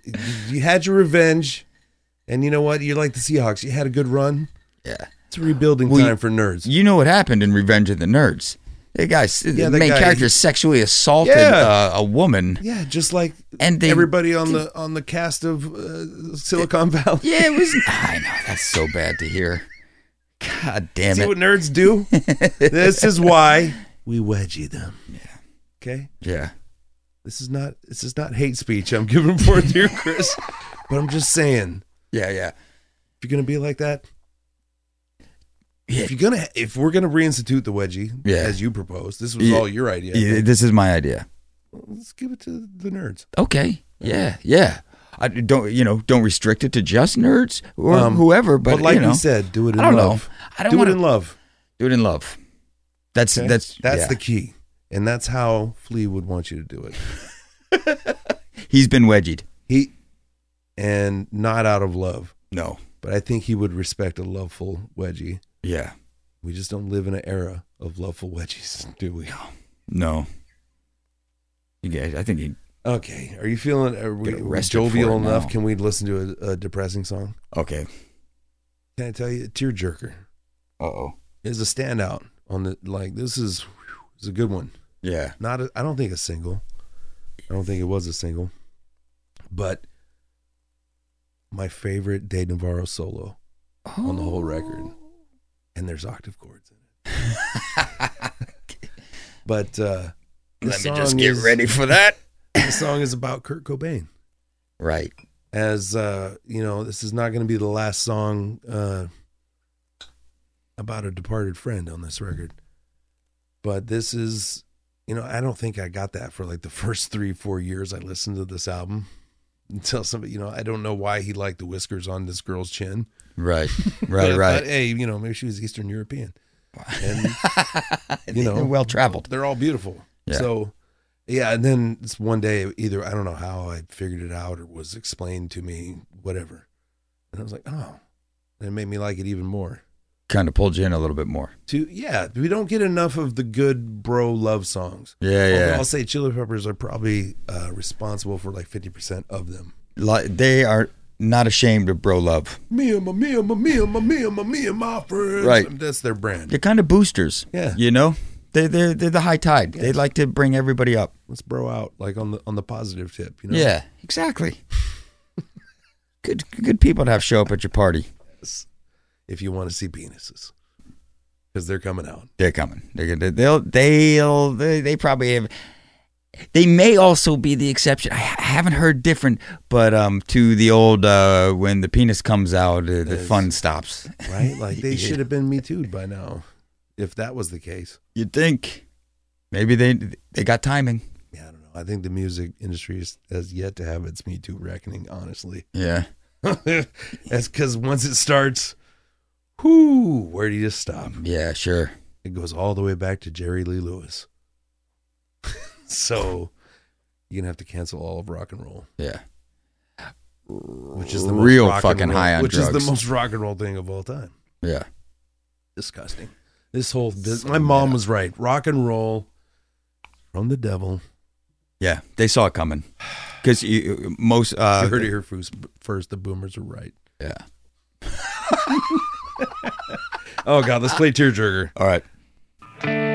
You- You had your revenge, and you know what? You're like the Seahawks. You had a good run.
Yeah.
It's rebuilding
Well, you-
time for nerds.
You know what happened in Revenge of the Nerds? The guy,
Yeah, that
the main
guy,
character,
he-
sexually assaulted
Yeah.
uh, a woman.
yeah, just like
And they-
everybody on the on the cast of uh,
<laughs>
Silicon Valley.
Yeah, it was. I know that's so bad to hear. God damn
See
it.
what nerds do? this is why we wedgie them. Yeah. Okay.
yeah.
This is not this is not hate speech I'm giving forth here, Chris.
<laughs>
but I'm just saying,
Yeah. Yeah.
if you're gonna be like that,
Yeah.
if you're gonna if we're gonna reinstitute the wedgie
Yeah.
as you proposed, this was
Yeah.
all your idea.
Yeah, This is my idea.
Let's give it to the nerds.
Okay. Yeah. Yeah. I don't. You know. Don't restrict it to just nerds or
Um,
whoever. But,
like
you know,
said, do it in
I don't know.
love.
I don't
do
wanna-
it in love.
do it in love. That's
okay?
that's
that's
yeah.
the key, and that's how Flea would want you to do it.
He's been wedgied.
He and not out of love,
No.
but I think he would respect a loveful wedgie.
Yeah.
We just don't live in an era of loveful wedgies, <laughs> do we?
No. You guys, I think he.
Okay, are you feeling are we,
Get
are we
arrested
jovial
for it now.
enough? Can we listen to a, a depressing song?
Okay.
Can I tell you, Tearjerker
Uh oh.
is a standout on the like. This is whew, is a good one.
Yeah.
Not a, I don't think a single. I don't think it was a single, but my favorite Dave Navarro solo on the whole record,
Oh.
and there's octave chords in it. but uh, this
<laughs> Let me just
song
get
is-
ready for that.
This song is about Kurt Cobain.
Right.
as uh, you know, this is not going to be the last song uh, about a departed friend on this record. But this is, you know, I don't think I got that for like the first three, four years I listened to this album until somebody, you know, I don't know why he liked the whiskers on this girl's chin. <laughs>
Right.
But
Right.
I thought,
right.
hey, you know, maybe she was Eastern European. And you know,
well traveled.
they're all beautiful.
Yeah.
So, yeah. And then it's one day, either I don't know how I figured it out or was explained to me, whatever. And I was like, oh, and it made me like it even more.
Kind of pulled you in a little bit more.
To yeah, we don't get enough of the good bro love songs.
Yeah.
Although
Yeah.
I'll say Chili Peppers are probably uh, responsible for like fifty percent of them.
Li- they are not ashamed of bro love.
Me and my me and my me and my me and my me and my friends.
Right.
that's their brand.
They're kind of boosters.
Yeah.
You know, they they're they're the high tide. They like to bring everybody up.
Let's bro out like on the on the positive tip. You know.
Yeah. Exactly. <laughs> good good people to have show up at your party.
If you want to see penises, because they're coming out.
They're coming. They're gonna. They'll. They'll. They, they probably have. They may also be the exception. I ha- haven't heard different, but um, to the old uh, when the penis comes out, uh, the
Yes.
fun stops.
right? Like they
Yeah.
should have been me too'd by now, if that was the case.
You'd think maybe they they got timing.
Yeah, I don't know. I think the music industry is, has yet to have its me too reckoning. Honestly, <laughs>
Yeah.
that's because once it starts, whoo, where do you stop?
Yeah. Sure.
It goes all the way back to Jerry Lee Lewis. <laughs> so you're gonna have to cancel all of rock and roll,
Yeah.
which is the most
real
rock and
fucking
roll-
high on
which is
drugs.
the most rock and roll thing of all time.
Yeah.
disgusting. This whole this, my mom was right. Rock and roll from the devil.
Yeah. They saw it coming because most.
You
Uh,
heard it here first, first. The boomers are right.
Yeah.
Oh god, let's play Tearjerker.
All right.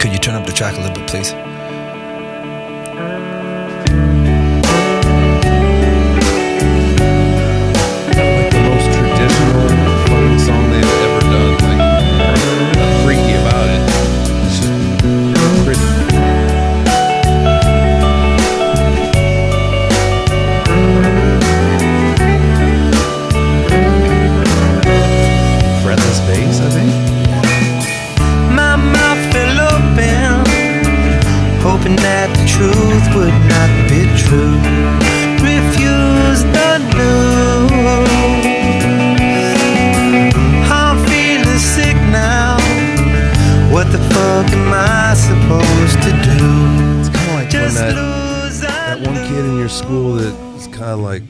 Could you turn up the track a little bit, please?
Like the most traditional fucking song they've ever done. Like nothing freaky about it. It's just pretty. Breathless bass, I think.
My mouth fell open, hoping that the truth would not be true. Refuse the news. I'm feeling sick now. What the fuck am I supposed to do?
It's kind of like
Just
when that
lose.
That one kid in your school that is kind of like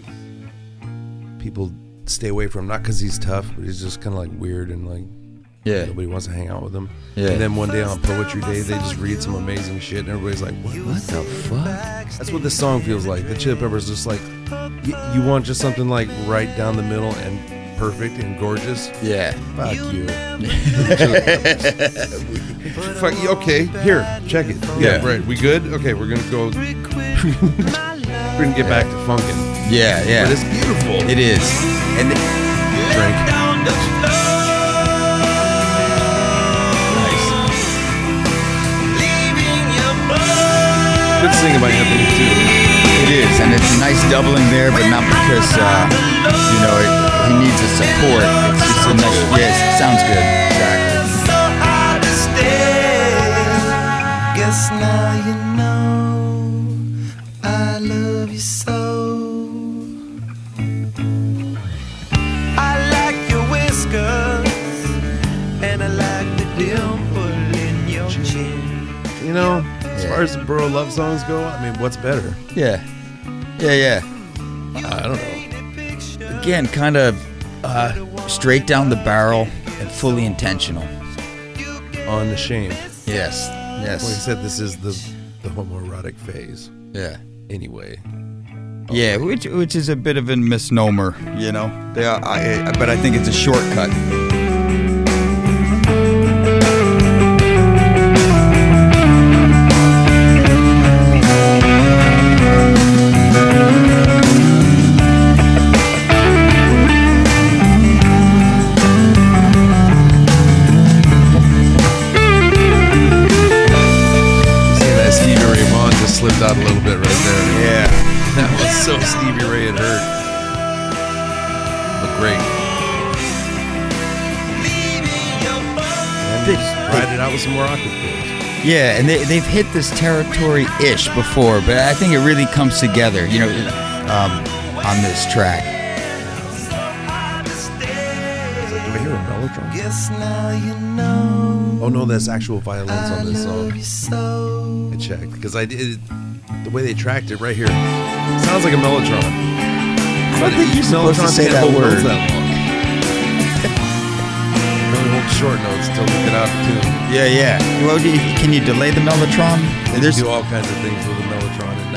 people stay away from, not because he's tough, but he's just kind of like weird and like
Yeah.
nobody wants to hang out with him.
Yeah.
And then one day on Poetry Day, they just read some amazing shit, and everybody's like, "What?
What the fuck?
That's what this song feels like." The Chili Peppers just like, y- you want just something like right down the middle and perfect and gorgeous.
Yeah.
Fuck you. Chili Peppers. Fuck you. Okay, here, check it. Yeah,
Yeah.
right. We good? Okay, we're gonna <laughs> go. We're gonna get back to funkin'.
Yeah. Yeah.
But it's beautiful.
It is. And th-
drink. Good singing by Anthony too.
it is, and it's a nice doubling there, but not because uh, you know it, he needs a support. It's, it's a nice. Yes, sounds good. Exactly.
So hard to stay. Guess now you know I love you so. I like your whiskers and I like the dimple in your chin.
You know, as far as bro love songs go, I mean, what's better?
Yeah, yeah, yeah.
I don't know.
Again, kind of uh, straight down the barrel and fully intentional.
On the shame.
Yes,
Like I
yes,
said, this is the the homoerotic phase.
yeah,
Anyway,
yeah. Which which is a bit of a misnomer, you know. They are, I, I- but I think it's a shortcut.
Stevie Ray had heard. But great. And
They-
just ride it out with some more octave chords.
Yeah, and they, they've hit this territory ish before, but I think it really comes together, you know, um, on this track.
Do I hear a mellotron?
Guess now you know
Oh no, that's actual violins on this
love
song.
you so.
I checked because I did the way they tracked it right here. Sounds like a mellotron. I
don't think you're supposed to say that word.
That long. <laughs> They only hold short notes until they get out of tune.
Yeah, yeah. Well, do you, can you delay the mellotron?
They
There's
do all kinds of things with a mellotron in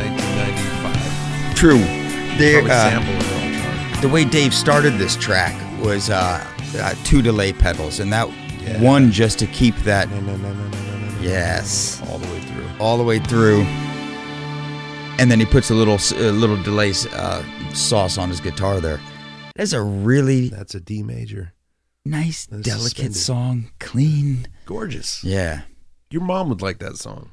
1995.
true.
They
There,
would
uh,
sample a mellotron.
the way Dave started this track was uh, uh, two delay pedals, and that
Yeah.
one just to keep that
Na, na, na, na, na, na, na, na,
Yes.
all the way through.
all the way through. And then he puts a little s- a little delay uh, sauce on his guitar there. That's a really
That's a D major.
nice,
That's
delicate
suspended.
song, clean.
Gorgeous.
Yeah.
Your mom would like that song.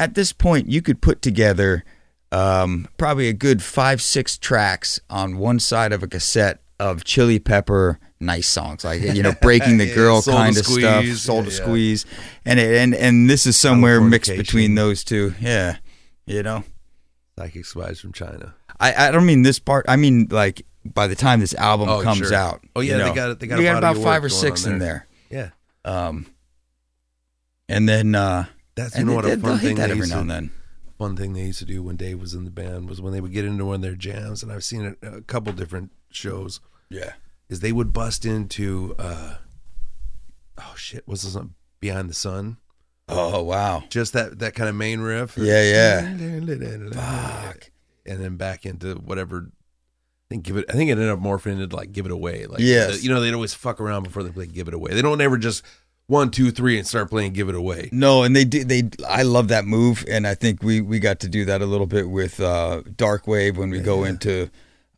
At this point, you could put together um, probably a good five, six tracks on one side of a cassette of Chili Pepper nice songs, like you know, breaking
<laughs>
the
Yeah,
girl
Soul to
kind of stuff,
Squeeze.
soul to
Yeah, yeah.
squeeze, and it, and and this is somewhere mixed
Californication.
between those two. Yeah, you know.
Psychic Spies from China.
I, I don't mean this part. I mean like by the time this album
Oh,
comes
sure.
out.
Oh,
you
yeah, they
know.
got it- they got
we
a
got
body
about
of
five or
work going
six
on
in
there.
there.
Yeah.
Um, and then uh,
That's you
and
know
they,
what
they,
a
they'll
fun
hit
thing
that
they
every
used
now
to
and then.
one thing they used to do when Dave was in the band was when they would get into one of their jams, and I've seen it a couple different shows,
Yeah.
is they would bust into, uh, oh shit, what's this song? Behind the Sun?
Oh wow.
Just that that kind of main riff.
Yeah, yeah.
Fuck. And then back into whatever. I think give it. I think it ended up morphing into like give it away. Like
Yes.
you know they'd always fuck around before they play give it away. They don't ever just one two three and start playing give it away.
No, and they did. They I love that move, and I think we we got to do that a little bit with uh, Dark Wave when we go into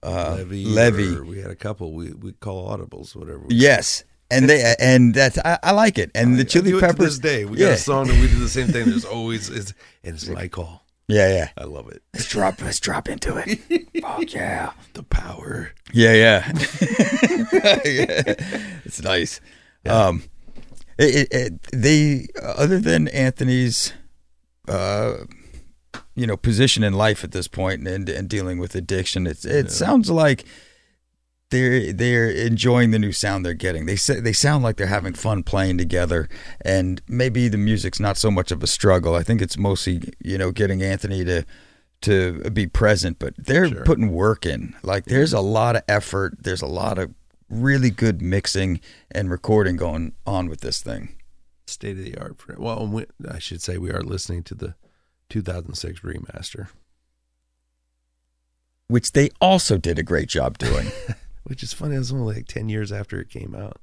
uh, Levy.
or we had a couple. We we call audibles whatever. we-
Yes, and they and that's I, I like it. And the
I do
Chili
it to
Peppers.
this day we got
yeah.
a song and we do the same thing. There's always it's and it's my call.
Yeah, yeah.
I love it.
Let's drop. Let's drop into it. <laughs> Fuck yeah.
The power.
Yeah, yeah. <laughs> It's nice. Um, it, it, it, they, uh, other than Anthony's, uh, you know, position in life at this point and, and dealing with addiction, it's, it sounds like they're they're enjoying the new sound they're getting. They say, they sound like they're having fun playing together, and maybe the music's not so much of a struggle. I think it's mostly you know getting Anthony to to be present, but they're
Sure.
putting work in. Like there's a lot of effort. There's a lot of really good mixing and recording going on with this thing.
State of the art for well, and we, I should say we are listening to the 2006 remaster,
Which they also did a great
<laughs>
job doing.
which is funny. It's only like 10 years after it came out.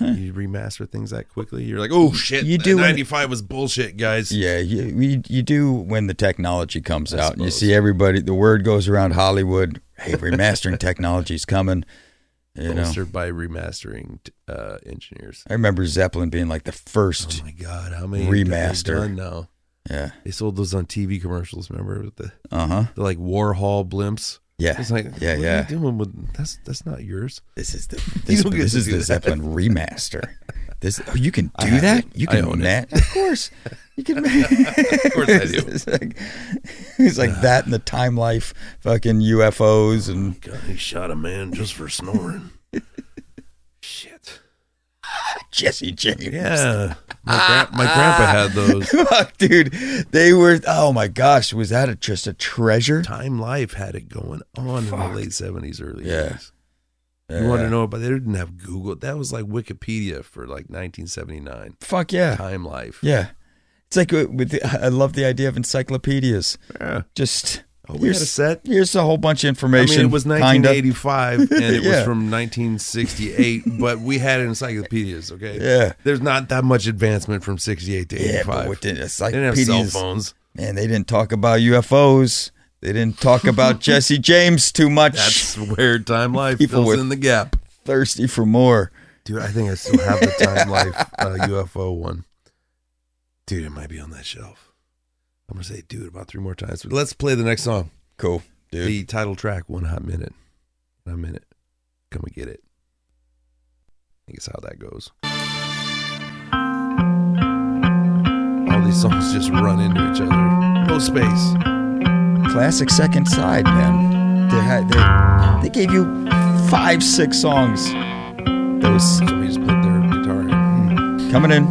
You remaster things that quickly, you're like, oh shit!
You
You
do
do
when-
95 was bullshit, guys.
yeah, you, you you do when the technology comes
I
out. You
suppose.
see everybody. The word goes around Hollywood.
<laughs>
Hey, remastering technology's coming. You know,
Bolstered by remastering t- uh, engineers.
I remember Zeppelin being like the
Oh
first.
my god, how many have they
Remaster.
done now?
Yeah.
They sold those on TV commercials. Remember with the,
Uh huh.
the like Warhol blimps?
Yeah.
Uh-huh. It's like,
yeah,
what
yeah.
Are you doing with that's that's not yours. <laughs>
This is the this,
don't get
this
to
is
do
the
that.
Zeppelin remaster. This oh, you can do
have
that.
it.
You
<laughs> I
can own
own <laughs>
that. Of course, you can. of
course I do.
<laughs> It's like, it's like that and the time life, fucking UFOs and
God, he shot a man just for snoring. <laughs> Shit.
Jesse James.
Yeah.
<laughs>
My, gra- my grandpa had those.
Fuck, dude, they were. Oh my gosh, was that a, just a treasure?
Time Life had it going on in
Fuck.
the late 70s, early
Yeah.
80s. You want
Yeah.
to know about they didn't have Google. That was like Wikipedia for like 1979.
Fuck yeah.
Time Life.
Yeah. It's like uh, with the, I love the idea of encyclopedias.
Yeah.
Just
Oh, we had a set.
Here's a whole bunch of
I
information.
mean, it was
kinda. <laughs>
1985 and it was
Yeah.
from 1968, but we had encyclopedias, okay?
Yeah.
There's not that much advancement from 68 to 85.
Yeah, but with
they
the
didn't have cell
encyclopedias,
phones.
<laughs> man, they didn't talk about UFOs. They didn't
<laughs>
talk about Jesse James too much.
That's where Time Life
People
fills
with-
in the gap.
<laughs> Thirsty for more.
Dude, I think I still have the Time Life uh, UFO one. Dude, it might be on that shelf. I'm gonna say, dude, about three more times. But let's play the next song.
Cool. dude.
The title track, One Hot Minute. One Hot Minute. Come and get it. I think it's how that goes. All these songs just run into each other. No space.
Classic Second Side, man. They, had, they, they gave you five, six songs. That was
Somebody just put their guitar in.
coming in.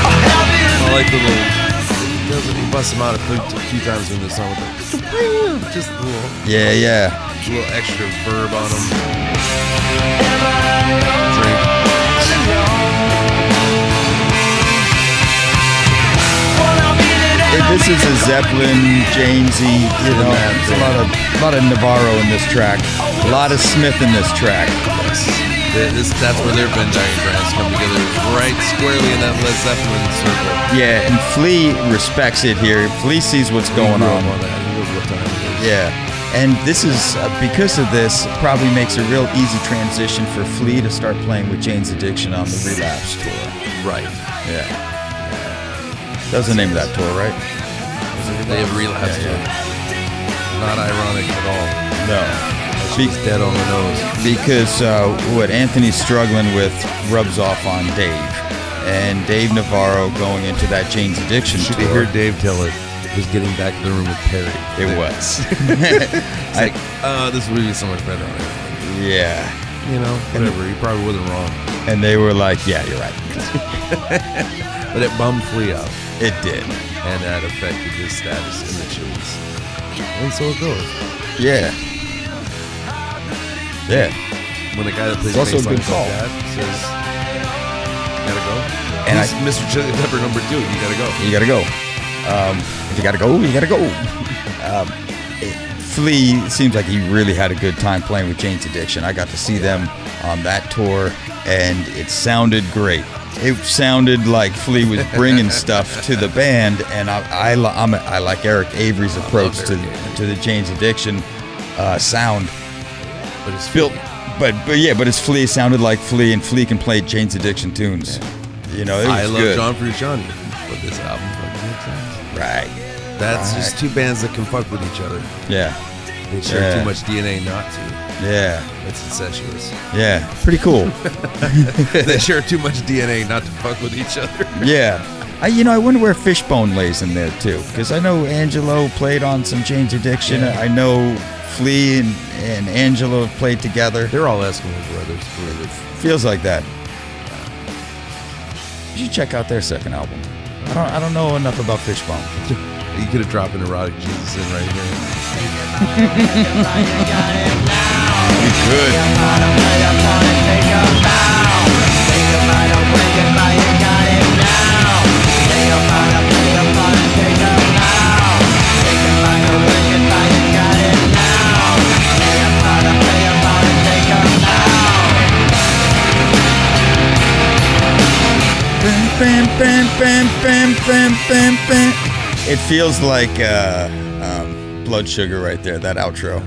"Oh,
I like the little. He does it. He busts him out a few, a few times in the song with the just a little,
Yeah, yeah.
little extra verb on him. Drake.
Hey, This is a Zeppelin, Jamesy, you know, it's a lot of a lot of Navarro in this track, a lot of Smith in this track.
Th- this- that's where their Venn diagrams come together, right squarely in that Led Zeppelin circle.
Yeah, and Flea respects it here. Flea sees what's going
He grew
on.
up on that. He knows what time it is.
Yeah. And this is uh, because of this it probably makes a real easy transition for Flea to start playing with Jane's Addiction on the Relapse tour.
Right.
Yeah. That was the name of that tour, right?
They have relapsed. Not ironic at all.
No.
She's dead on the nose.
because uh, what Anthony's struggling with rubs off on Dave, and Dave Navarro going into that Jane's Addiction
Should you
tour.
hear Dave tell it? Was getting back to the room with Perry.
It was. <laughs>
It's like, uh, this would be so much better on it.
yeah.
You know, whatever. He probably wasn't wrong.
And they were like, "Yeah, you're right."
But it bummed Flea out,
It did.
and that affected his status in the chilies. And so it goes.
Yeah. Yeah.
When a guy that plays
It's also a
bass
good
lines
call.
like that says, gotta go. And
And I-
He's Mr. Chili Pepper number two, you gotta go.
you gotta go. Um, if you gotta go, you gotta go. Um, it- Flea seems like he really had a good time playing with Jane's Addiction. I got to see them on that tour, and it sounded great. It sounded like Flea
<laughs>
was bringing stuff to the band, and I, I, li- I'm a, I like Eric Avery's approach to,
Eric Avery.
to the Jane's Addiction uh, sound
But it's
built, but but yeah, but his Flea sounded like Flea, and Flea can play Jane's Addiction tunes. You know, it was
I love
good.
John Frusciante, but this album fucking makes sense.
Right?
That's just two bands that can fuck with each other.
Yeah,
They share
Yeah.
too much DNA not to.
yeah.
That's
<laughs>
incestuous.
Yeah, pretty cool.
they share too much DNA not to fuck with each other.
<laughs> yeah. I, you know, I wonder where Fishbone lays in there too, because I know Angelo played on some Jane's Addiction. I know Flea and, and Angelo have played together.
They're all Eskimo brothers. Believe
Feels like that. You should check out their second album. I don't, I don't know enough about Fishbone.
it. <laughs> You could have dropped an erotic Jesus in right here.
Good. Bam, bam, bam, bam, bam, bam, bam. It feels like uh, um, Blood Sugar right there, that outro.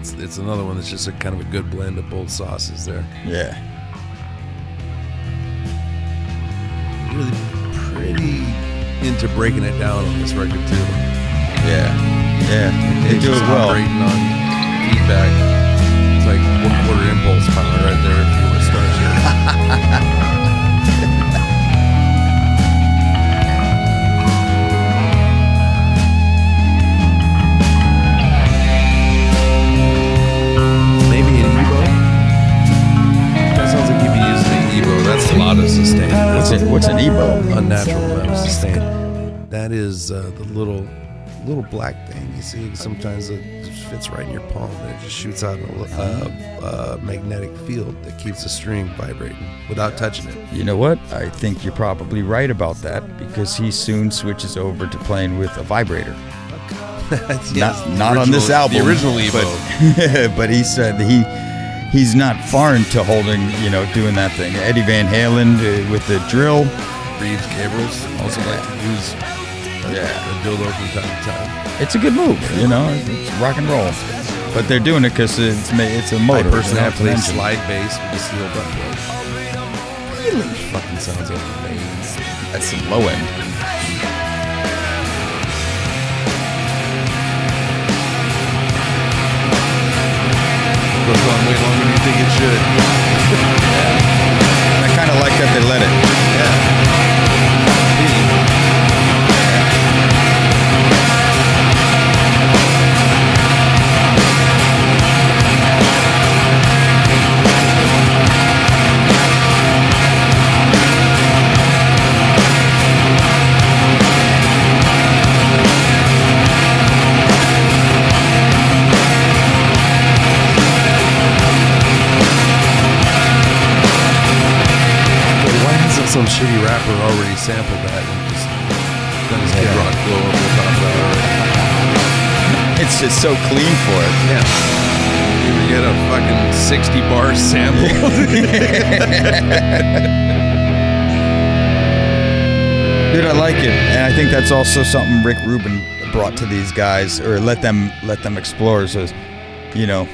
It's, it's another one that's just a kind of a good blend of both sauces there.
Yeah.
Really pretty into breaking it down on this record too.
Yeah, yeah, they do it
just
well.
Operating on feedback. It's like one quarter impulse power right there if you want to start here. Maybe an Ebo. That sounds like you'd be using an Ebo. That's a lot of sustain.
What's it? What's an ebo?
unnatural amount of sustain. That is uh, the little little black thing you see. Sometimes it just fits right in your palm and it just shoots out a li- uh, uh, magnetic field that keeps the string vibrating without touching it.
You know what? I think you're probably right about that because he soon switches over to playing with a vibrator.
That's-
Not
yes, the
not on this
original-
album. <laughs>
The original Evo.
but, but he said that he he's not foreign to holding, you know, doing that thing. Eddie Van Halen uh, with the drill.
Reeves Gabriels also like to use a,
Yeah.
a dildo from time to time.
It's a good move, you know, it's rock and roll. But they're doing it because it's ma- it's a
My
motor.
personal
you know, it's
athlete
an engine.
slide bass with a steel butt plug. Really fucking sounds amazing.
That's some low end.
Goes on way longer than you think it should.
<laughs> I kind of like that they let it.
Wait, why hasn't some shitty rapper already sampled that and just done his Kid Rock blow up the top of that already?
It's just so clean for it.
Yeah. You ever get a fucking 60 bar sample?
<laughs> Dude, I like it, and I think that's also something Rick Rubin brought to these guys, or let them let them explore. So, it's, you know,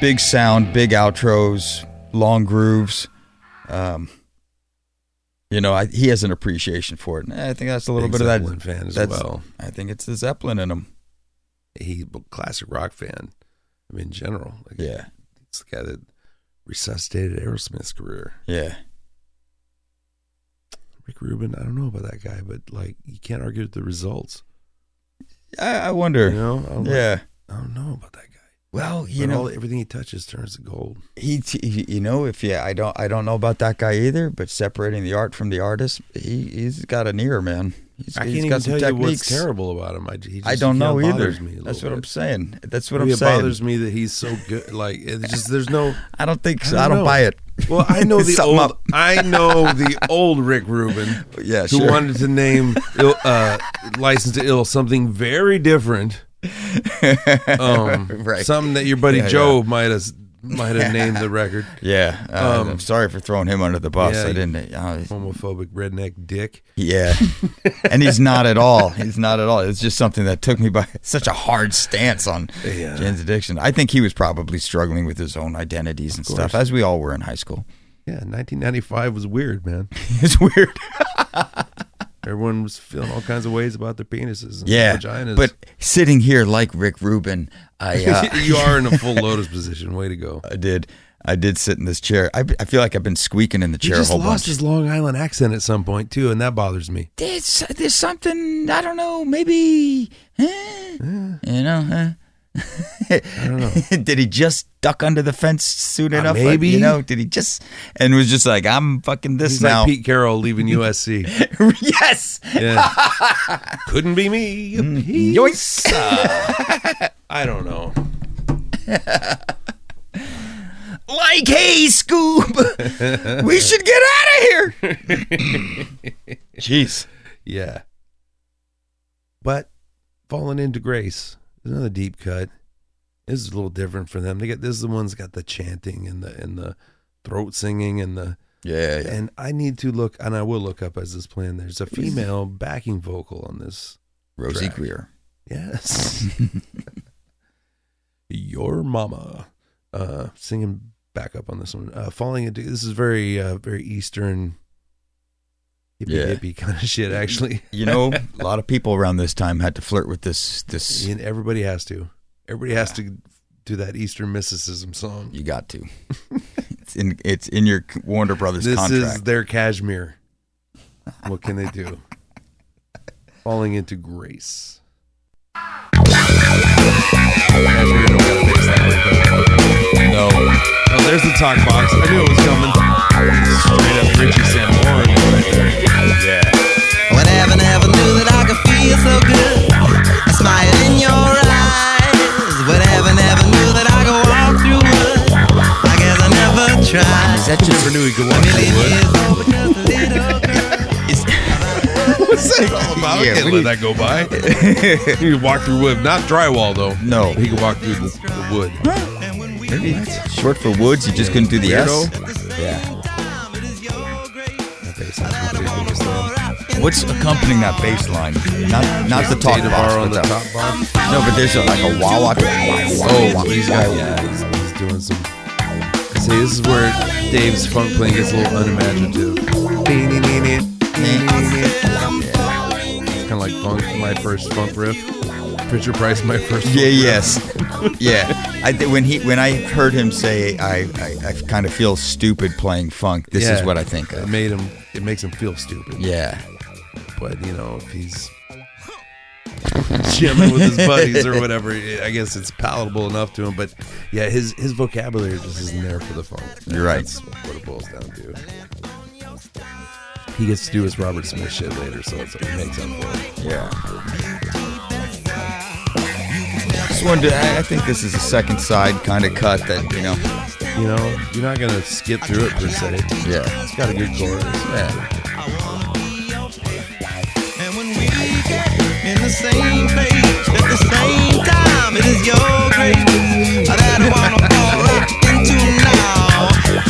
big sound, big outros, long grooves. Um, you know, I, he has an appreciation for it, and I think that's a little
Big
bit
Zeppelin
of that.
fan as
that's-
well.
I think it's the Zeppelin in him.
He's a classic rock fan. I mean, in general. Like,
Yeah,
It's the guy that resuscitated Aerosmith's career.
yeah.
Rick Rubin, I don't know about that guy, but like you can't argue with the results.
I, I wonder.
You know? I'm like,
yeah.
I don't know about that guy.
Well,
But all, everything he touches turns to gold.
he, he you know if yeah i don't i don't know about that guy either but separating the art from the artist he he's got an ear man he's,
I
he's
can't even
got
tell
some
you what's
techniques
terrible about him. I, he just,
i don't
he kinda
know either
bothers Me a
that's what
little
i'm
bit.
saying that's what
Maybe
i'm saying
It bothers me that he's so good. Like it's just there's no.
i don't think
I
so i
don't
don't
know.
buy it
Well, I
<laughs>
know the
Something
old.
up.
I know the old Rick Rubin.
<laughs> Yeah,
who
sure.
wanted to name Ill, uh, "License to Ill" something very different. Um,
<laughs> Right.
Something that your buddy
Yeah,
Joe might have might have named
<laughs>
the record.
yeah uh,
Um,
i'm sorry for throwing him under the bus
yeah,
i
you-
didn't uh,
Homophobic redneck dick. <laughs>
yeah and he's not at all he's not at all it's just something that took me by <laughs> such a hard stance on
Yeah.
Jane's addiction i think he was probably struggling with his own identities and stuff
course.
as we all were in high school <laughs>
Yeah, 1995 was weird, man.
it's weird
Everyone was feeling all kinds of ways about their penises and
yeah,
vaginas.
<laughs> But sitting here like Rick Rubin, I uh,
<laughs> you are in a
<laughs>
full lotus position. Way to go.
I did I did sit in this chair. I, I feel like I've been squeaking in the
He
chair a
just
whole
lost
bunch.
his Long Island accent at some point too, and that bothers me.
There's, there's something I don't know. Maybe eh, you know. Huh? I don't know. <laughs> did he just duck under the fence soon
Uh,
enough?
maybe.
you know. Did he just and was just like I'm fucking this
He's
now?
like Pete Carroll leaving USC.
<laughs> yes.
Yeah. <laughs> Mm-hmm. Couldn't be me.
Yoinks.
I don't know.
<laughs> like, hey, Scoob, <laughs> we should get out of here. Jeez.
Yeah. But falling into grace is another deep cut. This is a little different for them. They get this is the ones that got the chanting and the and the throat singing and the
Yeah, yeah.
and I need to look and I will look up as this plan. There's a female backing vocal on this.
Rosie
Track.
Greer.
Yes. <laughs> Your mama uh singing back up on this one. Uh falling into this is very uh very eastern hippie
Yeah.
hippie kind of shit actually.
You <laughs> know, a lot of people around this time had to flirt with this. This
And everybody has to. Everybody has to do that eastern mysticism song.
you got to. <laughs> it's in it's in your Warner Brothers
This
contract.
is their cashmere. What can they
<laughs>
do? Falling into grace.
no,
Oh, there's the talk box. I knew it was coming. Straight up Richie Sambora.
Well, I never, never knew that I could feel so good. A smile in your eyes. Whatever, never knew that I could walk through wood. I guess I never tried.
that just
Knew he could walk through
Million
wood.
years old, just a
<laughs>
little girl.
<laughs> What's that all about? I
Yeah,
can't
we-
let that go
<laughs>
by. he can walk through wood, not drywall though.
No.
he can walk through the, the wood.
And when we
Maybe it's short for woods. You just couldn't do the
Weirdo.
S. Yeah.
That bass sounds completely different.
What's accompanying that bass line? Not not the talk
Data
box,
bar on the
but that-
top bar.
No, but there's a, like a wah wah.
Oh, he's got yeah, he's, he's doing some. See, this is where Dave's funk playing gets a little unimaginative. It's kind of like funk, my first funk riff. Pritchard Price, my first.
Yeah,
funk riff.
yes, yeah. I thi- when he when I heard him say, I I, I kind of feel stupid playing funk. This is
Yeah.
what I think
It
of.
made him. It makes him feel stupid.
Yeah,
But you know, if he's jamming with his buddies or whatever, I guess it's palatable enough to him. But yeah, his his vocabulary just isn't there for the funk.
You're right.
That's what it boils down to. He gets to do his Robert Smith shit later, so it's like, it makes up for it.
yeah. Just wanted to, I, I think this is a second side kind of cut that you know.
You know, you're not gonna skip through it per se.
Yeah.
It's got a good chorus. Yeah.
And when we get in the same place at the same time, it is your grace that I wanna fall up into now. You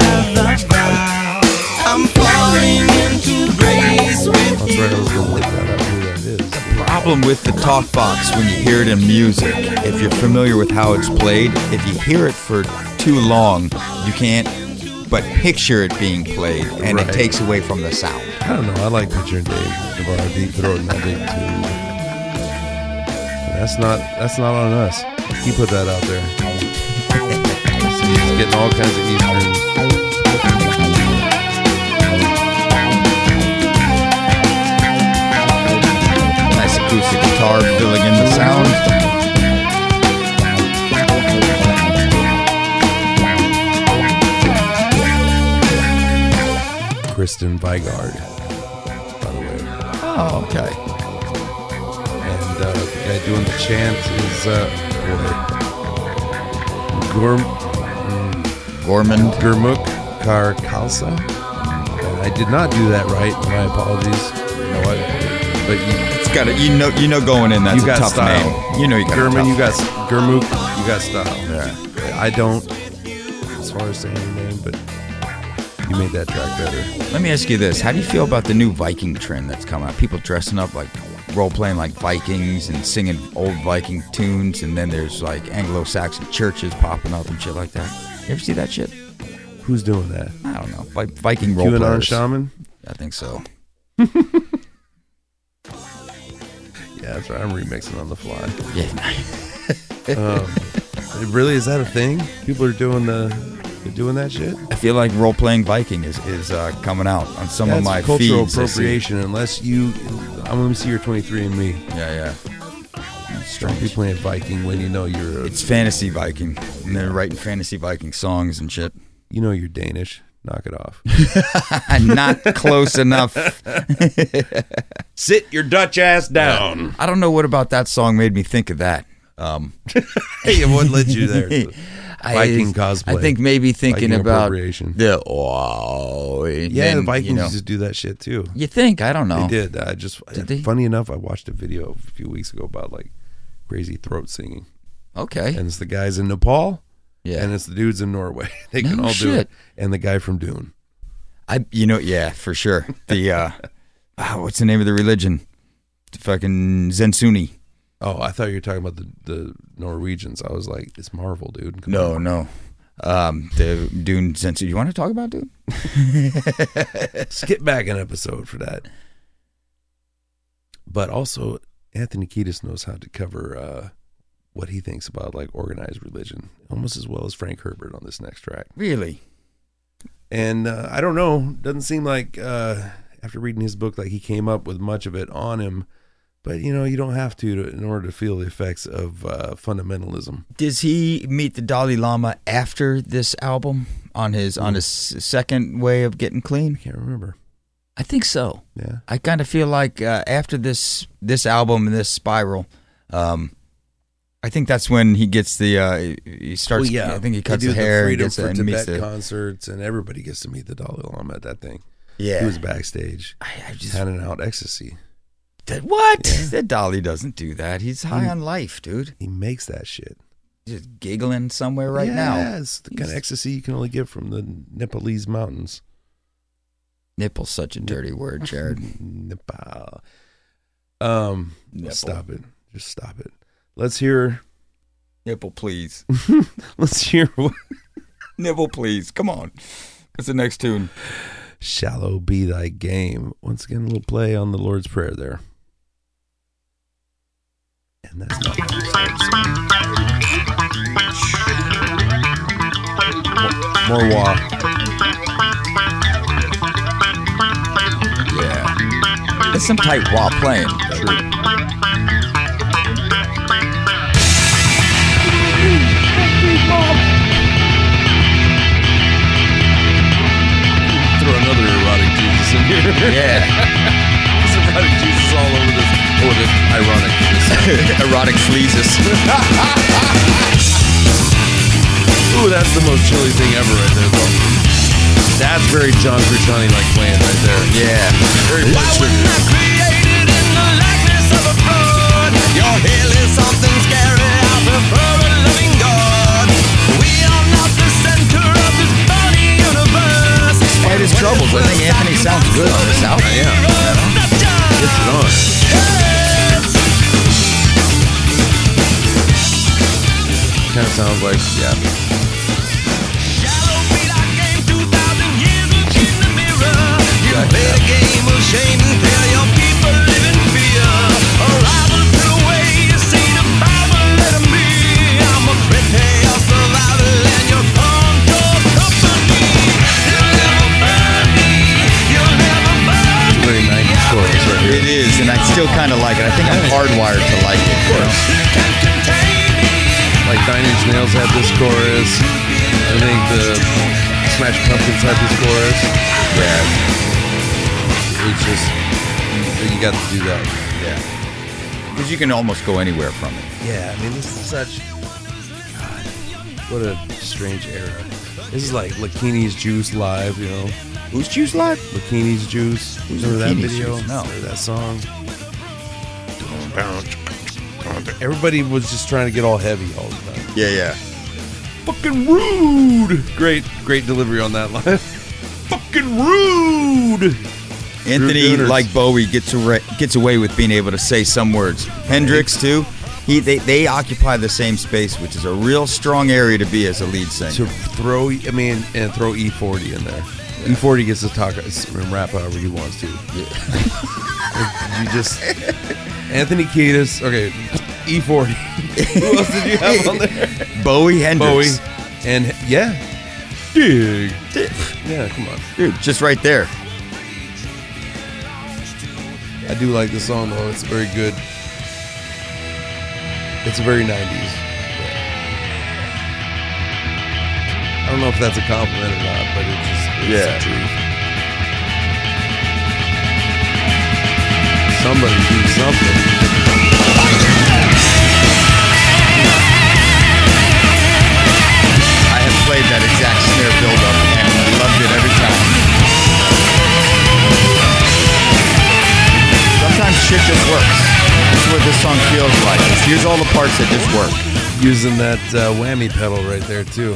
have the vow. I'm falling into grace with
That's right. I was gonna look that up. Who that
Problem with the talk box when you hear it in music, if you're familiar with how it's played, if you hear it for too long, you can't but picture it being played and
Right.
it takes away from the sound.
is. I don't know. I like picturing Dave Navarro deep throat and I did too. That's not that's not on us. He put that out there. So he's getting all kinds of Eastern.
Nice acoustic guitar filling in the sound.
Kristen Vigard, by the way.
Oh, okay.
and uh, the guy doing the chant is uh, boy, Gurm-
Gorman.
Gurmukh Kar Khalsa. And I did not do that right. My apologies. You know what? But you,
It's got it. You know, you know, going in. That's
you
a
got
tough
style.
name. You know, you got a
Gurman.
tough-
You got s- Gurmukh. You got style. Yeah. I don't, as far as saying your name, but you made that track better.
Let me ask you this: How do you feel about the new Viking trend that's come out? People dressing up like role playing like Vikings and singing old Viking tunes, and then there's like Anglo-Saxon churches popping up and shit like that. You ever see that shit?
Who's doing that?
I don't know. Vi- Viking role
QAnon
players.
Shaman.
I think so.
Yeah, that's right. I'm remixing on the fly.
Yeah.
<laughs> Um, really, is that a thing? People are doing the they're doing that shit.
I feel like role playing Viking is is uh, coming out on some
That's
of my
cultural
feeds. I see.
appropriation. Unless you, I'm gonna see your 23 and me.
Yeah, yeah. That's
Don't be
strange.
playing Viking when you know you're
It's fantasy Viking, and they're writing fantasy Viking songs and shit.
you know you're Danish. Knock it
<laughs>
off.
Not close enough.
<laughs> Sit your Dutch ass down.
I don't know what about that song made me think of that. Um,
hey, what led you there?
<laughs> I-
Viking cosplay.
I think maybe thinking
Viking
about
appropriation.
the oh, and
Yeah,
then,
the Vikings
You, know,
used to do that shit too.
you think I don't know.
They did. I just
Did they?
funny enough, I watched a video a few weeks ago about like crazy throat singing,
Okay,
and it's the guys in Nepal.
Eh? yeah.
and it's the dudes in Norway. <laughs> They can
No
all do it.
shit.
And the guy from Dune.
I you know yeah for sure. The uh, <laughs> oh, what's the name of the religion? The fucking Zen Sunni.
Oh, I thought you were talking about the, the Norwegians. I was like, it's Marvel, dude. Come
No, no. Um, the Dune Zen Sunni. You want to talk about Dune?
on. skip back an episode for that. But also, Anthony Kiedis knows how to cover uh, what he thinks about like organized religion almost as well as Frank Herbert on this next track.
Really?
And uh, I don't know. Doesn't seem like uh, after reading his book, like he came up with much of it on him. But you know, you don't have to, to in order to feel the effects of uh, fundamentalism.
Does he meet the Dalai Lama after this album on his
Hmm.
on his second way of getting clean?
Can't remember.
I think so.
Yeah.
I kind of feel like uh, after this this album and this spiral, um, I think that's when he gets the uh, he- he starts. I think
They
he cuts
do
the hair and
Freedom
gets
for
the, and meets
Tibet
the
concerts, and everybody gets to meet the Dalai Lama at that thing.
yeah.
He was backstage
I, I just
handing out ecstasy. Hmm.
that- what that Dolly doesn't do that. He's high on life, dude.
He makes that shit.
just giggling somewhere right now.
Yeah, it's the kind of ecstasy you can only get from the Nepalese mountains.
Nipple's such a dirty word,
<laughs>
Jared.
Nepal. Um,
Nipple.
stop it. Just stop it. Let's hear. <laughs>
Nipple, please.
Let's hear. What,
Nipple, please. Come on. What's the next tune?
Shallow be thy game. Once again, a little play on the Lord's Prayer there. And that's not.
More wah. Yeah. It's some tight wah playing.
Throw another erotic Jesus in here.
Yeah.
There's erotic Jesus all over this. Oh, this ironic.
Erotic sleazes.
Ooh, that's the most chilly thing ever right there, though. That's very John Frusciante like playing right there.
Yeah.
Very Bush-
Despite his troubles, I think Anthony sounds good on this album. Yeah.
Gets it on. Kind of sounds like, yeah. Very 90s chorus right here.
It is, and I still kind of like it. I think I'm hardwired to like it. Of course.
Like Nine Inch Nails had this chorus. I think the Smash Pumpkins had this chorus.
Yeah.
It's just, you got to do that.
Yeah. Because you can almost go anywhere from it.
Yeah, I mean, this is such. God, what a strange era. This is like Lakini's Juice Live, you know?
Who's Juice Live?
Lakini's Juice. Remember that
Lakini's
video?
Juice? No.
Remember that song? Everybody was just trying to get all heavy all the time.
Yeah, yeah.
Fucking rude! Great, great delivery on that line. <laughs> Fucking rude!
Anthony,
Dooners.
like Bowie, gets away, gets away with being able to say some words. Hendrix too. He they, they occupy the same space, which is a real strong area to be as a lead
To
singer.
throw, I mean, and throw E40 in there. E40 gets to talk and rap however he wants to. <laughs> you just Anthony Kiedis. Okay, E40. <laughs> Who else did you have on there?
Bowie Hendrix,
Bowie. And yeah, dig. Yeah, come on.
dude, just right there.
I do like this song though. It's very good. It's very 90s. I don't know if that's a compliment or not, but it's just it's
Yeah.
the truth. Somebody do something.
I have played that exact snare buildup and I loved it every time. Sometimes shit just works. That's what this song feels like. It's- Here's all the parts that just work.
using that uh, whammy pedal right there too.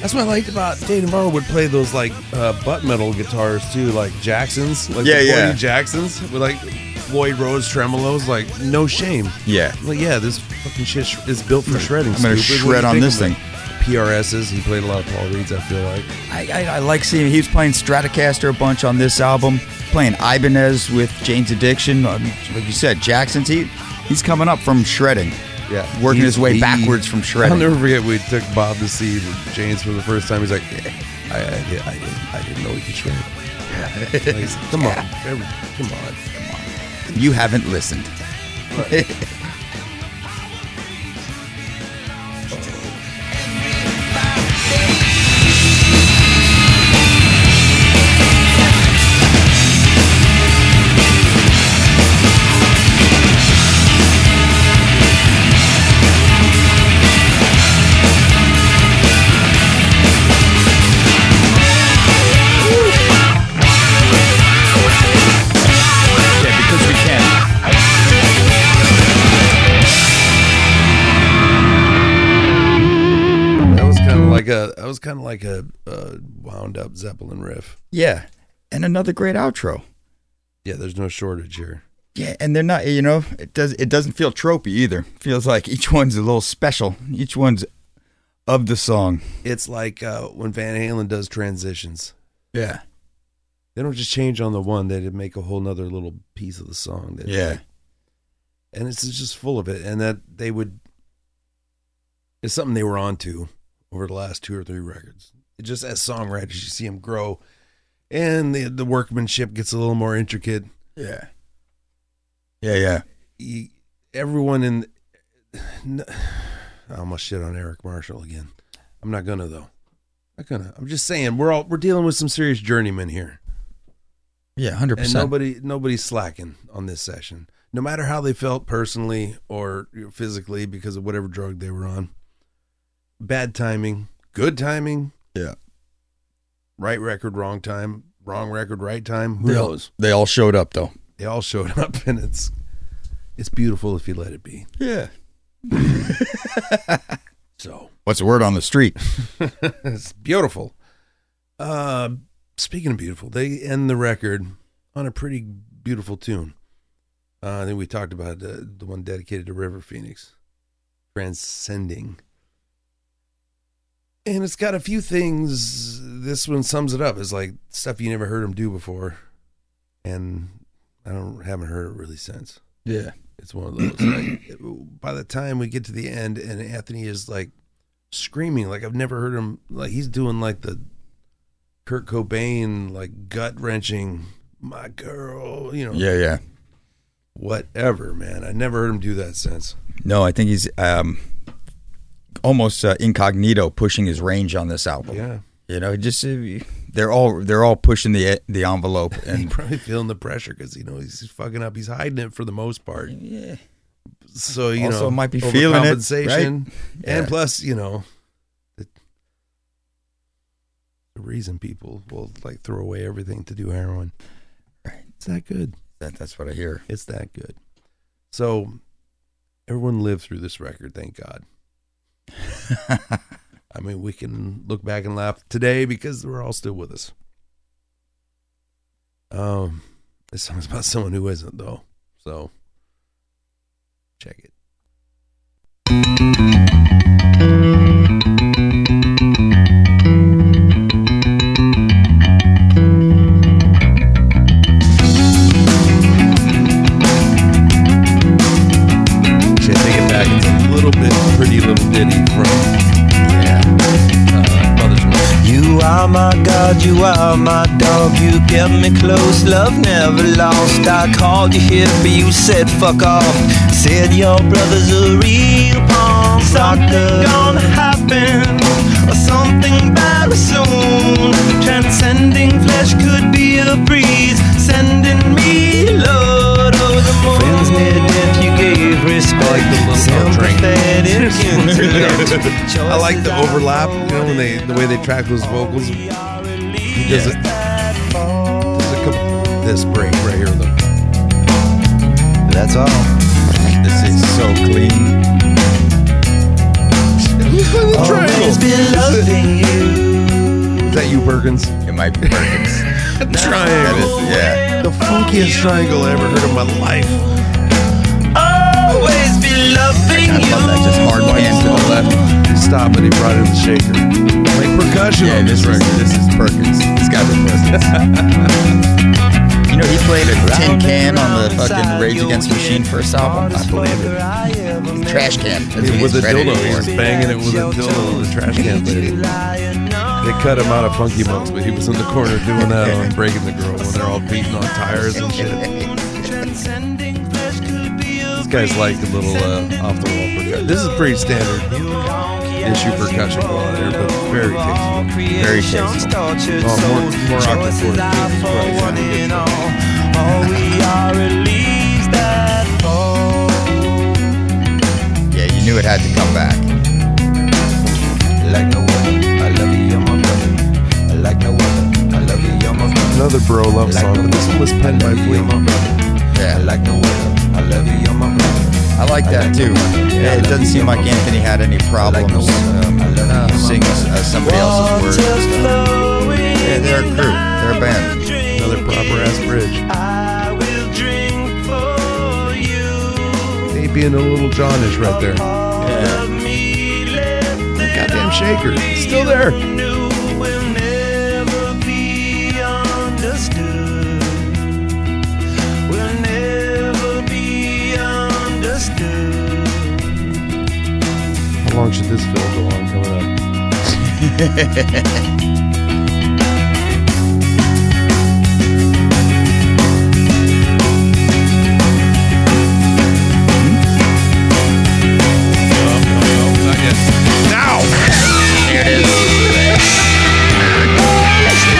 That's what I liked about Dave Navarro would play those like uh, butt metal guitars too, like Jacksons, like
Yeah,
the
yeah.
Floyd Jacksons with like Lloyd Rose tremolos, like no shame.
Yeah.
Like yeah, this fucking shit sh- is built for shredding.
I'm gonna
stupid. What do
shred
you
on
think
this
of it?
thing.
PRSs. He played a lot of Paul Reeds. I feel like
I, I, I like seeing he was playing Stratocaster a bunch on this album, playing Ibanez with Jane's Addiction. Um, like you said, Jackson's he he's coming up from shredding.
yeah,
working
He's-
his way
he-
backwards from
I'll
shredding.
never forget we took Bob to see James for the first time. He's like, "Eh, I, I, did- I, didn't, I didn't know he could shred. Like, he's like, come on, every- come on.
You haven't listened. Yeah, because we can.
kind of like a, a wound up Zeppelin riff.
Yeah. And another great outro.
Yeah, there's no shortage here.
Yeah, and they're not, you know, it does it doesn't feel tropey either. Feels like each one's a little special. Each one's of the song.
It's like uh, when Van Halen does transitions.
Yeah.
They don't just change on the one; they'd make a whole nother little piece of the song. that-
Yeah.
and it's just full of it. And that they would, it's something they were onto over the last two or three records. It just as songwriters, you see them grow, and the the workmanship gets a little more intricate.
Yeah. Yeah, yeah.
You, E, everyone in, n- <sighs> I almost shit on Eric Marshall again. I'm not gonna though. Not gonna. I'm just saying we're all we're dealing with some serious journeymen here,
Yeah, 100%.
and nobody nobody's slacking on this session. No matter how they felt personally or physically because of whatever drug they were on, bad timing, good timing,
yeah.
right record, wrong time, wrong record, right time. Who
They all,
knows?
they all showed up though.
They all showed <laughs> up, and it's it's beautiful if you let it be.
Yeah.
So
What's the word on the street?
<laughs> it's beautiful. Uh, speaking of beautiful, they end the record on a pretty beautiful tune. Uh, I think we talked about uh, the one dedicated to River Phoenix, transcending. And it's got a few things. This one sums it up. It's like stuff you never heard him do before, and I don't haven't heard it really since.
Yeah.
It's one of those. like, <clears throat> it- by the time we get to the end, and Anthony is like screaming, like I've never heard him. Like he's doing like the Kurt Cobain, like gut wrenching, my girl, you know,
Yeah, yeah.
whatever, man. I never heard him do that since.
No, I think he's um almost uh, incognito pushing his range on this album.
Yeah,
You know, just uh, they're all they're all pushing the the envelope
and <laughs>
<laughs> and
probably feeling the pressure because you know he's fucking up. He's hiding it for the most part. Yeah. So you
Also
know,
might be feeling it,
overcompensation.
Yeah.
and plus you know. the- The reason people will like throw away everything to do heroin. It's that good.
that, that's what I hear.
It's that good. So everyone lived through this record, thank God. I mean, we can look back and laugh today because we're all still with us. Um, this song's about someone who isn't though, so check it. Actually, I take it back. It's a little bit pretty little ditty from uh, Mother's Milk.
You are my God, you are my dog. You kept me close, love never lost. I called you here, but you said fuck off. Said your brother's a real pawn. Something gonna happen, or something bad soon. Transcending flesh could be a breeze, sending me load of the moon. Friends near death, you gave respect.
<laughs>
Sympathetic intellect.
I like the overlap, you know, when they the way they track those vocals. He does it. There's a couple, this break right here, though.
That's all.
This is so clean.
Always been loving you.
Is that you, Perkins?
It might
<laughs>
be Perkins.
Triangle.
yeah.
The funkiest triangle I ever heard in my life.
Always been loving
I love that just hard hand to the left.
Stop it, he brought in the shaker. Like percussion
Yeah,
on
this
this
is
record.
this is Perkins. It's got to be
<laughs>
Perkins. you know, he played a tin can on the fucking Rage Against the Machine first album. I believe it.
it.
Trash can. That's what
With a
he's credited
dildo, he was
for.
banging it with a dildo on the trash can later. They cut him out of Funky Monks, but he was in the corner doing that on Breaking the Girl when they're all beating on tires and shit. This guy's like a little uh, off the wall percussion. This is pretty standard issue percussion going on here, but very tasty.
Very tasteful.
Oh, more- more awkward for it. Jesus Christ.
Yeah, you knew it had to come back.
Like no other, I love you, you're my brother. Like no other, I love you, you're my brother.
Another bro love song, but this one was penned by
You're
Flea.
my brother.
Yeah.
Like no other, I love you, you're my brother.
I like that too. It doesn't seem like Anthony had any problems um, uh, singing uh, somebody else's words. Yeah, they're a crew. They're a band.
Another proper ass bridge.
I will drink for you.
They being a little Johnish right there.
Yeah.
Goddamn shaker. It's still there.
New will never be understood. Will never be understood.
How long should this film go on coming up?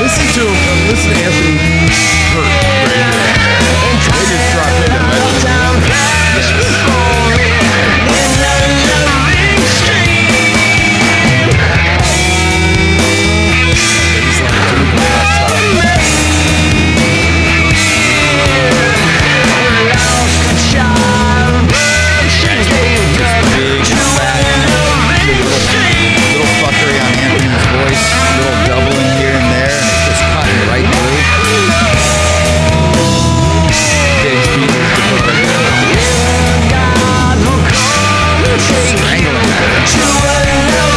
Listen to him. Listen to Anthony Hurt right here.
They just dropped into my- big fat little fuckery on Anthony's voice, little doubling here and there, and it's just cutting right through. Big beat is the hook right there. Strangling that.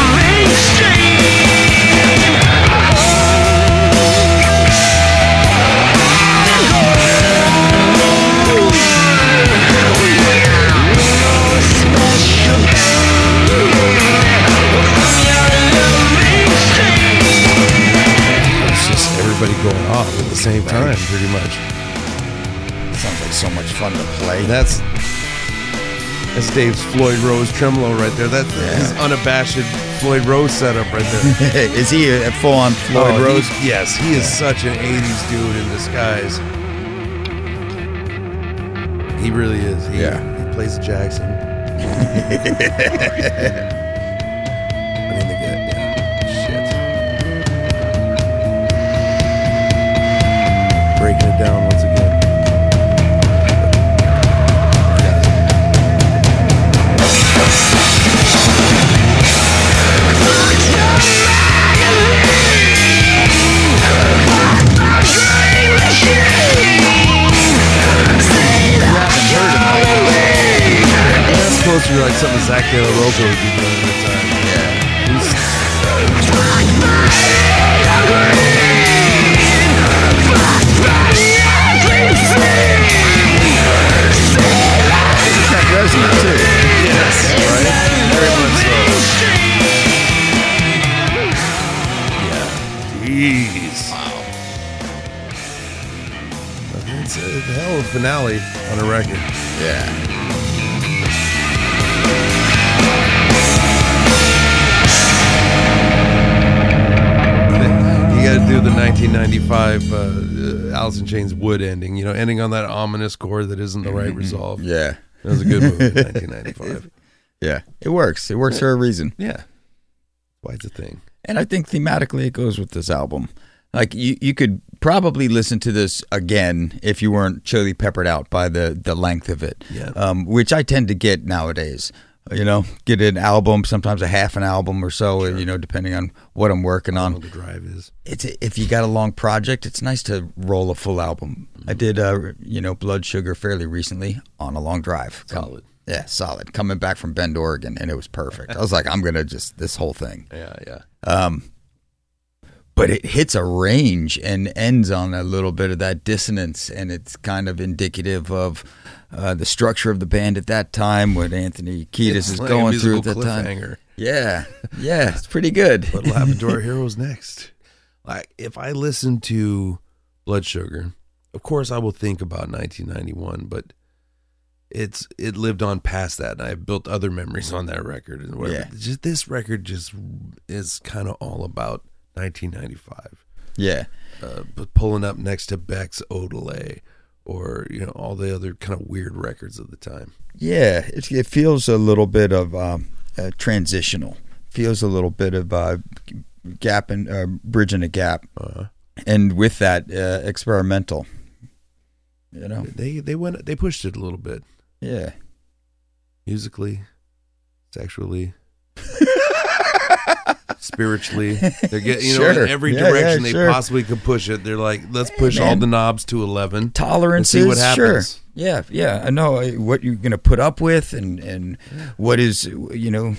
It's just everybody going off at the same time, pretty much.
Sounds like so much fun to play.
That's that's Dave's Floyd Rose tremolo right there. That's his unabashed Floyd Rose setup right
<laughs>
there.
is he a full on Floyd
Oh, he-
Rose?
yes, he is such an '80s dude in disguise. He really is. He,
Yeah.
he plays
<laughs>
Jackson. I mean, the guy, yeah. Shit. Breaking it down once again. That's closer to like something Zach De La Rocha would be doing at the time. Yeah. He's,
It's not resonant too.
Jeez. Wow. It's a hell of a finale on a record.
Yeah.
You got to do the 1995 uh, uh, Alice in Chains Wood ending, you know, ending on that ominous chord that isn't the right resolve.
Mm-hmm. Yeah.
That was a good movie,
<laughs>
1995.
Yeah. It works. It works for a reason.
Yeah. Why it's a thing.
And I think thematically it goes with this album. Like you, you could probably listen to this again if you weren't chili peppered out by the the length of it.
Yeah.
Um, which I tend to get nowadays. You know, get an album, sometimes a half an album or so. You know, depending on what I'm working on
What the drive is.
it's if you got a long project, it's nice to roll a full album.
Mm-hmm.
I did, uh, you know, Blood Sugar fairly recently on a long drive. Come-
Solid.
yeah, solid. Coming back from Bend, Oregon, and it
<laughs>
was perfect. I was like, I'm gonna just this whole thing,
Yeah, yeah.
but it hits a range and ends on a little bit of that dissonance, and it's kind of indicative of uh, the structure of the band at that time. What Anthony Kiedis is
Like a
going through at
musical
that time.
cliffhanger.
Yeah, yeah, it's
<laughs>
pretty good.
What'll happen to our heroes next? Like, if I listen to Blood Sugar, of course I will think about 1991, but it's it lived on past that, and I built other memories on that record and whatever.
Yeah.
Just this record just is kind of all about 1995,
<laughs> Yeah,
uh, but pulling up next to Beck's Odelay or you know all the other kind of weird records of the time.
Yeah, it, it feels a little bit of um, uh, transitional. Feels a little bit of uh, g- gap and uh, bridging a gap, and with that, uh, experimental. You know,
They they went they pushed it a little bit.
yeah,
musically,
<laughs>
sexually, spiritually. They're getting you know
Sure.
in every
Yeah, yeah,
direction they
sure.
possibly could push it. They're like, let's push all
man.
the knobs to eleven.
tolerances.
And see what happens.
Sure. Yeah, yeah. I know uh, what you're going to put up with, and and what is you know,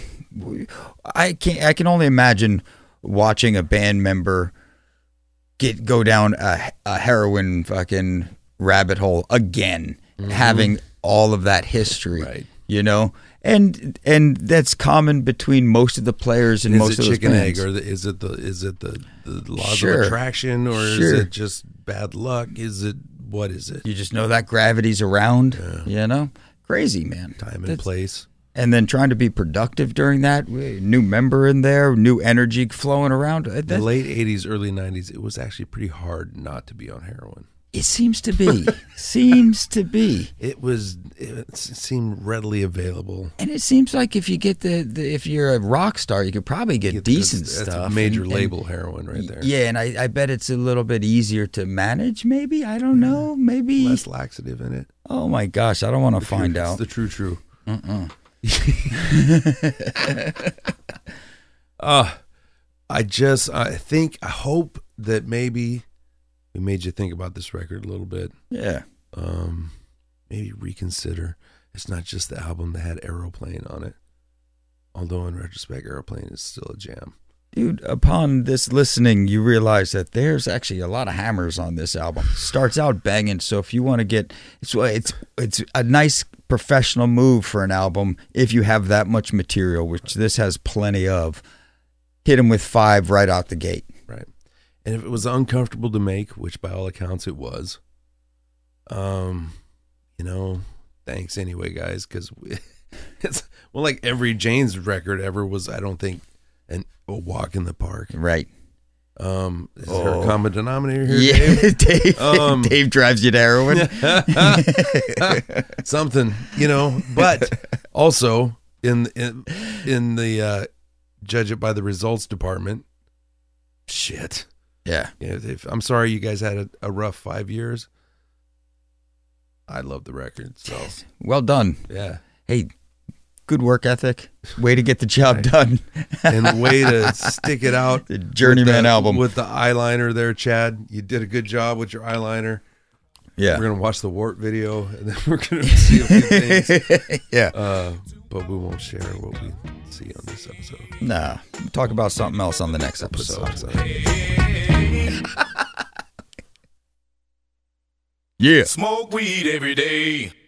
I can I can only imagine watching a band member get go down a, a heroin fucking rabbit hole again, having all of that history.
Mm-hmm. Right.
You know. And and that's common between most of the players and
Is
most
it
of those
chicken
bands.
egg, or the, is it the is it the, the laws
Sure.
of attraction, or is
Sure.
it just bad luck? Is it what is it?
you just know that gravity's around. You know, crazy man.
Time and
That's-
place.
and then trying to be productive during that w- new member in there new energy flowing around Uh,
The
that-
late '80s, early '90s, it was actually pretty hard not to be on heroin.
it seems
<laughs>
to be seems to be
It was it s- seemed readily available.
and it seems like if you get the, the if you're a rock star you could probably get,
Get the-
decent
that's
stuff
A major
and- and-
label heroin right there.
yeah and I, I bet it's a little bit easier to manage maybe i don't know maybe
less laxative in it.
oh my gosh i don't want to
True- <laughs>
find
it's
out
the true true. <laughs> uh I just I think I hope that maybe we made you think about this record a little bit.
yeah
Um maybe reconsider. It's not just the album that had Aeroplane on it. Although in retrospect Aeroplane is still a jam.
Dude, upon this listening, you realize that there's actually a lot of hammers on this album. Starts out banging, so if you want to get it's it's it's a nice professional move for an album if you have that much material, which this has plenty of. Hit them with five right out the gate.
Right. And if it was uncomfortable to make, which by all accounts it was, um, you know, thanks anyway, guys, because <laughs> it's well, like every Jane's record ever was, I don't think, an, a walk in the park.
Right?
Um, is there
Oh.
a common denominator here? Dave? <laughs>
<laughs> Yeah, Dave.
Um,
Dave drives you to heroin.
something, you know. But also in in in the uh, judge it by the results department. Shit.
Yeah.
Yeah, if, I'm sorry you guys had a, a rough five years. I love the record, so
Well done.
yeah,
Hey, good work ethic. Way to get the job done. <laughs>
and way to stick it out.
The
with
Journeyman
the-
album.
with the eyeliner there, Chad. You did a good job with your eyeliner. We're
Yeah.
gonna watch the Wart video, and then <laughs> we're gonna see a few things,
<laughs> yeah.
uh, but we won't share what we see on this episode.
Nah. Talk about something else on the next
Put
episode.
socks on.
Yeah.
Smoke weed every day.